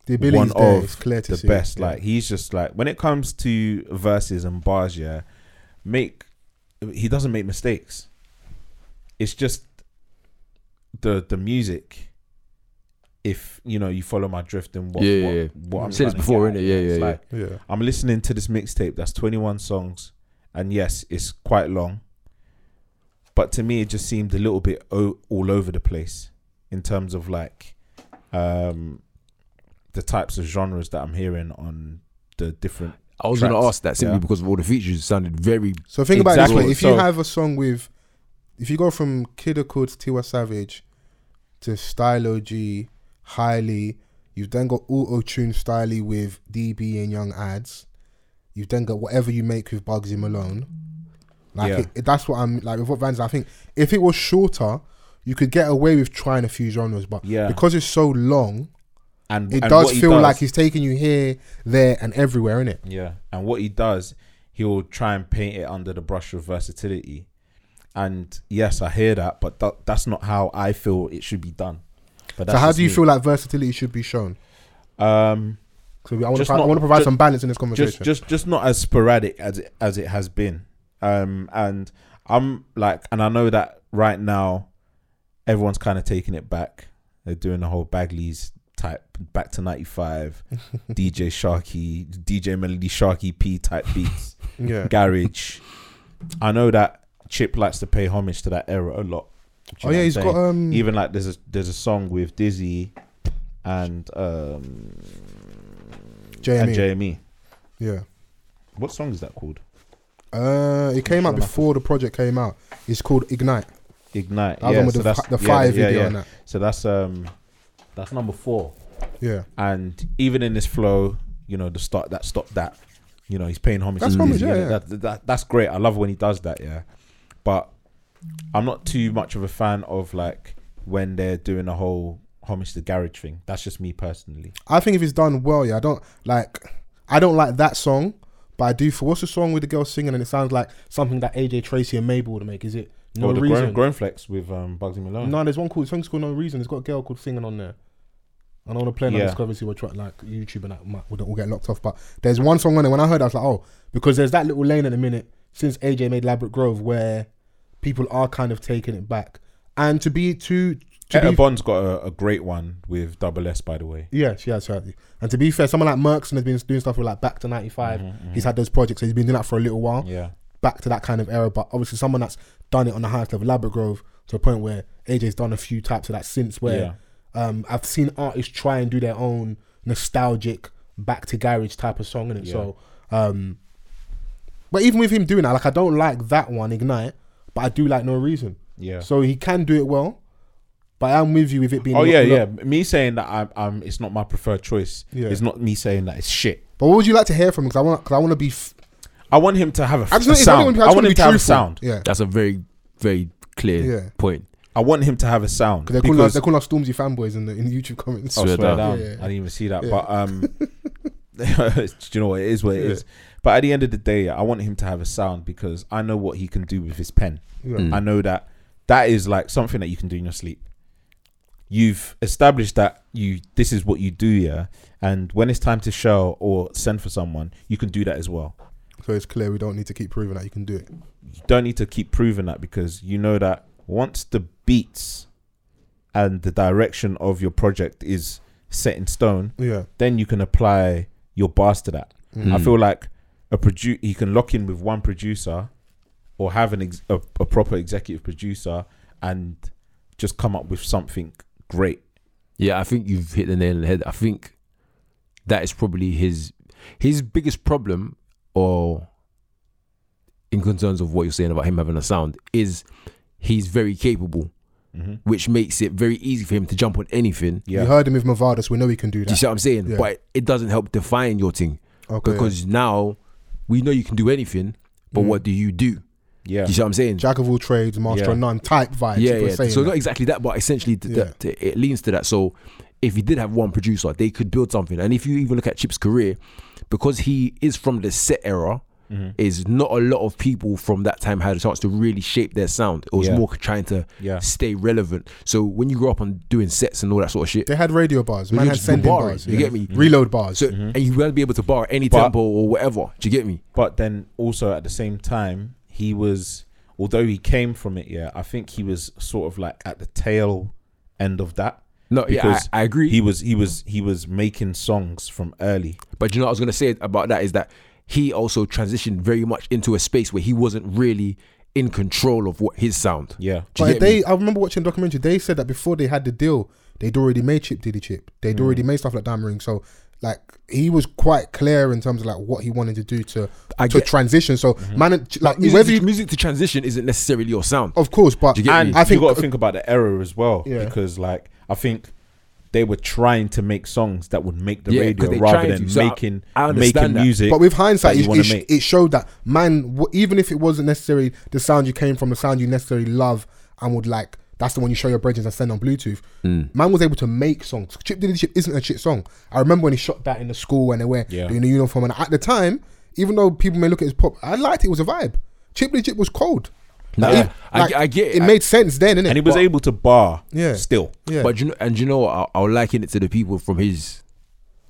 D: The ability
C: one
D: is there.
C: of
D: It's clear to
C: the
D: see.
C: best.
D: Yeah.
C: Like he's just like when it comes to verses and bars, yeah, make he doesn't make mistakes. It's just the the music. If you know you follow my drift and what
H: Yeah, yeah,
C: what,
H: yeah.
C: what I'm
H: Said this
C: trying to
H: before,
C: get
H: innit?
C: at,
H: Yeah,
C: it's
H: yeah,
C: like,
D: yeah.
C: I'm listening to this mixtape that's 21 songs, and yes, it's quite long, but to me, it just seemed a little bit o- all over the place in terms of like um, the types of genres that I'm hearing on the different.
H: I was going to
C: Tracks.
H: ask that simply
C: Yeah.
H: because of all the features it sounded very.
D: So think about it this way:
C: Exactly.
D: if you
C: So-
D: have a song with, if you go from Kid Akut to Tiwa Savage to Stylo G, Highly, you've then got auto tune Styly with DB and Young Ads. You've then got whatever you make with Bugsy Malone. Like
C: Yeah.
D: it, it- that's what I'm like with what Vans. I think if it was shorter, you could get away with trying a few genres, but
C: Yeah.
D: because it's so long,
C: And
D: it
C: and
D: does
C: what he
D: feel like he's taking you here, there, and everywhere, innit?
C: Yeah. And what he does, he'll try and paint it under the brush of versatility. And yes, I hear that, but that, that's not how I feel it should be done. But
D: So how do you feel like versatility should be shown?
C: feel? Um,
D: So I want to
C: Just
D: pro- I
C: not-
D: want to provide
C: ju-
D: some balance in this conversation.
C: just just just not as sporadic as it, as it has been um and i'm like and i know that right now everyone's kind of taking it back they're doing the whole bagley's type back to 95 dj sharky dj melody sharky p type beats
D: yeah.
C: garage i know that chip likes to pay homage to that era a lot Do you
D: Oh
C: know
D: yeah,
C: what
D: he's
C: I'm
D: got
C: saying?
D: um.
C: even like there's a there's a song with dizzy and um
D: JME.
C: and jme
D: E. yeah.
C: what song is that called
D: Uh, it came out
C: sure
D: before the project came out. It's called Ignite.
C: ignite
D: That was
C: yeah,
D: one with
C: so
D: the,
C: that's-
D: fi- the
C: yeah,
D: fire
C: yeah,
D: video
C: yeah.
D: and that.
C: So that's um that's number four.
D: Yeah.
C: And even in this flow, you know, the start that stop that, you know, he's paying homage.
D: That's
C: to
D: homage,
C: Dizzy,
D: yeah,
C: innit?
D: yeah.
C: That, that, that's great. I love when he does that, yeah. But I'm not too much of a fan of like when they're doing a whole homage to garage thing. That's just me personally.
D: I think if it's done well, yeah, I don't like. I don't like that song, but I do for what's the song with the girl singing and it sounds like something that AJ Tracy and Mabel would make. Is it no
C: or the
D: reason?
C: grown, grown flex with um, Bugsy Malone.
D: no, there's one called song's called No Reason. It's got a girl called singing on there. I don't want to play like
C: Yeah.
D: this because obviously we're trying like YouTube and that might we all get locked off. But there's one song on there. When I heard, it, I was like, oh, because there's that little lane at the minute since AJ made Labrick Grove where people are kind of taking it back. And to be to to
C: Etta
D: be
C: Bond's got a, a great one with Double S, by the way.
D: Yes, yes, yes. And to be fair, someone like Merckson has been doing stuff with like Back to
C: Mm-hmm,
D: 95. He's had those projects, so he's been doing that for a little while,
C: Yeah,
D: back to that kind of era. But obviously, someone that's done it on the highest level, Labrador Grove, to a point where AJ's done a few types of that since where um, I've seen artists try and do their own nostalgic back to garage type of song in it. So, um, but even with him doing that, like I don't like that one, Ignite, but I do like No Reason.
C: yeah.
D: So he can do it well, but I'm with you with it being.
C: oh
D: lo-
C: yeah,
D: lo-
C: yeah. Me saying that I'm, I'm, it's not my preferred choice.
D: Yeah.
C: It's not me saying that it's shit.
D: But what would you like to hear from? Because I want, because I want to be. F-
C: I want him to have a,
D: I
C: a
D: just want,
C: sound. I want
D: to
C: him
D: be
C: to have a
D: truthful.
C: sound.
D: Yeah,
H: That's a very, very clear
D: Yeah.
H: point.
C: I want him to have a sound
D: because they're calling us, they're calling us Stormzy fanboys in the in the YouTube comments.
C: I
H: Swear
C: swear
H: down.
C: down.
D: Yeah, yeah.
C: I didn't even see that,
D: Yeah.
C: but um, do you know what it is? What it is.
D: Yeah.
C: But at the end of the day, I want him to have a sound because I know what he can do with his pen.
D: Yeah.
H: Mm.
C: I know that that is like something that you can do in your sleep. You've established that you this is what you do, yeah. And when it's time to show or send for someone, you can do that as well.
D: So it's clear we don't need to keep proving that you can do it.
C: you don't need to keep proving that because you know that once the beats and the direction of your project is set in stone,
D: Yeah,
C: then you can apply your bars to that. I
H: Mm.
C: feel like a produ- you can lock in with one producer or have an ex- a, a proper executive producer and just come up with something great.
H: Yeah, I think you've hit the nail on the head. I think that is probably his his biggest problem, or in concerns of what you're saying about him having a sound, is he's very capable,
C: Mhm.
H: which makes it very easy for him to jump on anything.
D: you heard him with Mavada, so we know he can do
H: Do you
D: that.
H: see what I'm saying?
D: Yeah.
H: But it doesn't help define your thing
D: Okay,
H: because now we know you can do anything, but
D: Mhm.
H: what do you do?
C: Yeah.
E: Do you see what I'm saying?
D: Jack of all trades, master
C: Yeah.
D: of none type vibe.
E: yeah, yeah.
D: Saying
E: So
D: that.
E: not exactly that, but essentially th-
D: Yeah.
E: that, it leans to that. So if you did have one producer, they could build something. And if you even look at Chip's career, because he is from the set era,
C: Mm-hmm.
E: is not a lot of people from that time had a chance to really shape their sound. It was
C: Yeah.
E: more trying to
C: Yeah.
E: stay relevant. So when you grow up on doing sets and all that sort of shit,
D: they had radio bars. Man
E: you
D: had
E: just do
D: sending
E: bars,
D: bars.
E: you
D: yeah. Mm-hmm.
E: get me?
D: Reload bars.
E: so and you won't be able to bar any
C: Mm-hmm. But-
E: tempo or whatever. Do you get me?
C: But then also at the same time, he was although he came from it, yeah, I think he was sort of like at the tail end of that.
E: No, yeah, I- I agree.
C: He was he was he was making songs from early.
E: But you know what I was gonna say about that is that he also transitioned very much into a space where he wasn't really in control of what his sound.
C: Yeah.
E: Do
D: But
E: you get me?
D: they, I remember watching a documentary. They said that before they had the deal, they'd already made Chip Diddy Chip. They'd
E: Mm.
D: already made stuff like Diamond Ring. So, like, he was quite clear in terms of like what he wanted to do to
E: I
D: to
E: get- Mm-hmm.
D: transition. So, man, like
E: music,
D: whether
E: to,
D: you,
E: music to transition isn't necessarily your sound.
D: of course, but
E: Do you get me?
C: And
D: I think
C: you got to think about the era as well,
D: Yeah.
C: because like I think they were trying to make songs that would make the
E: Yeah, 'cause
C: radio
E: they
C: rather
E: tried
C: than
E: to. So I-
C: making
E: I understand
C: making
E: that.
C: music.
D: But with hindsight,
C: that you
D: it,
C: wanna
D: it, sh-
C: make.
D: it showed that man, w- even if it wasn't necessarily the sound you came from, the sound you necessarily love and would like, that's the one you show your brethren and send on Bluetooth.
C: Mm.
D: Man was able to make songs. Chip Diddy Chip isn't a shit song. I remember when he shot that in the school and they were
C: Yeah.
D: in the uniform, and at the time, even though people may look at his pop, I liked it. It was a vibe. Chip Diddy Chip was cold.
E: No,
D: Like,
E: I-
D: like,
E: I get it.
D: It
E: I-
D: made sense then, innit?
C: and he was
D: But-
C: able to bar
D: Yeah.
C: still.
D: Yeah.
E: But you know, and you know what? I'll, I'll liken it to the people from his,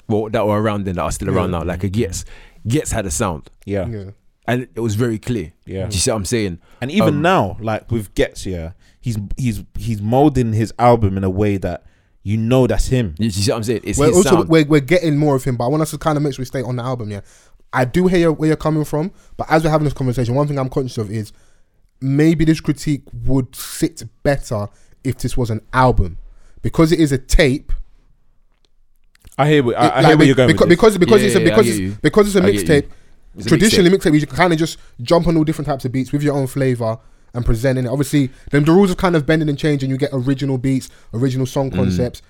E: well, that were around then that are still around now. Like a Gets, Gets had a sound,
C: Yeah.
D: Yeah.
E: and it was very clear.
C: Yeah.
E: Do you see what I'm saying?
C: And even
E: Um,
C: now, like with Gets, yeah, he's he's he's molding his album in a way that you know that's him.
E: You see what I'm saying? It's
D: we're
E: his
D: also
E: sound.
D: we're, we're getting more of him, but I want us to kind of make sure we stay on the album. Yeah, I do hear your- where you're coming from, but as we're having this conversation, one thing I'm conscious of is maybe this critique would sit better if this was an album because it is a tape.
C: I hear where, I, I
D: it-
C: hear
D: like,
C: where you're going
D: because
C: with this.
D: because, because
E: Yeah,
D: it's a,
E: yeah, I
D: because
E: get
D: it's,
E: you.
D: because it's a
E: I get you.
D: mixtape.
E: It's a
D: Traditionally, mixtape you kind of just jump on all different types of beats with your own flavor and presenting it. Obviously, then the rules have kind of bending and changing. You get original beats, original
E: Mm.
D: song concepts,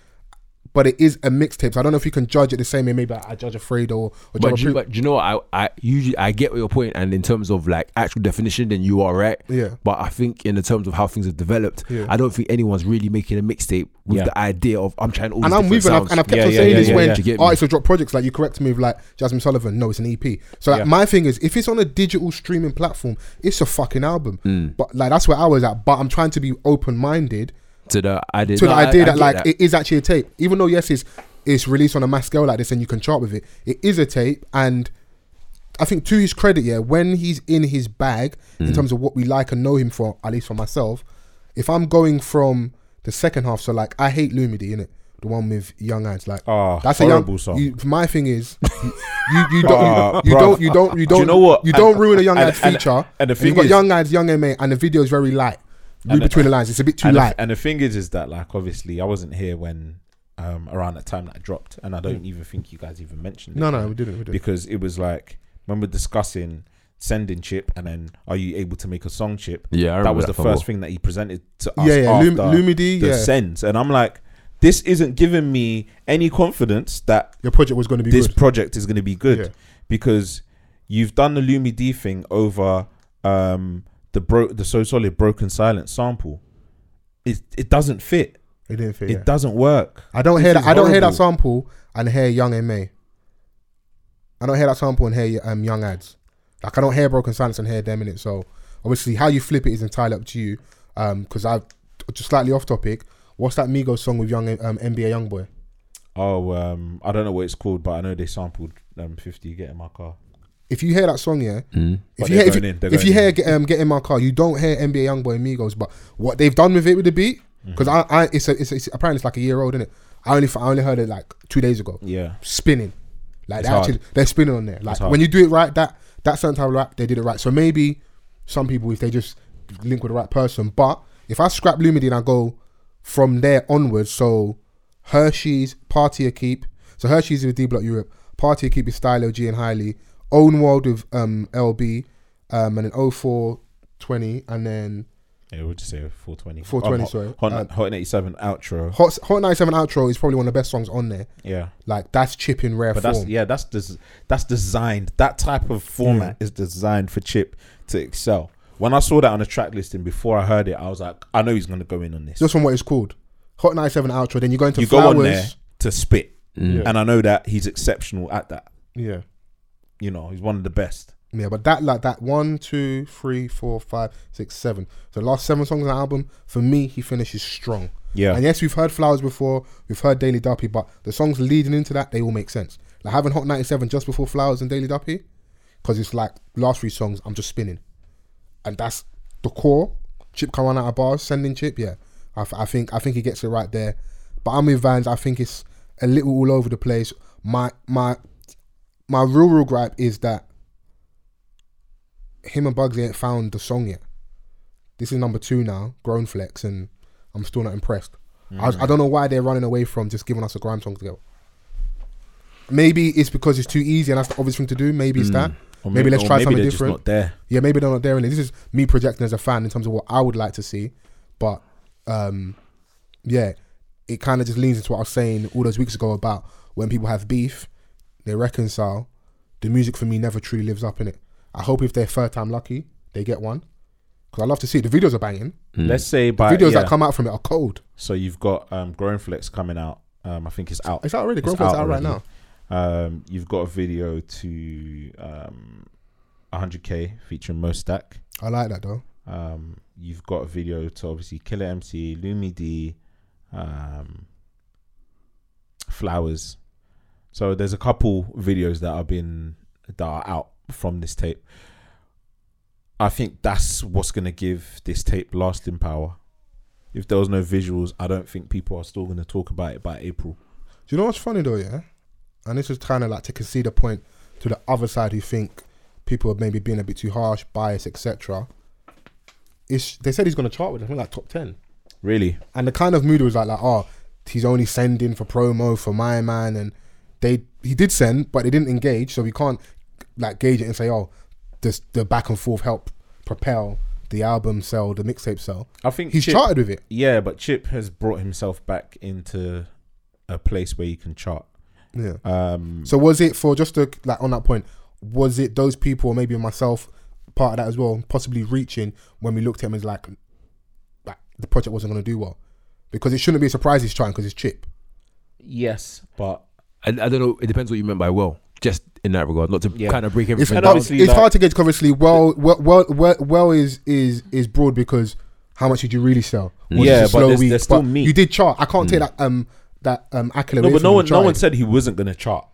D: but it is a mixtape. So I don't know if you can judge it the same way. Maybe I I judge Afraid or, or
E: But
D: judge
E: do, you,
D: Appro-
E: but do you know what? I, I usually I get your point, and in terms of like actual definition, then you are right.
D: Yeah.
E: But I think in the terms of how things have developed,
D: Yeah.
E: I don't think anyone's really making a mixtape with
C: Yeah.
E: the idea of I'm trying all.
D: and
E: these
D: I'm with
E: different
D: you, and I've,
E: sounds.
D: and I've kept
C: Yeah,
D: on
C: yeah,
D: saying
C: yeah,
D: this
C: yeah,
D: when
C: yeah.
E: Do you get me?
D: artists will drop projects. Like you correct me with like Jasmine Sullivan. No, it's an EP. So like,
C: Yeah.
D: my thing is, if it's on a digital streaming platform, it's a fucking album. But like that's where I was at. But I'm trying to be open minded
E: to the idea
D: to
E: No,
D: the
E: I-
D: idea
E: I
D: that
E: get
D: like it is actually a tape, even though yes, it's it's released on a mass scale like this and you can chart with it. It is a tape, and I think to his credit, yeah, when he's in his bag
E: Mm.
D: in terms of what we like and know him for, at least for myself, if I'm going from the second half, so like I hate Lumidi, innit? The one with young ads, like
C: Ah,
D: a
C: horrible
D: young,
C: song.
D: You, my thing is, you you don't
C: Ah,
D: you, you
C: bruv.
D: don't you don't you
C: Do
D: don't
C: you know what?
D: you don't
C: And-
D: ruin a young
C: and-
D: ad
C: and-
D: feature.
C: and the
D: you've
C: thing
D: got
C: is-
D: young ads, young MA, and the video is very light. Read
C: the-
D: between the lines, it's a bit too
C: and,
D: light.
C: The, and the thing is, is that like obviously I wasn't here when um around that time that I dropped, and I don't even think you guys even mentioned it.
D: Mm. No, no, we didn't. We didn't.
C: because it was like when we're discussing sending chip and then are you able to make a song chip
E: Yeah, I
C: that was
E: remember that
C: the
E: for a
C: first
E: while.
C: thing that he presented to us
D: Yeah, yeah, Lum-
C: after
D: Lumidi,
C: the
D: yeah.
C: sends and i'm like this isn't giving me any confidence that
D: your project was going to be
C: this
D: good.
C: project is going to be good
D: Yeah.
C: because you've done the Lumidi thing over um the bro the so solid broken silence sample it it doesn't fit
D: It didn't fit. yeah.
C: it doesn't work
D: I don't
C: This
D: hear that.
C: is
D: I don't hear that
C: horrible.
D: sample and hear Young Ma. I don't hear that sample and hear um, Young Ads. Like I don't hear Broken Silence and hear them in it. So obviously, how you flip it is entirely up to you. Um, because I just slightly off topic. What's that Migos song with Young um, NBA YoungBoy?
C: oh um i don't know what it's called but i know they sampled um 50 get in my car
D: If you hear that song, yeah. If
C: But
D: you
C: they're
D: hear, if
C: going
D: you,
C: in, they're
D: if you
C: going
D: hear
C: in.
D: get, um, get in my car, you don't hear NBA YoungBoy and Migos. But what they've done with it with the beat,
C: Mm.
D: because I, I it's, a, it's a- it's apparently it's like a year old, isn't it? I only f- I only heard it like two days ago.
C: yeah
D: spinning. Like
C: It's
D: they
C: hard.
D: actually they're spinning on there. Like
C: hard.
D: when you do it right, that that certain type of rap, they did it right. So maybe some people if they just link with the right person. But if I scrap Lumidi and I go from there onwards, so Hershey's Party A Keep. So Hershey's with D Block Europe, Party A Keep is Stylo G and Highly, Own World with um LB, um and then 0420 and then
C: Yeah, we'll just say 420.
D: 420,
C: Oh, Hot-
D: sorry.
C: Hot,
D: Um,
C: Hot 87 outro.
D: Hot Hot 97 Outro is probably one of the best songs on there.
C: yeah.
D: Like that's chip in rare
C: But
D: form.
C: that's yeah, that's des- that's designed. That type of format is designed for Chip to excel. When I saw that on the track listing before I heard it, I was like, I know he's gonna go in on this.
D: Just from what it's called, Hot 97 outro. Then you go into
C: you go
D: flowers.
C: on there to spit,
H: Mm.
C: and I know that he's exceptional at that.
D: Yeah,
C: You know, he's one of the best.
D: yeah. But that like that one, two, three, four, five, six, seven. So the last seven songs on the album for me, he finishes strong.
C: Yeah,
D: And yes, we've heard Flowers before, we've heard Daily Duppy, but the songs leading into that, they all make sense. Like having Hot 97 just before Flowers and Daily Duppy, because it's like last three songs, I'm just spinning. And that's the core. Chip can run out of bars, sending Chip, yeah. I, th- I think I think he gets it right there. But I'm with Vans, I think it's a little all over the place. My my my real real gripe is that him and Bugsy ain't found the song yet. This is number two now, Grown Flex, and I'm still not impressed. I, I don't know why they're running away from just giving us a grime song together. Maybe it's because it's too easy and that's the obvious thing to do. Maybe it's that.
C: Hmm. Or
D: maybe let's
C: or
D: try something
C: they're
D: different.
C: Just not there.
D: Yeah, maybe they're not there. And this is me projecting as a fan in terms of what I would like to see. But um, yeah, it kind of just leans into what I was saying all those weeks ago about when people have beef, they reconcile. The music for me never truly lives up in it. I hope if they're third time lucky, they get one. Because I love to see it. The videos are banging.
C: Let's say
D: The
C: by
D: videos
C: yeah.
D: that come out from it are cold.
C: So you've got um, Growing Flex coming out. Um, I think it's out.
D: It's out already.
C: It's
D: Growth out,
C: out
D: out right
C: already.
D: now.
C: Um, you've got a video to um, 100k featuring Mostack.
D: I like that though.
C: Um, you've got a video to obviously Killer MC, Lumi D, um, Flowers. So there's a couple videos that have been that are out from this tape. I think that's what's gonna give this tape lasting power. If there was no visuals, I don't think people are still gonna talk about it by April.
D: Do you know what's funny though, yeah? And this is kind of like to concede a point to the other side who think people are maybe being a bit too harsh, biased, etc. It's they said he's going to chart with I think like top ten,
C: Really?
D: and the kind of mood was like like oh he's only sending for promo for my man, and they he did send but they didn't engage, so we can't like gauge it and say oh this the back and forth help propel the album sell, the mixtape sell.
C: I think
D: He's
C: Chip-
D: charted with it.
C: Yeah, but Chip has brought himself back into a place where he can chart.
D: Yeah.
C: Um,
D: So was it for just to like on that point? Was it those people or maybe myself part of that as well? Possibly reaching when we looked at him as like, like the project wasn't going to do well because it shouldn't be a surprise he's trying because it's cheap.
C: yes, but
H: I, I don't know. It depends what you meant by well. Just in that regard, not to
C: Yeah.
H: kind of break
D: It's,
H: everything
C: And
H: down.
C: obviously,
D: it's
C: like-
D: hard to gauge. 'cause Obviously, well, well, well, well, well is is is broad because how much did you really sell? Was
C: Yeah,
D: it a
C: but there's- there's still meat. Mm.
D: You did chart. I can't take that um that um accolade.
C: no,
D: away
C: but
D: from
C: no
D: him.
C: one, no
D: Tried.
C: one said he wasn't gonna chart.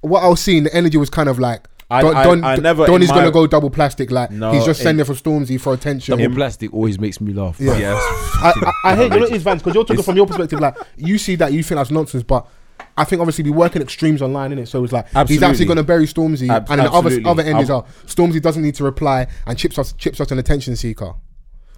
D: what I was seeing, the energy was kind of like.
C: I-
D: Don,
C: I-
D: Don,
C: I never
D: Don
C: in
D: is
C: my-
D: gonna go double plastic like
C: No,
D: he's just
C: it-
D: sending for Stormzy for attention.
H: Double plastic always makes me laugh.
D: Yeah.
C: Yes,
D: I, I, I hate you know it's Vance because you're talking from your perspective. Like you see that you think that's nonsense, but I think obviously we work in extremes online, innit? So it's like he's
C: Absolutely.
D: actually going to bury Stormzy,
C: Ab-
D: and then the other
C: absolutely.
D: other end is
C: I'm-
D: uh, Stormzy doesn't need to reply, and chips us chips us an attention seeker.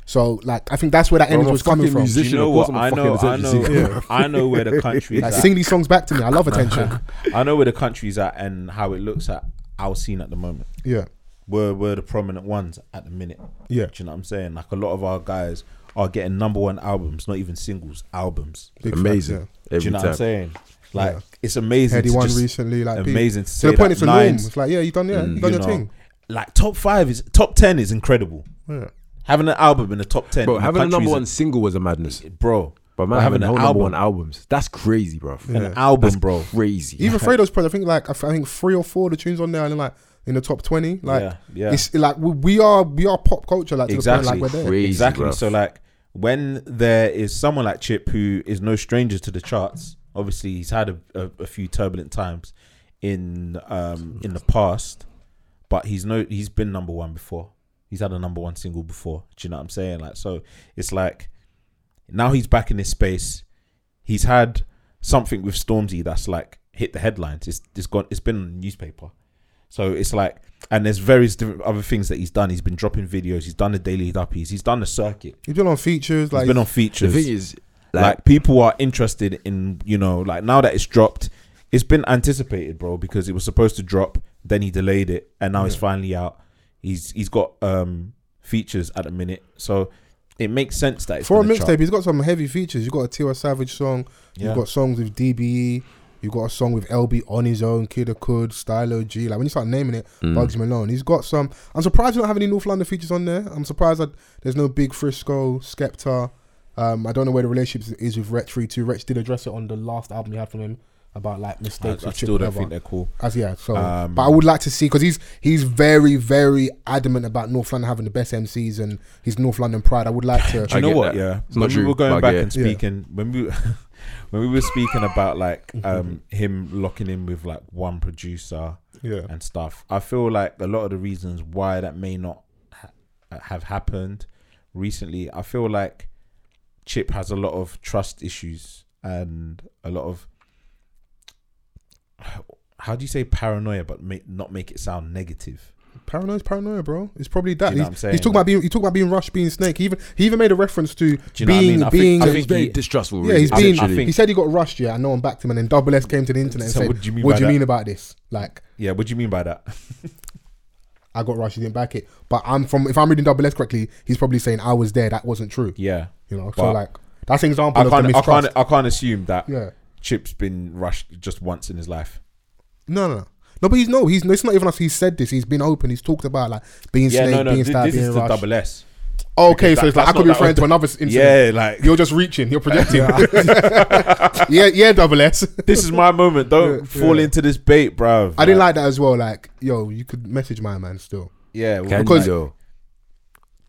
D: So like I think that's where that
E: I'm
D: energy
E: a
D: was coming
E: fucking
D: from.
E: musician.
C: Do you know
E: Of course
C: what?
E: I'm a
C: I
E: fucking
C: know, I
E: attention
C: know, I know where the country
D: Like
C: is
D: sing
C: at.
D: these songs back to me. I love attention.
C: I know where the country's at and how it looks at our scene at the moment.
D: yeah,
C: We're we're the prominent ones at the minute.
D: Yeah.
C: do you know what I'm saying? Like a lot of our guys are getting number one albums, not even singles, albums.
D: Big
H: Amazing.
D: facts,
H: Every
C: do you know
H: time.
C: what I'm saying? Like
D: Yeah.
C: it's amazing.
D: yeah. Heady
C: to
D: one
C: just-
D: recently, like
C: amazing
D: people-
C: to
D: to
C: say
D: the point
C: that
D: it's a norm.
C: Nines,
D: It's like yeah, you done yeah, you done
C: you
D: your
C: know,
D: thing.
C: Like top five is top ten is incredible.
D: Yeah.
C: Having an album in the top ten,
H: Bro,
C: in the
H: having a
C: country's
H: number one single was a madness.
C: bro.
H: But man, having, whole number one albums, that's crazy, bro.
C: an album, bro.
H: Crazy.
D: Even Fredo's point, I think like I f- I think three or four of the tunes on there, and like in the top twenty, like
C: Yeah, yeah.
D: it's like we, we are we are pop culture, like to the
C: exactly
D: point like we're there.
H: Crazy,
C: exactly
H: bruv.
C: so like when there is someone like chip who is no stranger to the charts obviously he's had a, a, a few turbulent times in um in the past but he's no he's been number one before he's had a number one single before do you know what i'm saying like so it's like now he's back in this space he's had something with stormzy that's like hit the headlines it's, it's gone it's been on the newspaper so it's like, and there's various different other things that he's done. He's been dropping videos. He's done the daily duppies. He's done the circuit.
D: He's been on features, like
C: he's been on
H: the
C: features.
H: thing is,
C: like,
H: like,
C: people are interested in you know like now that it's dropped, it's been anticipated, bro, because it was supposed to drop. Then he delayed it, and now it's finally out. He's he's got um features at the minute, so it makes sense that it's
D: for a
C: gonna chart.
D: mixtape. He's got some heavy features. You've got a Tiwa Savage song.
C: Yeah.
D: E, You've got songs with DBE. You got a song with LB on his own, Kid Akud, Stylo G. Like mm. when you start naming it,
C: Mm.
D: Bugs Malone. He's got some. I'm surprised you don't have any North London features on there. I'm surprised that there's no Big Frisco, Skepta. Um, I don't know where the relationship is with Retch 32. Retch did address it on the last album he had from him about like
C: I,
D: mistakes.
C: I
D: with Chip,
C: still don't
D: whatever.
C: think they're cool.
D: As yeah, so
C: Um,
D: but I would like to see because he's he's very very adamant about North London having the best MCs and his North London pride. I would like to.
C: Do you
E: I
C: know
E: get
C: what?
E: that.
C: Yeah,
E: It's
C: when
E: not
C: we
E: true,
C: were going
E: but I
C: back
E: get
C: and
D: it. Yeah.
C: speaking, when we when we were speaking about like um him locking in with like one producer
D: yeah,
C: and stuff, I feel like a lot of the reasons why that may not ha- have happened recently, I feel like Chip has a lot of trust issues and a lot of how do you say paranoia, but make, not make it sound negative.
D: paranoia's paranoia, bro. It's probably that.
C: Do you know
D: he's,
C: what I'm saying?
D: he's talking about being he talking about being rushed, being snake. He even he even made a reference to
C: Do you know what I
D: being
C: mean? I think-
D: being.
C: I
E: I
C: think
E: he's very
C: he-
E: distrustful.
D: yeah,
E: really,
D: he's being.
C: I
E: actually.
C: think-
D: he said he got rushed, yeah, and no one backed him. And then Double S came to the internet and
C: So
D: said,
C: what do you mean by
D: "What do you
C: that?"
D: mean about this?" Like,
C: Yeah, what do you mean by that?
D: I got rushed, you didn't back it. But I'm from if I'm reading Double S correctly, he's probably saying I was there. That wasn't true.
C: Yeah,
D: You know, so
C: But-
D: like that's an example
C: I
D: of the
C: can't, I
D: mistrust.
C: can't, I can't assume that
D: yeah.
C: Chip's been rushed just once in his life.
D: No, no, no. No, but he's no, he's no, it's not even us. He's said this. He's been open. He's talked about like being
C: Yeah,
D: snake,
C: no, no,
D: being
C: this,
D: stabbed,
C: this
D: being
C: is the
D: rushed. Oh,
C: double S.
D: okay,
C: That-
D: so it's like I
C: that's
D: could
C: not
D: be
C: that
D: friends with
C: one.
D: another incident.
C: Yeah, like
D: You're just reaching. You're projecting. yeah, yeah, double S.
C: this is my moment. Don't
D: Yeah,
C: fall
D: yeah.
C: into this bait, bruv.
D: I didn't like that as well. Like, yo, you could message my man still.
C: Yeah, well,
E: Can you
D: because-
E: though?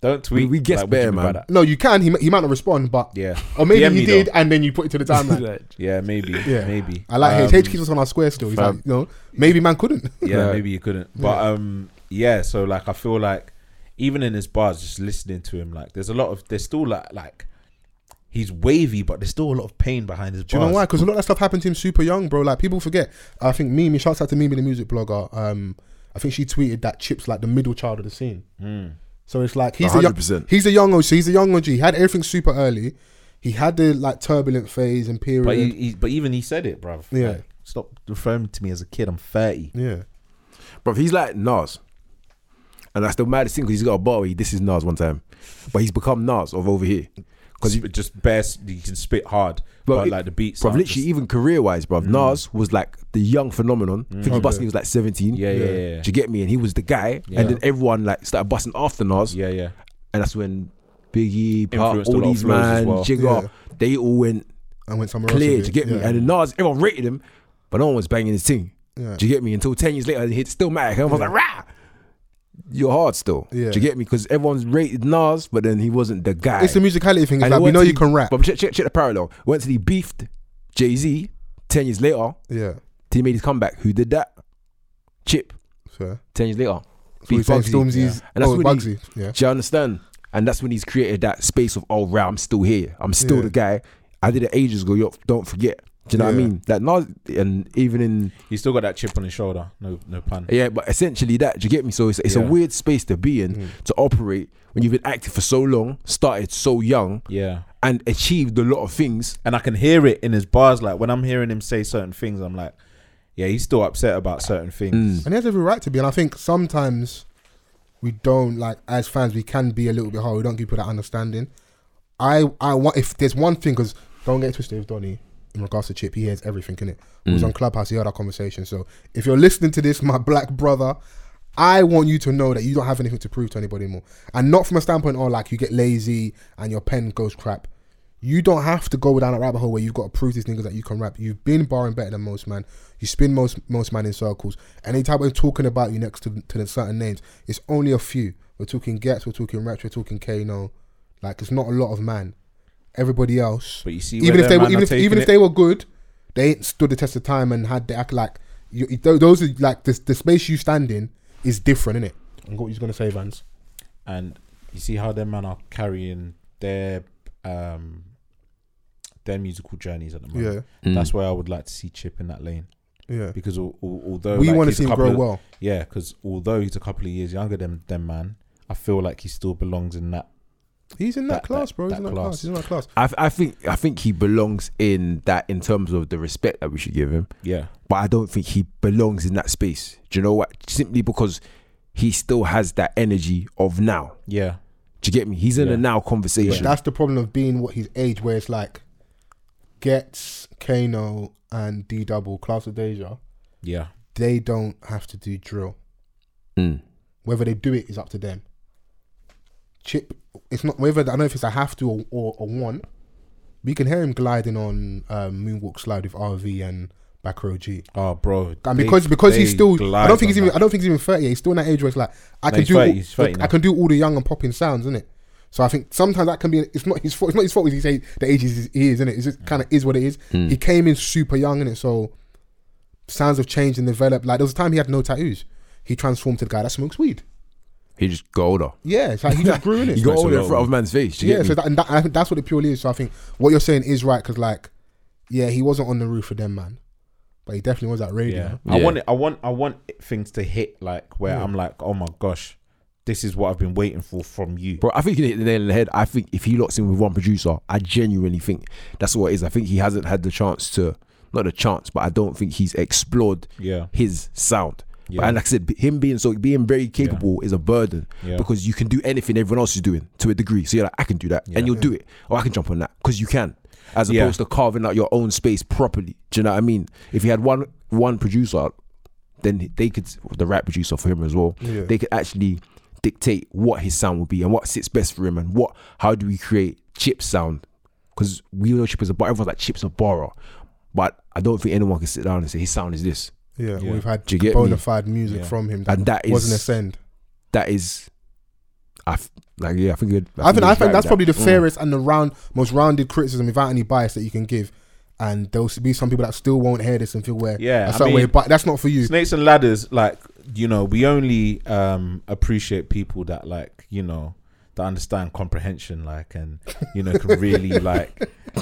C: don't tweet.
E: we, we get
C: like, what do you
E: better,
C: mean by
E: man.
C: that?
D: No, you can. He, he might not respond, but
C: Yeah,
D: or maybe
C: DM
D: he
C: me
D: did,
C: though.
D: and then you put it to the timeline.
C: Yeah, maybe.
D: Yeah.
C: maybe.
D: I like H.
C: Um,
D: H keeps us on our square still. He's like, no, maybe man couldn't.
C: yeah,
E: Yeah.
C: maybe you couldn't. But um, yeah. So like, I feel like even in his bars, just listening to him, like, there's a lot of there's still like like he's wavy, but there's still a lot of pain behind his
D: Do you
C: bars.
D: know why? Because a lot of that stuff happened to him super young, bro. Like people forget. I think Mimi, shouts out to Mimi, the music blogger. Um, I think she tweeted that Chip's like the middle child of the scene. So it's like he's a young,
E: 100%.
D: he's a young OG. He's a young OG. He had everything super early. He had the like turbulent phase and period.
C: But he, he, but even he said it, bruv.
D: Yeah.
C: Like, stop referring to me as a kid. I'm 30.
D: yeah,
E: Bro, he's like Nas. And that's the maddest thing because he's got a bar where he this is Nas one time. But he's become Nas of over here.
C: Because
E: Because
C: you just best you can spit hard,
E: Bro,
C: but
E: it-
C: like the beats.
E: Bro,
C: are
E: literally,
C: just- Mm.
E: even career wise, bro, Nas was like the young phenomenon. I think he busted, he was like 17.
C: Yeah, yeah, yeah, yeah.
E: Do you get me? And he was the guy.
C: Yeah.
E: And then everyone like started busting after Nas.
C: yeah, yeah.
E: And that's when Biggie, Pac,
C: Influenced a
E: all
C: lot of
E: these
C: flows as
E: man,
C: well.
E: Jigga,
D: Yeah.
E: they all went
D: and went somewhere
E: clear.
D: else.
E: Do you
D: with
E: get
D: it.
E: me?
D: Yeah.
E: And then Nas, everyone rated him, but no one was banging his thing.
D: Yeah.
E: Do you get me? Until 10 years later, it still mattered. Everyone was like, rah! You're hard still.
D: Yeah.
E: Do you get me? Because everyone's rated Nas, but then he wasn't the guy.
D: it's the musicality thing. It's like
E: And it
D: we
E: went
D: know
E: till
D: you
E: he-
D: can rap.
E: But check, check, check the parallel. Went to the beefed Jay Z 10 years later,
D: Yeah,
E: he made his comeback. Who did that? Chip.
D: fair.
E: 10 years later.
D: So he's
E: Beefed
D: saying
E: Bugsy.
D: Stormzy's
E: And that's
D: oh,
E: when he-
D: Bugsy. Yeah,
E: Do you understand? And that's when he's created that space of, oh, rah, I'm still here. I'm still
D: Yeah.
E: the guy. I did it ages ago. Yo, don't forget. Do you know what I
D: Yeah.
E: mean? Like Nas, and even in
C: He's still got that chip on his shoulder. No, no pun.
E: yeah, but essentially that. Do you get me? So it's, it's
C: Yeah.
E: a weird space to be in
D: Mm.
E: to operate when you've been active for so long, started so young,
C: Yeah.
E: and achieved a lot of things.
C: And I can hear it in his bars. Like when I'm hearing him say certain things, I'm like, yeah, he's still upset about certain things.
D: and he has every right to be. And I think sometimes we don't like as fans we can be a little bit hard. We don't give people that understanding. I I want if there's one thing because don't get it twisted with Donny in regards to Chip, he hears everything in it. He was on Clubhouse, he heard our conversation. So if you're listening to this, my black brother. I want you to know that you don't have anything to prove to anybody more. And not from a standpoint of like you get lazy and your pen goes crap. You don't have to go down a rabbit hole where you've got to prove these niggas that you can rap. You've been barring better than most man. You spin most most man in circles. And they type of talking about you next to to the certain names. It's only a few. We're talking Gets, we're talking Rex, we're talking Kano. Like it's not a lot of man. Everybody else,
C: But you see where
D: even if
C: them
D: they were
C: man are
D: even if, even
C: taking
D: if
C: it?
D: they were good, they ain't stood the test of time and had the act like you, you- tho- those are like the, the space you stand in is different, innit? And what you're gonna say, Vans?
C: And you see how them man are carrying their um their musical journeys at the moment.
E: Yeah. Mm.
C: That's where I would like to see Chip in that lane
D: yeah.
C: because al- al- although
D: We
C: like,
D: want to
C: he's a
D: see him
C: couple
D: grow
C: of-
D: well.
C: Yeah, because although he's a couple of years younger than them man, I feel like he still belongs in that.
D: He's in that,
C: That-
D: class,
C: that-
D: bro. He's
C: that
D: in that class.
C: class.
D: He's in that class.
E: I, I think I think he belongs in that in terms of the respect that we should give him,
C: Yeah,
E: but I don't think he belongs in that space. Do you know what? Simply because he still has that energy of now.
C: yeah.
E: Do you get me? He's in
C: Yeah.
E: a now
D: But
E: conversation.
D: that's the problem of being what his age, where it's like Gets, Kano, and D Double, Class of Deja,
C: Yeah.
D: they don't have to do drill.
E: Mm.
D: Whether they do it is up to them. Chip, it's not whether I don't know if it's a have to or, or a want. We can hear him gliding on um, moonwalk slide with RV and back row G.
C: Oh, bro.
D: And
C: they-
D: because because he's
C: they
D: still, I
C: glide
D: don't think he's
C: on
D: even,
C: that.
D: I don't think he's even thirty. yet. He's still in that age where it's like I can
C: he's
D: do,
C: 30,
D: all,
C: he's 30
D: I
C: now.
D: can do all the young and popping sounds, isn't it? So I think sometimes that can be. It's not his fault. It's not his fault. He's the age he's- he is, isn't it? It's just kind of is what it is.
C: Hmm.
D: He came in super young, in it. So sounds have changed and developed. Like there was a time he had no tattoos. He transformed to the guy that smokes weed.
E: He just got older.
D: Yeah, it's like he just grew in it.
E: He got
C: Smokes a
E: older
C: lot
E: in front
C: of
E: of man's face. do you
D: Yeah,
E: get
D: so
E: me?
D: that, and that, I think that's what it purely is. So I think what you're saying is right because, like, yeah, he wasn't on the roof with them, man, but he definitely was at
C: Yeah.
D: radio.
C: I
E: Yeah.
C: want it. I want. I want things to hit like where I'm like, oh my gosh, this is what I've been waiting for from you.
E: Bro, I think you hit the nail on the head. I think if he locks in with one producer, I genuinely think that's what it is. I think he hasn't had the chance to, not the chance, but I don't think he's explored
C: Yeah.
E: his sound. But-
C: Yeah.
E: and like I said, him being so being very capable is a burden
C: Yeah.
E: because you can do anything everyone else is doing to a degree. So you're like, I can do that, and you'll do it, or I can jump on that because you can, as
C: Yeah.
E: opposed to carving out your own space properly. Do you know what I mean? If you had one one producer, then they could the right producer for him as well. They could actually dictate what his sound will be and what sits best for him and what how do we create chip sound because we know chip is a bar. Everyone's like chips a borrower, but I don't think anyone can sit down and say his sound is this.
D: Yeah, we've had
E: Do you get
D: bona
E: me?
D: fide music
C: Yeah.
D: from him that,
E: And that is-
D: wasn't a send.
E: that is, I f- like yeah, I think you'd,
D: I think I
E: you'd
D: think
E: like
D: that's
E: that.
D: probably the
E: Mm.
D: fairest and the round most rounded criticism without any bias that you can give. And there'll be some people that still won't hear this and feel where
C: Yeah,
D: a
C: I
D: certain way,
C: mean-
D: but that's not for you.
C: Snakes and ladders, like you know, we only um appreciate people that like you know that understand comprehension, like and you know can really like uh,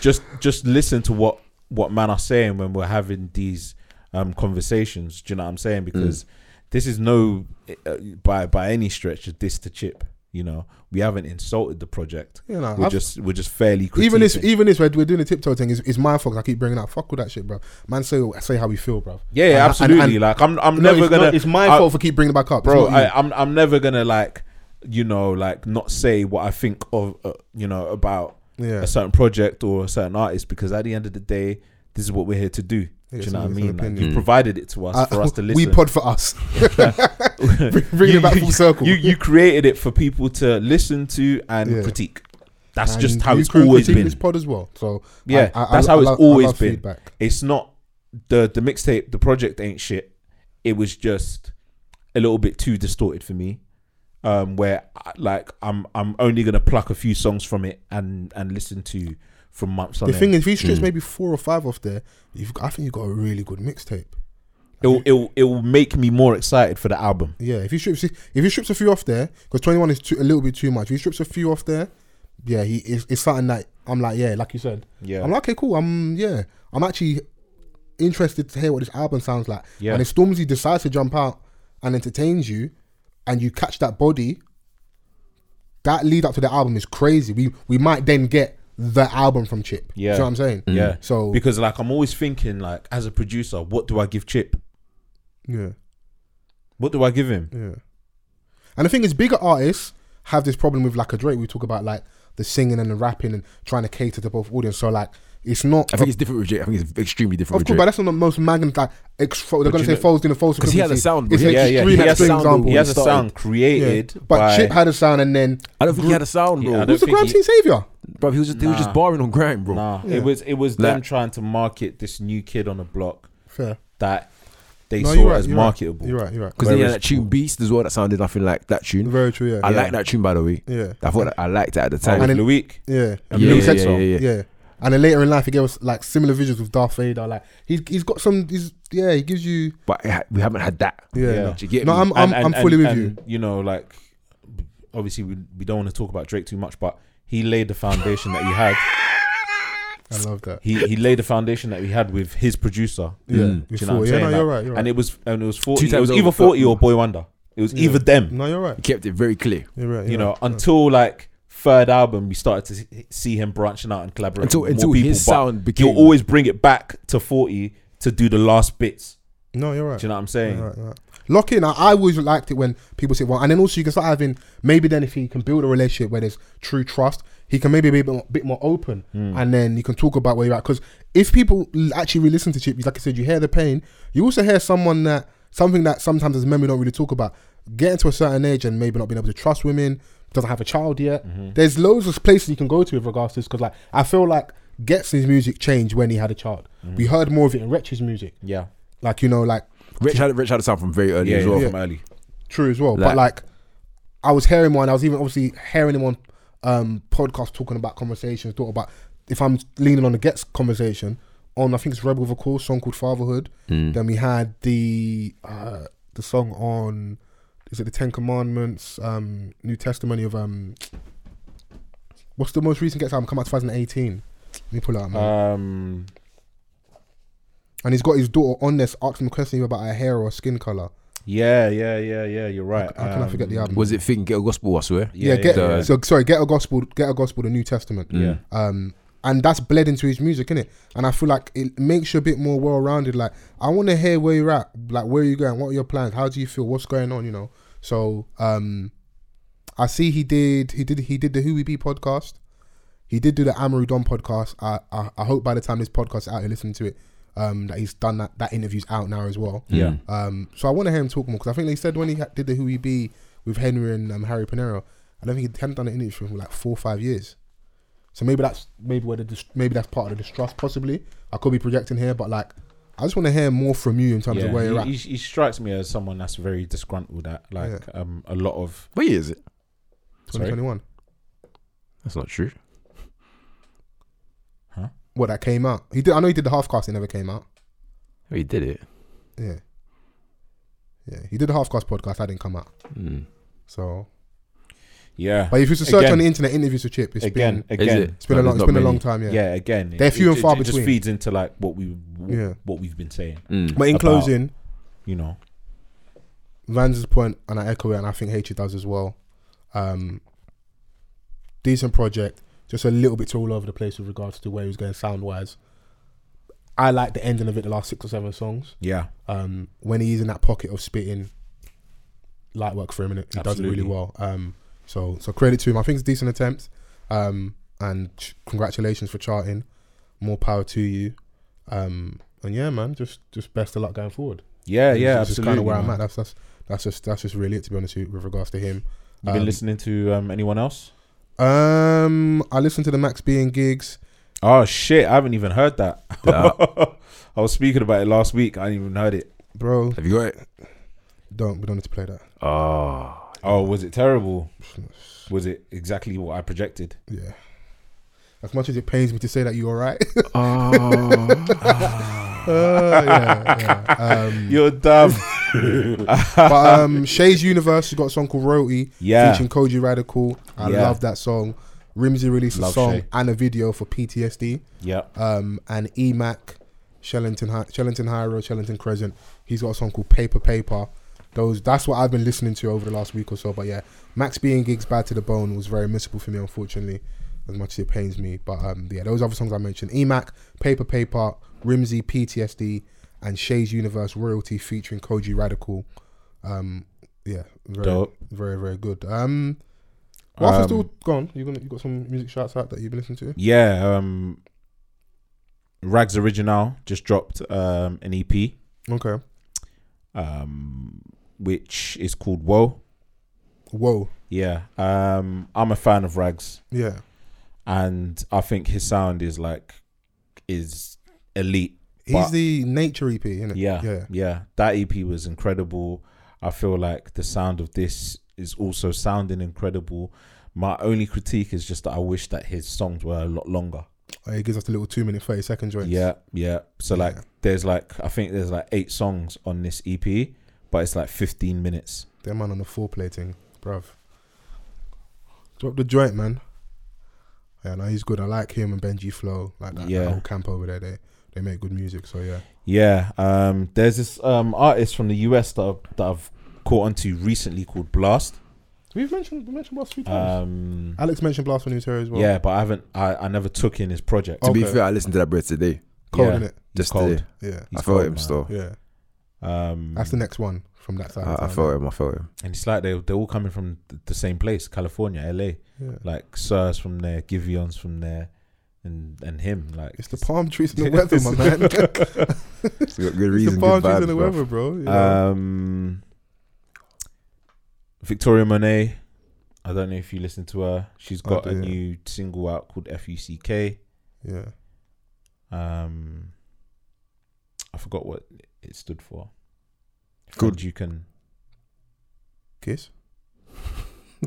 C: just just listen to what what man are saying when we're having these um conversations. Do you know what I'm saying? Because this is no uh, by by any stretch a diss to chip. You know, we haven't insulted the project.
D: You know,
C: we're
D: I've-
C: just we're just fairly
D: even this,
C: critiquing.
D: even this, we're, we're doing the tiptoe thing. Is, is my fault? 'cause I keep bringing up. Fuck all that shit, bro. Man, say say how we feel, bro.
C: yeah, yeah, absolutely. like I'm I'm
D: no,
C: never
D: it's,
C: gonna.
D: not- it's my
C: I-
D: fault for keep bringing it back up, It's
C: bro.
D: not you.
C: I, I'm I'm never gonna like, you know, like not say what I think of, uh, you know, about
D: Yeah.
C: a certain project or a certain artist because at the end of the day, this is what we're here to do. do
D: it's
C: you know
D: an-
C: what I
D: it's an
C: mean? Like,
D: opinion.
C: you provided it to us
D: I-
C: for us to
D: We
C: listen.
D: pod for us. Bringing
C: You-
D: it back full
C: you-
D: circle.
C: You you created it for people to listen to and
D: Yeah.
C: critique. That's
D: And
C: just how
D: you
C: it's
D: can
C: always
D: critique
C: been.
D: This pod as well. So
C: Yeah,
D: I- I-
C: that's
D: I-
C: how
D: I
C: it's
D: love- I
C: always
D: love
C: been.
D: feedback.
C: It's not the the mixtape, the project ain't shit. It was just a little bit too distorted for me. Um, where I, like I'm I'm only gonna pluck a few songs from it and and listen to from months on
D: The thing
C: end.
D: is, if he strips maybe four or five off there, you've got, I think you've got a really good mixtape.
C: it'll it'll it'll make me more excited for the album.
D: Yeah, if he strips, if he strips a few off there, because twenty one is too, a little bit too much. If he strips a few off there, yeah, he it's, it's something that I'm like, yeah, like you said,
C: Yeah.
D: I'm like, okay, cool. I'm yeah, I'm actually interested to hear what this album sounds like.
C: Yeah.
D: and if Stormzy decides to jump out and entertains you, and you catch that body, that lead up to the album is crazy. We we might then get the album from Chip. Do you
C: Yeah.
D: know what I'm saying.
C: Yeah.
D: So
C: Because like I'm always thinking like as a producer, what do I give Chip?
D: yeah.
C: What do I give him?
D: Yeah. And the thing is, bigger artists have this problem with like a Drake. We talk about like the singing and the rapping and trying to cater to both audience. So like, it's not.
E: I think it's different with Jay. I think it's extremely different
D: of course,
E: with Jay.
D: but that's not the most magnet. Like, ex- fo- they're
C: But
D: gonna
C: you
D: say
C: know-
D: false in a false.
E: 'Cause he had a sound,
D: It's
E: bro.
D: an
E: Yeah,
D: extreme
C: He has a
D: extreme
E: sound,
D: example.
C: he has a
E: Started.
C: sound
D: Yeah.
C: created
D: But
C: by
D: Chip had a sound, and then
E: I don't think he had a sound, bro.
C: Yeah, I don't
D: who's the
C: think
D: Grand
C: he-
D: Team Savior?
E: bro, he was just he was just
C: Nah.
E: barring on grime, bro.
C: Nah,
D: Yeah.
C: it was it was
E: Like-
C: them trying to market this new kid on the block
D: Fair.
C: that they
D: No,
C: saw
D: you're right.
C: as
D: You're
C: marketable.
D: right. You're right. You're right.
E: Because then he had
C: Whereas-
E: that tune Beast as well. That sounded nothing like that tune.
D: Very true. Yeah.
E: I
D: yeah.
E: like that tune, by the way.
D: Yeah.
E: I thought I liked it at the time.
C: And
D: then-
C: in the week,
D: Yeah.
C: And Lil
E: yeah,
C: Sex
E: yeah,
C: song.
E: yeah, yeah.
D: Yeah. And then later in life, he gave us like similar visuals with Darth Vader. Like he's he's got some. He's yeah. He gives you
E: But it ha- we haven't had that.
D: yeah.
C: Yeah.
D: no.
E: Do you get
D: No,
E: me?
D: I'm I'm,
C: And-
D: I'm
C: and-
D: fully with
C: and,
D: you.
C: You know, like obviously we, we don't want to talk about Drake too much, but he laid the foundation that he had.
D: I love that.
C: He he laid the foundation that he had with his producer.
D: Yeah,
C: Do
E: Mm.
C: you
D: before.
C: know what I'm
D: yeah,
C: saying?
D: no,
C: Like,
D: you're right. You're right.
C: And it was and it was forty.
E: Two
C: It was
E: times
C: either
E: over.
C: forty or Boy Wonder. It was either them.
D: no, you're right.
E: He kept it very clear
D: You're right. You're
C: you know,
D: right.
C: until like third album, we started to s- see him branching out and collaborating.
E: until
C: with
E: until
C: more people,
E: his
C: but
E: sound became.
C: he'll always bring it back to forty to do the last bits.
D: no, you're right.
C: Do you know what I'm saying?
D: You're right, you're right. Lock in. I, I always liked it when people say, "Well," and then also you can start having maybe then if he can build a relationship where there's true trust, he can maybe be a bit more, bit more open, and then you can talk about where you're at. Because if people l- actually re-listen to Chip, like I said, you hear the pain. You also hear someone that something that sometimes as men we don't really talk about. Getting to a certain age and maybe not being able to trust women, doesn't have a child yet. There's loads of places you can go to with regards to this. Because like I feel like Getson's music changed when he had a child. We heard more of it in Wretch's music.
C: Yeah.
D: Like you know, like
H: Rich had Rich had a sound from very early
C: Yeah,
H: as well.
C: from early.
D: true as well.
H: Like-
D: but like, I was hearing one. I was even obviously hearing him on um podcasts talking about conversations, talking about if I'm leaning on the gets conversation on. I think it's Rebel with a Call song called Fatherhood. Then we had the uh the song on is it the Ten Commandments, um New Testimony of um what's the most recent gets album come out 2018. Let me pull it out. man.
C: Um,
D: and he's got his daughter on this asking him a question about her hair or skin color.
C: yeah, yeah, yeah, yeah. You're right.
D: How can I forget the
C: Um,
D: album?
H: Was it Thing Get a Gospel? I swear.
D: yeah,
C: yeah,
D: get
C: yeah.
D: so sorry get a gospel get a gospel the new testament
C: Yeah.
D: um and that's bled into his music innit? and i feel like it makes you a bit more well-rounded like i want to hear where you're at like where are you going what are your plans how do you feel what's going on you know so um i see he did he did he did the who we be podcast he did do the amaru don podcast I, I i hope by the time this podcast is out you're listening to it um that he's done that that interview's out now as well
C: Yeah.
D: um, so I want to hear him talk more because I think they said when he ha- did the Who He Be with Henry and um, Harry Panero, I don't think he hadn't done an interview for like four or five years. So maybe that's maybe where the dis- maybe that's part of the distrust. Possibly, I could be projecting here, but like I just want to hear more from you in terms of where you're
C: Yeah.
D: at.
C: He, he, he strikes me as someone that's very disgruntled at like um a lot of
H: What year is it?
D: 2021,
H: That's not true.
D: what that came out. He did. I know he did the half cast. It never came out.
H: Oh, He did it.
D: Yeah, yeah. He did the half cast podcast. That didn't come out.
E: Hmm.
H: Mm.
D: So,
C: yeah.
D: but if you was to search
C: Again.
D: on the internet interviews with Chip, it's
C: again,
D: been
C: again,
H: Is it?
D: it's been a
H: No,
D: long
H: there's
D: it's been
H: not
D: a long
H: many.
D: time. Yeah.
C: yeah, again.
D: They're
C: it-
D: few
C: it-
D: and far
C: it just
D: between.
C: feeds into like what we w-
D: Yeah.
C: what we've been saying.
E: Hmm.
H: Mm.
D: But in
C: About-
D: closing,
C: You know.
D: Van's point, and I echo it, and I think Hatred does as well. Um, decent project, just a little bit too all over the place with regards to where he was going sound wise. I like the ending of it, the last six or seven songs.
C: Yeah.
D: Um, when he's in that pocket of spitting, light work for a minute, he does it
C: Absolutely.
D: really well. Um, so so credit to him. I think it's a decent attempt, um, and ch- congratulations for charting. More power to you. Um, and yeah, man, just just best of luck going forward.
C: Yeah. Yeah.
D: This is
C: absolutely.
D: kind of where I'm
C: man.
D: at. That's that's that's just that's just really it to be honest with, you, with regards to him.
C: You been
D: Um,
C: listening to um, anyone else?
D: Um, I listened to the Max B and gigs.
C: Oh shit! I haven't even heard that.
H: Yeah.
C: I was speaking about it last week. I didn't even heard it.
D: Bro,
H: Have you got it?
D: don't we don't need to play that.
H: Oh,
C: Oh, was it terrible? Was it exactly what I projected?
D: Yeah. As much as it pains me to say that you're alright.
C: Ah.
D: uh, yeah, yeah. Um,
C: You're dumb.
D: but um, Shay's Universe has got a song called Royalty
C: Yeah.
D: featuring Koji Radical. I
C: Yeah.
D: love that song. Rimsy released
C: Love
D: a song
C: Shay.
D: and a video for PTSD.
C: yeah.
D: um, and Emac, Shellington, Hi- Shellington High Road, Shellington Crescent. He's got a song called Paper Paper. Those that's what I've been listening to over the last week or so. But yeah, Max being gigs bad to the bone was very missable for me, unfortunately, as much as it pains me. But um, yeah, those other songs I mentioned: Emac, Paper Paper, Rimsey, PTSD, and Shay's Universe Royalty featuring Koji Radical. Um, yeah, very,
C: Dope.
D: very, very good. Um, whilst
C: Um,
D: it's all gone, you gonna you got some music shouts out that you've been listening to?
C: Yeah. Um, Rags Original just dropped um, an EP,
D: Okay.
C: um, which is called Whoa.
D: Whoa.
C: Yeah. Um, I'm a fan of Rags,
D: Yeah.
C: and I think his sound is like is elite.
D: He's
C: But-
D: the nature EP, isn't it?
C: Yeah,
D: Yeah.
C: yeah, That EP was incredible. I feel like the sound of this is also sounding incredible. My only critique is just that I wish that his songs were a lot longer.
D: Uh, He gives us the little two minute thirty second joint.
C: Yeah, yeah. So like, there's like I think there's like eight songs on this EP, but it's like 15 minutes.
D: That man on the four plating, bruv. Drop the joint, man. Yeah, no, he's good. I like him and Benji Flow. Like that,
C: Yeah.
D: that whole camp over there. They they make good music. So yeah.
C: Yeah. Um. There's this um artist from the US that I've, that I've caught onto recently called Blast.
D: We've mentioned we mentioned Blast a few times.
C: Um.
D: Alex mentioned Blast when he was here as well.
C: Yeah, but I haven't. I, I never took in his project.
D: Oh,
H: to be
D: Okay.
H: fair, I listened to that bread today.
D: Cold
C: yeah.
D: in it.
H: Just
C: cold.
H: today.
D: Yeah.
C: He's
H: I felt
C: cold,
H: him
C: man.
H: still.
D: Yeah.
C: Um,
D: That's the next one from that side.
E: I, I
D: of
E: felt
D: town.
E: him. I felt him.
C: and it's like they they're all coming from th- the same place, California, LA.
D: Yeah.
C: Like Sirs from there, Givion's from there, and and him. Like
D: It's the palm trees and the weather, my man. It's
E: It's got good
D: the
E: reason.
D: palm
E: Good
D: trees and the
E: vibes, bro.
D: weather, bro. you know.
C: Um, Victoria Monet. I don't know if you listen to her. She's
D: I
C: got
D: do,
C: a
D: yeah.
C: new single out called F.U.C.K.
D: yeah.
C: Um, I forgot what it stood for.
E: Good.
C: Friends you can.
D: Kiss.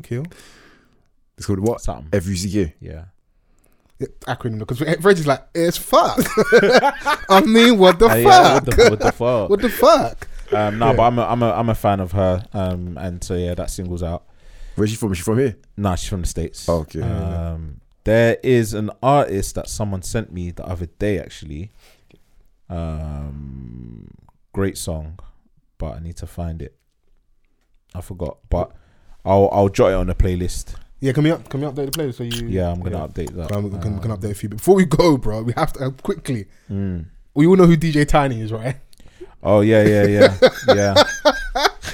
D: Kill.
E: It's called what?
C: Something.
E: FUCK.
C: yeah.
D: Yeah, acronym because Reggie's like, it's fuck. I mean, what the
C: Uh,
D: fuck?
C: yeah, what the, what the fuck?
D: What the fuck?
C: Um, no,
D: Yeah.
C: but I'm a, I'm a I'm a fan of her. Um, and so yeah, that single's out.
E: Where's she from? Is she from here?
C: Nah, she's from the states.
E: Okay.
D: Uh.
C: Um, there is an artist that someone sent me the other day actually. Um, great song, but I need to find it. I forgot, but I'll I'll jot it on the playlist.
D: Yeah, can we up? Can we update the playlist? So you?
C: Yeah, I'm gonna update that.
D: Can, we can, can
C: Um,
D: update a few. Before we go, bro, we have to uh, quickly.
C: mm.
D: We all know who DJ Tiny is, right?
C: Oh yeah, yeah, yeah, yeah.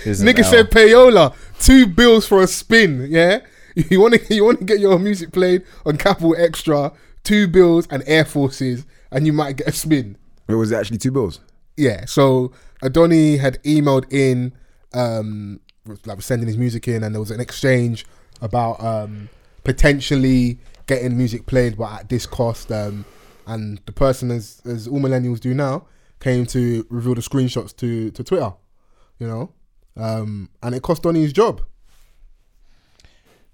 C: Here's an L.
D: Nigga said payola, two bills for a spin. Yeah, you want to you want to get your music played on Capital Extra, two bills and Air Forces, and you might get a spin.
E: Where was it actually two bills?
D: Yeah. So Adoni had emailed in, um, was- like was sending his music in, and there was an exchange about um, potentially getting music played, but at this cost. Um, and the person, as as all millennials do now, came to reveal the screenshots to to Twitter, you know, um, and it cost Donny his job.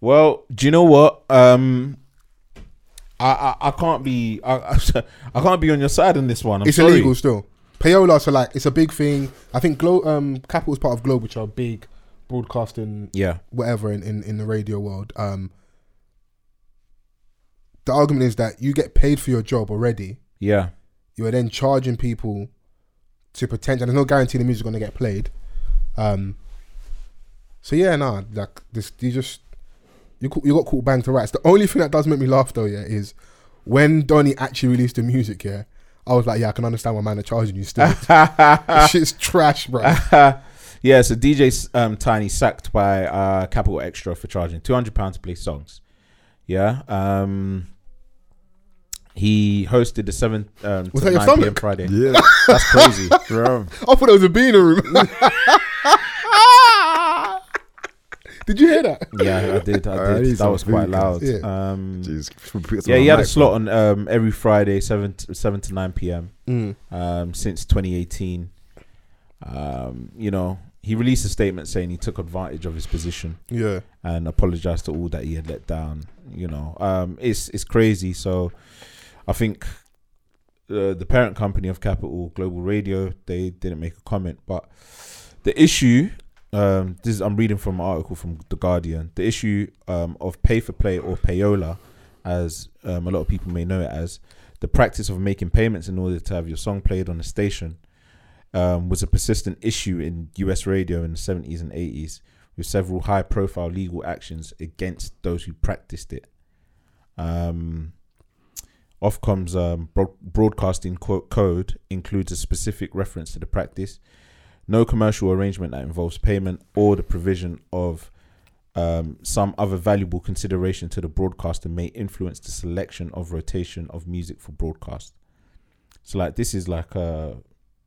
C: Well, do you know what? Um, I I, I can't be I, I can't be on your side on this one. I'm
D: it's
C: sorry.
D: illegal still. Payola, so like it's a big thing. I think Glo- um, Capital's part of Globe, which are big broadcasting
C: Yeah,
D: whatever in, in, in the radio world, um, the argument is that you get paid for your job already.
C: yeah,
D: You are then charging people to potential. There's no guarantee the music's going to get played. Um, so yeah, nah, like this, you just you cau- you got caught bang to rights. The only thing that does make me laugh though, yeah, is when Donny actually released the music. Yeah, I was like, yeah, I can understand why man are charging you still. This shit's trash, bro.
C: yeah. So DJ um, Tiny sacked by uh, Capital Extra for charging two hundred pounds to play songs. Yeah. Um, he hosted the seven um,
D: Was
C: to
D: that your
C: 9
D: stomach?
C: PM Friday.
E: Yeah.
C: That's crazy.
E: Bro.
D: I thought it was a bee in the room. Did you hear that?
C: yeah, I did. I
E: I
C: did.
E: need
C: that
E: some
C: was quite
E: food,
C: loud.
D: guys.
C: Um,
E: Jeez.
C: yeah, he had a slot on um, every Friday, seven to, seven to nine p.m.
D: Mm.
C: um, since 2018. Um, you know, he released a statement saying he took advantage of his position
D: Yeah.
C: and apologized to all that he had let down. You know, um, it's it's crazy. So, I think uh, the parent company of Capital Global Radio they didn't make a comment, but the issue. Um, this is, I'm reading from an article from The Guardian. The issue um, of pay for play or payola, as um, a lot of people may know it as, the practice of making payments in order to have your song played on a station, um, was a persistent issue in US radio in the 70s and 80s with several high profile legal actions against those who practiced it. Um, Ofcom's um, bro- broadcasting co- code includes a specific reference to the practice. No commercial arrangement that involves payment or the provision of um, some other valuable consideration to the broadcaster may influence the selection of rotation of music for broadcast. So, like, this is like a,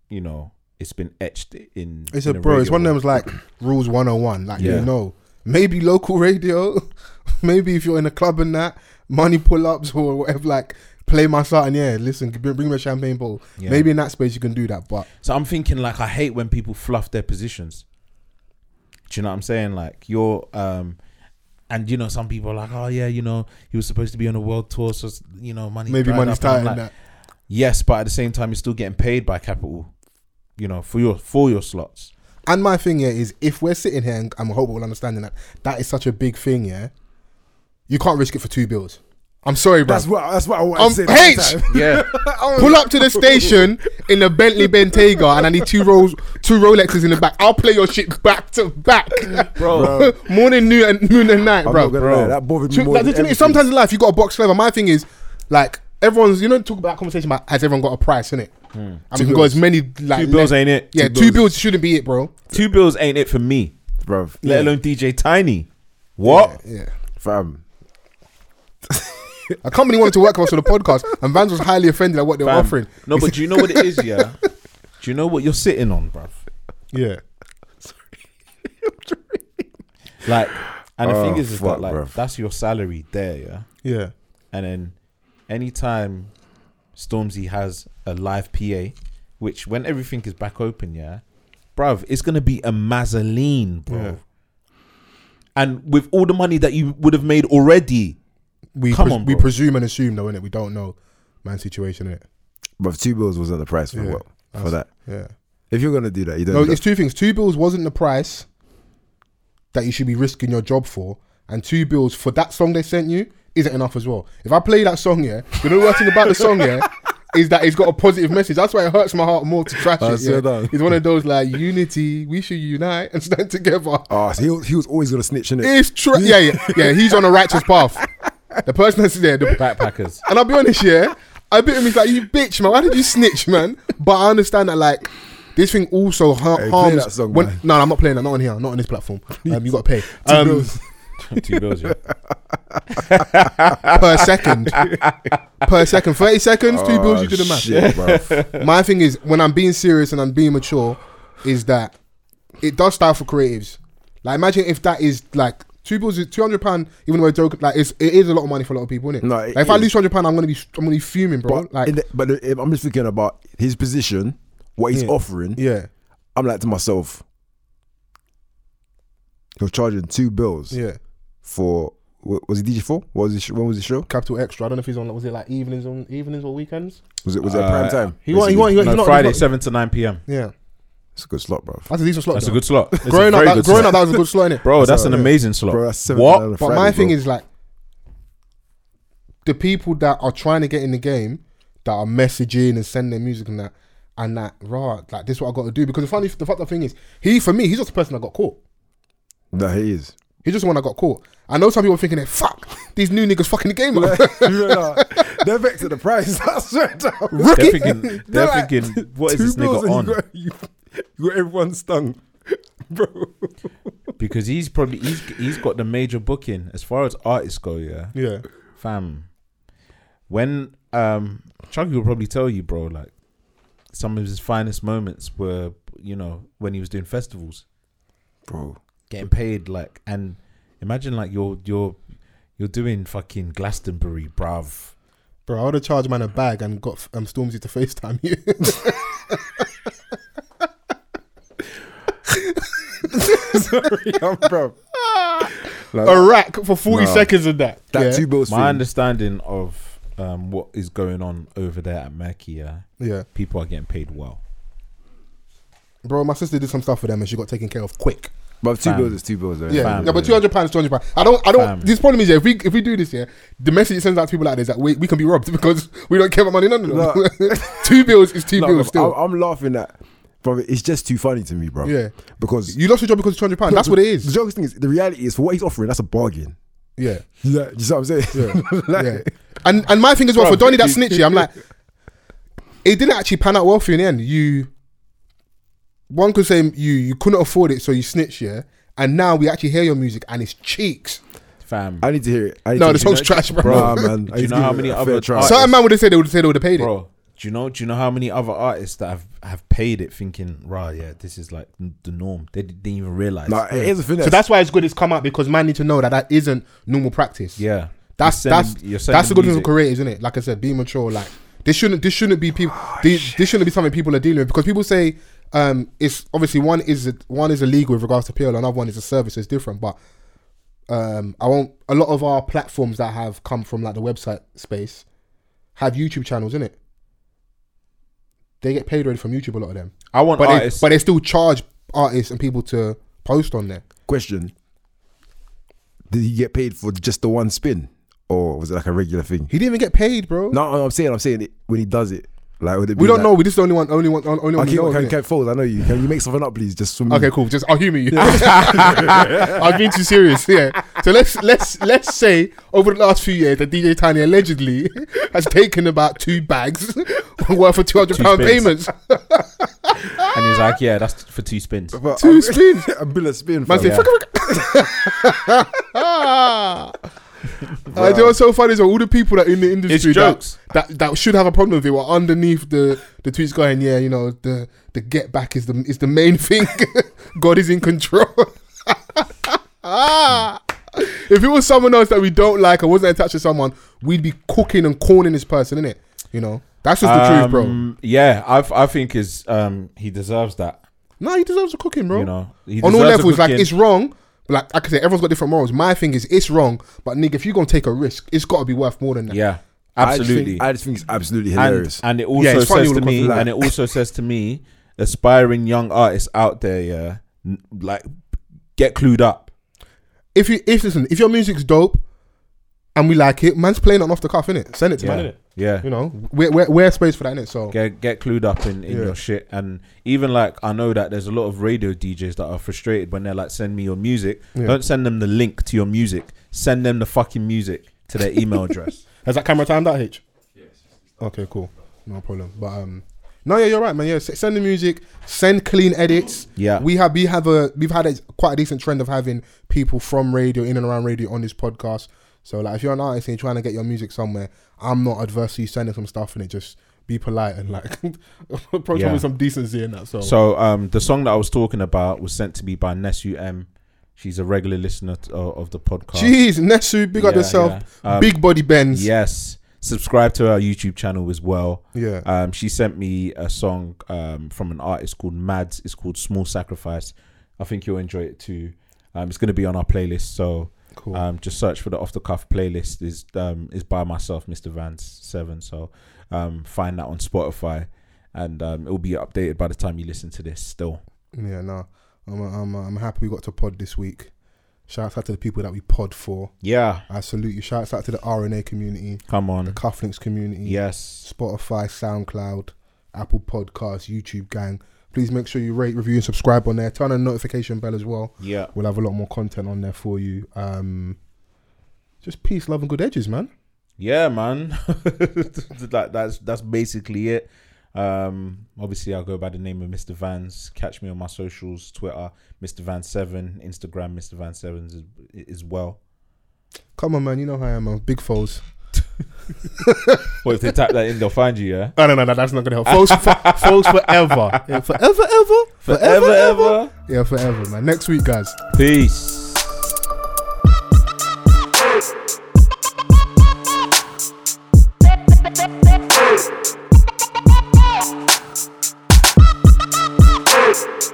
C: you know, it's been etched in.
D: It's
C: in
D: a
C: the
D: bro. It's
C: radio
D: one of them's like rules 101. Like,
C: Yeah.
D: you know, maybe local radio, maybe if you're in a club and that, money pull ups or whatever, like play my song and yeah, listen, bring bring me a champagne bottle.
C: Yeah.
D: Maybe in that space you can do that, but
C: So I'm thinking like I hate when people fluff their positions. Do you know what I'm saying? Like you're um and you know some people are like, Oh yeah, you know, he was supposed to be on a world tour, so s- you know, money
D: maybe
C: dried
D: money's
C: up." And I'm
D: tight and
C: like,
D: that.
C: Yes, but at the same time you're still getting paid by Capital, you know, for your for your slots.
D: And my thing here is if we're sitting here and I'm hopeful understanding that that is such a big thing, yeah, you can't risk it for two bills. I'm sorry, bro.
E: That's what, that's what I want
D: Um,
E: to say.
D: H,
C: Yeah.
D: pull up to the station in the Bentley Bentayga, and I need two rolls, two Rolexes in the back. I'll play your shit back to back,
C: Bro.
D: Morning, noon, and noon and night,
E: I'm
D: bro.
E: not gonna
C: bro.
E: lie, that bothered me
D: Two-
E: more
D: like,
E: than
D: the thing is,
E: everything.
D: sometimes in life you got a box clever. My thing is, like, everyone's you know talk about conversation about has everyone got a price in it? And we can go
E: bills.
D: as many like
C: Hmm. Two bills
D: le-
C: ain't it.
D: yeah,
C: Two
D: two, bills shouldn't be it, bro.
C: two bills ain't it for me.
E: bro.
C: Let alone DJ Tiny. What?
D: Yeah.
E: Fam.
D: A company wanted to work with us for the podcast, and Vans was highly offended at what they were
C: Fam.
D: offering.
C: No, but do you know what it is, yeah? Do you know what you're sitting on, bruv?
D: Yeah.
C: Like, and the
E: Oh,
C: thing is, is
E: fuck,
C: that like
E: bruv.
C: that's your salary there, yeah.
D: Yeah.
C: And then anytime Stormzy has a live PA, which when everything is back open, yeah, bruv, it's gonna be a mazzoline, bro.
D: Yeah.
C: And with all the money that you would have made already,
D: We
C: Come
D: pres-
C: on,
D: we
C: bro.
D: presume and assume though, innit? We don't know man's situation, innit?
E: But two bills wasn't the price for
D: Yeah,
E: what for
D: that's-
E: that.
D: Yeah.
E: If you're gonna do that, you don't.
D: No,
E: do
D: it's two things. Two bills wasn't the price that you should be risking your job for, and two bills for that song they sent you isn't enough as well. If I play that song, yeah, you know the worst thing about the song, yeah, is that it's got a positive message. That's why it hurts my heart more to trash
E: I
D: it.
E: see
D: Yeah.
E: that.
D: It's one of those like unity. We should unite and stand together.
E: oh, so he, was- he was always gonna snitch in it.
D: It's true. Yeah, yeah, yeah. He's on a righteous path. The person that's there, the,
C: backpackers.
D: and I'll be honest, yeah. I bit him. He's like, "You bitch, man. Why did you snitch, man?" But I understand that, like, this thing also har-
E: Hey, play
D: harms.
E: that song, man.
D: No, I'm not playing that. Not on here. Not on this platform. Um, you got to pay um,
E: bills.
C: two bills, yeah.
D: per second. per second, thirty seconds, two bills. You do the math.
E: Ah, Oh, Shit, bro.
D: My thing is, when I'm being serious and I'm being mature, is that it does style for creatives. Like, imagine if that is like two bills, two hundred pound. Even though I joke, like, it's, it is a lot of money for a lot of people, isn't it?
E: No, it
D: like, if I
E: is.
D: lose two hundred pound, I'm gonna be, I'm gonna be fuming, bro.
E: But
D: like,
E: in the, but the- I'm just thinking about his position, what he's
D: Yeah.
E: offering.
D: yeah,
E: I'm like to myself, you're charging two bills
D: yeah.
E: for wa- was it DJ four? What was his sh- when was his show?
D: Capital Extra. I don't know if he's on. Was it like evenings on evenings or weekends?
E: Was it was it
C: Uh,
E: prime time?
D: He won't- he won't- he
E: Basically.
D: won't-
C: No,
D: not-
C: Friday,
D: he's not-
C: seven to nine p.m.
D: Yeah,
E: It's a good slot, bro.
D: that's a decent slot.
C: That's a
D: though.
C: good slot. That's a
D: growing up,
C: very
D: that,
C: good
D: growing
C: slot.
D: up, that was a good slot, innit?
C: bro, that's an
D: yeah.
C: amazing slot.
E: Bro, that's seven
C: what?
E: down on
D: But
E: Friday,
D: my thing
E: bro.
D: is like the people that are trying to get in the game that are messaging and sending music and that and that raw like this is what I got to do because the funny the fucked up thing is he for me he's just the person that got caught.
E: no, he is.
D: He's just the one that got caught. I know some people are thinking, "Fuck, these new niggas fucking the game up."
E: they're vexed at the price. That's right.
C: They're
D: Rookie.
C: thinking, they're thinking, what is this nigga on?
E: You got, everyone stung, bro.
C: because he's probably he's he's got the major booking as far as artists go. Yeah,
D: yeah,
C: fam. When um Chucky will probably tell you, bro, like some of his finest moments were, you know, when he was doing festivals,
E: Bro,
C: getting paid, like, and imagine like you're you're you're doing fucking Glastonbury, bruv.
D: bro, I would have charged man a bag and got um, Stormzy to Facetime you.
E: sorry, I'm, bro.
C: Uh,
E: Like,
D: a rack for 40
E: Nah.
D: seconds of that.
E: that
D: yeah.
E: two bills.
C: My
E: thing,
C: understanding of um what is going on over there at Merky, yeah,
D: yeah.
C: people are getting paid well.
D: Bro, my sister did some stuff for them and she got taken care of quick.
E: but two
C: Fam.
E: bills is two bills. Though.
D: Yeah.
C: Fam.
D: no, but 200 pounds, 200 pounds. I don't, I don't,
C: Fam.
D: this problem is, yeah, if we, if we do this, yeah, the message it sends out to people like this, that we, we can be robbed because we don't care about money. No, no, no. two bills is two
E: No,
D: bills
E: no,
D: still.
E: I'm, I'm laughing at, bro. It's just too funny to me, bro.
D: yeah.
E: because
D: You lost your job because of 200 pounds. That's what it
E: The
D: is.
E: joke thing is, the reality is for what he's offering, that's a bargain.
D: Yeah.
E: Yeah, you see what I'm saying? Like,
D: yeah. And, and my thing as well, for Donny that snitchy, I'm like, it didn't actually pan out well for you in the end. You, one could say you, you couldn't afford it, so you snitch, yeah. And now we actually hear your music and it's cheeks.
C: Fam.
E: I need to hear it. I need
D: No,
E: to
D: the
E: hear
D: song's
E: it.
D: trash, bro.
E: Nah, man.
C: Do you know how many other
E: tracks?
D: Certain man would have said they would say they would have paid it.
C: bro. Do you know? Do you know how many other artists that have have paid it thinking, "Rah, yeah, this is like n- the norm." They d- didn't even realize.
E: Nah, it is a finesse.
D: So that's why it's good it's come out because man need to know that that isn't normal practice.
C: yeah,
D: that's
C: You're sending-
D: that's
C: you're sending
D: that's the good thing
C: music.
D: for creators, isn't it? Like I said, be mature. Like this shouldn't this shouldn't be people. this, this shouldn't be something people are dealing with because people say um, it's obviously one is one is illegal with regards to PL, another one is a service. so It's different, but um, I won't. A lot of our platforms that have come from like the website space have YouTube channels in it. They get paid already from YouTube. A lot of them,
C: I want
D: but they,
C: artists.
D: but they still charge artists and people to post on there.
E: Question Did he get paid for just the one spin? Or was it like a regular thing?
D: He didn't even get paid, bro.
E: No, I'm saying, I'm saying it when he does it. Like, would it be
D: We don't
E: like-
D: know. We just the only one, only one, only one. we
E: Okay,
D: know,
E: okay,
D: innit?
E: okay, fold. I know you. Can you make something up, please? Just some.
D: Okay, cool. Just I'll humor you. I've been too serious. Yeah. So let's let's let's say over the last few years that DJ Tiny allegedly has taken about two bags worth of two hundred
C: Two
D: pound
C: spins.
D: payments.
C: And he's like, yeah, that's for two spins.
E: But
D: Two spins.
E: a bill of spin.
D: Man
E: fam.
D: said,
E: Yeah.
D: "Fuck, Ah. I do what's so funny is all the people that in the industry
C: It's
D: that-
C: jokes.
D: That, that should have a problem with it were underneath the, the tweets going, yeah, you know, the the get back is the is the main thing. God is in control. Ah. if it was someone else that we don't like or wasn't attached to someone, we'd be cooking and corning this person, innit? You know? That's just the truth, bro.
C: Um, Yeah, I I think is um he deserves that.
D: No, he deserves a cooking, bro.
C: You know, he
D: on all
C: deserves a
D: levels.
C: good
D: Like
C: kid.
D: it's wrong. But like I can say, everyone's got different morals. My thing is, it's wrong. But nigga, if you're gonna take a risk, it's got to be worth more than that.
C: yeah,
E: I just think-
C: absolutely.
E: I just think, it's absolutely
C: and,
E: hilarious.
C: and it also
D: Yeah, it's funny
C: says
D: all
C: to
D: across
C: me,
D: the
C: and it also says to me, aspiring young artists out there, yeah, n- like get clued up.
D: If you, if listen, if your music's dope, and we like it, man's playing it off the cuff, innit? Send it to
C: Yeah,
D: man, innit?
C: yeah.
D: You know, we're, we're, we're space for that, innit? So
C: Get get clued up in, in
D: Yeah.
C: your shit, and even like I know that there's a lot of radio DJs that are frustrated when they're like, "Send me your music."
D: Yeah.
C: Don't send them the link to your music. Send them the fucking music to their email address.
D: has that camera timed out, H? Okay, cool, no problem. But um, no, yeah, you're right, man. Yeah, s- send the music, send clean edits.
C: Yeah.
D: we have we have a we've had a quite a decent trend of having people from radio in and around radio on this podcast. So like, if you're an artist and you're trying to get your music somewhere, I'm not adverse to you sending some stuff and it just be polite and like approach them
C: Yeah.
D: with some decency in that. So,
C: So um, the song that I was talking about was sent to me by Nesu M. She's a regular listener to, of of the podcast.
D: jeez, Nesu, big up
C: Yeah,
D: yourself,
C: yeah. Um,
D: big body bends.
C: Yes. Subscribe to our YouTube channel as well.
D: Yeah.
C: Um, she sent me a song um, from an artist called Mads. It's called Small Sacrifice. I think you'll enjoy it too. Um, it's going to be on our playlist. So
D: Cool.
C: um, just search for the off the cuff playlist. is um, is by myself, Mr. Vance Seven. So um, find that on Spotify, and um, it will be updated by the time you listen to this. Still,
D: Yeah, no, I'm I'm I'm happy we got to pod this week. Shouts out to the people that we pod for.
C: yeah.
D: I salute you. Shouts out to the RNA community,
C: Come
D: the
C: on.
D: Cufflinks community.
C: Yes.
D: Spotify, SoundCloud, Apple Podcasts, YouTube gang. Please make sure you rate, review, and subscribe on there. Turn on the notification bell as well.
C: Yeah.
D: We'll have a lot more content on there for you. Um, just peace, love, and good edges, man.
C: Yeah, man. that, that's that's basically it. Um, obviously, I'll go by the name of Mr. Vans. Catch me on my socials: Twitter, Mr. Van Seven, Instagram, Mr. Van Sevens as, as well.
D: Come on, man. You know how I am, man. Big foes.
C: Well, if they tap that in, they'll find you. Yeah.
D: Oh, no, no, no, that's not going to help. Foes, fo- foes forever. Yeah, forever, ever.
C: Forever, ever.
D: Yeah, forever, man. Next week, guys.
C: Peace.
I: Hey!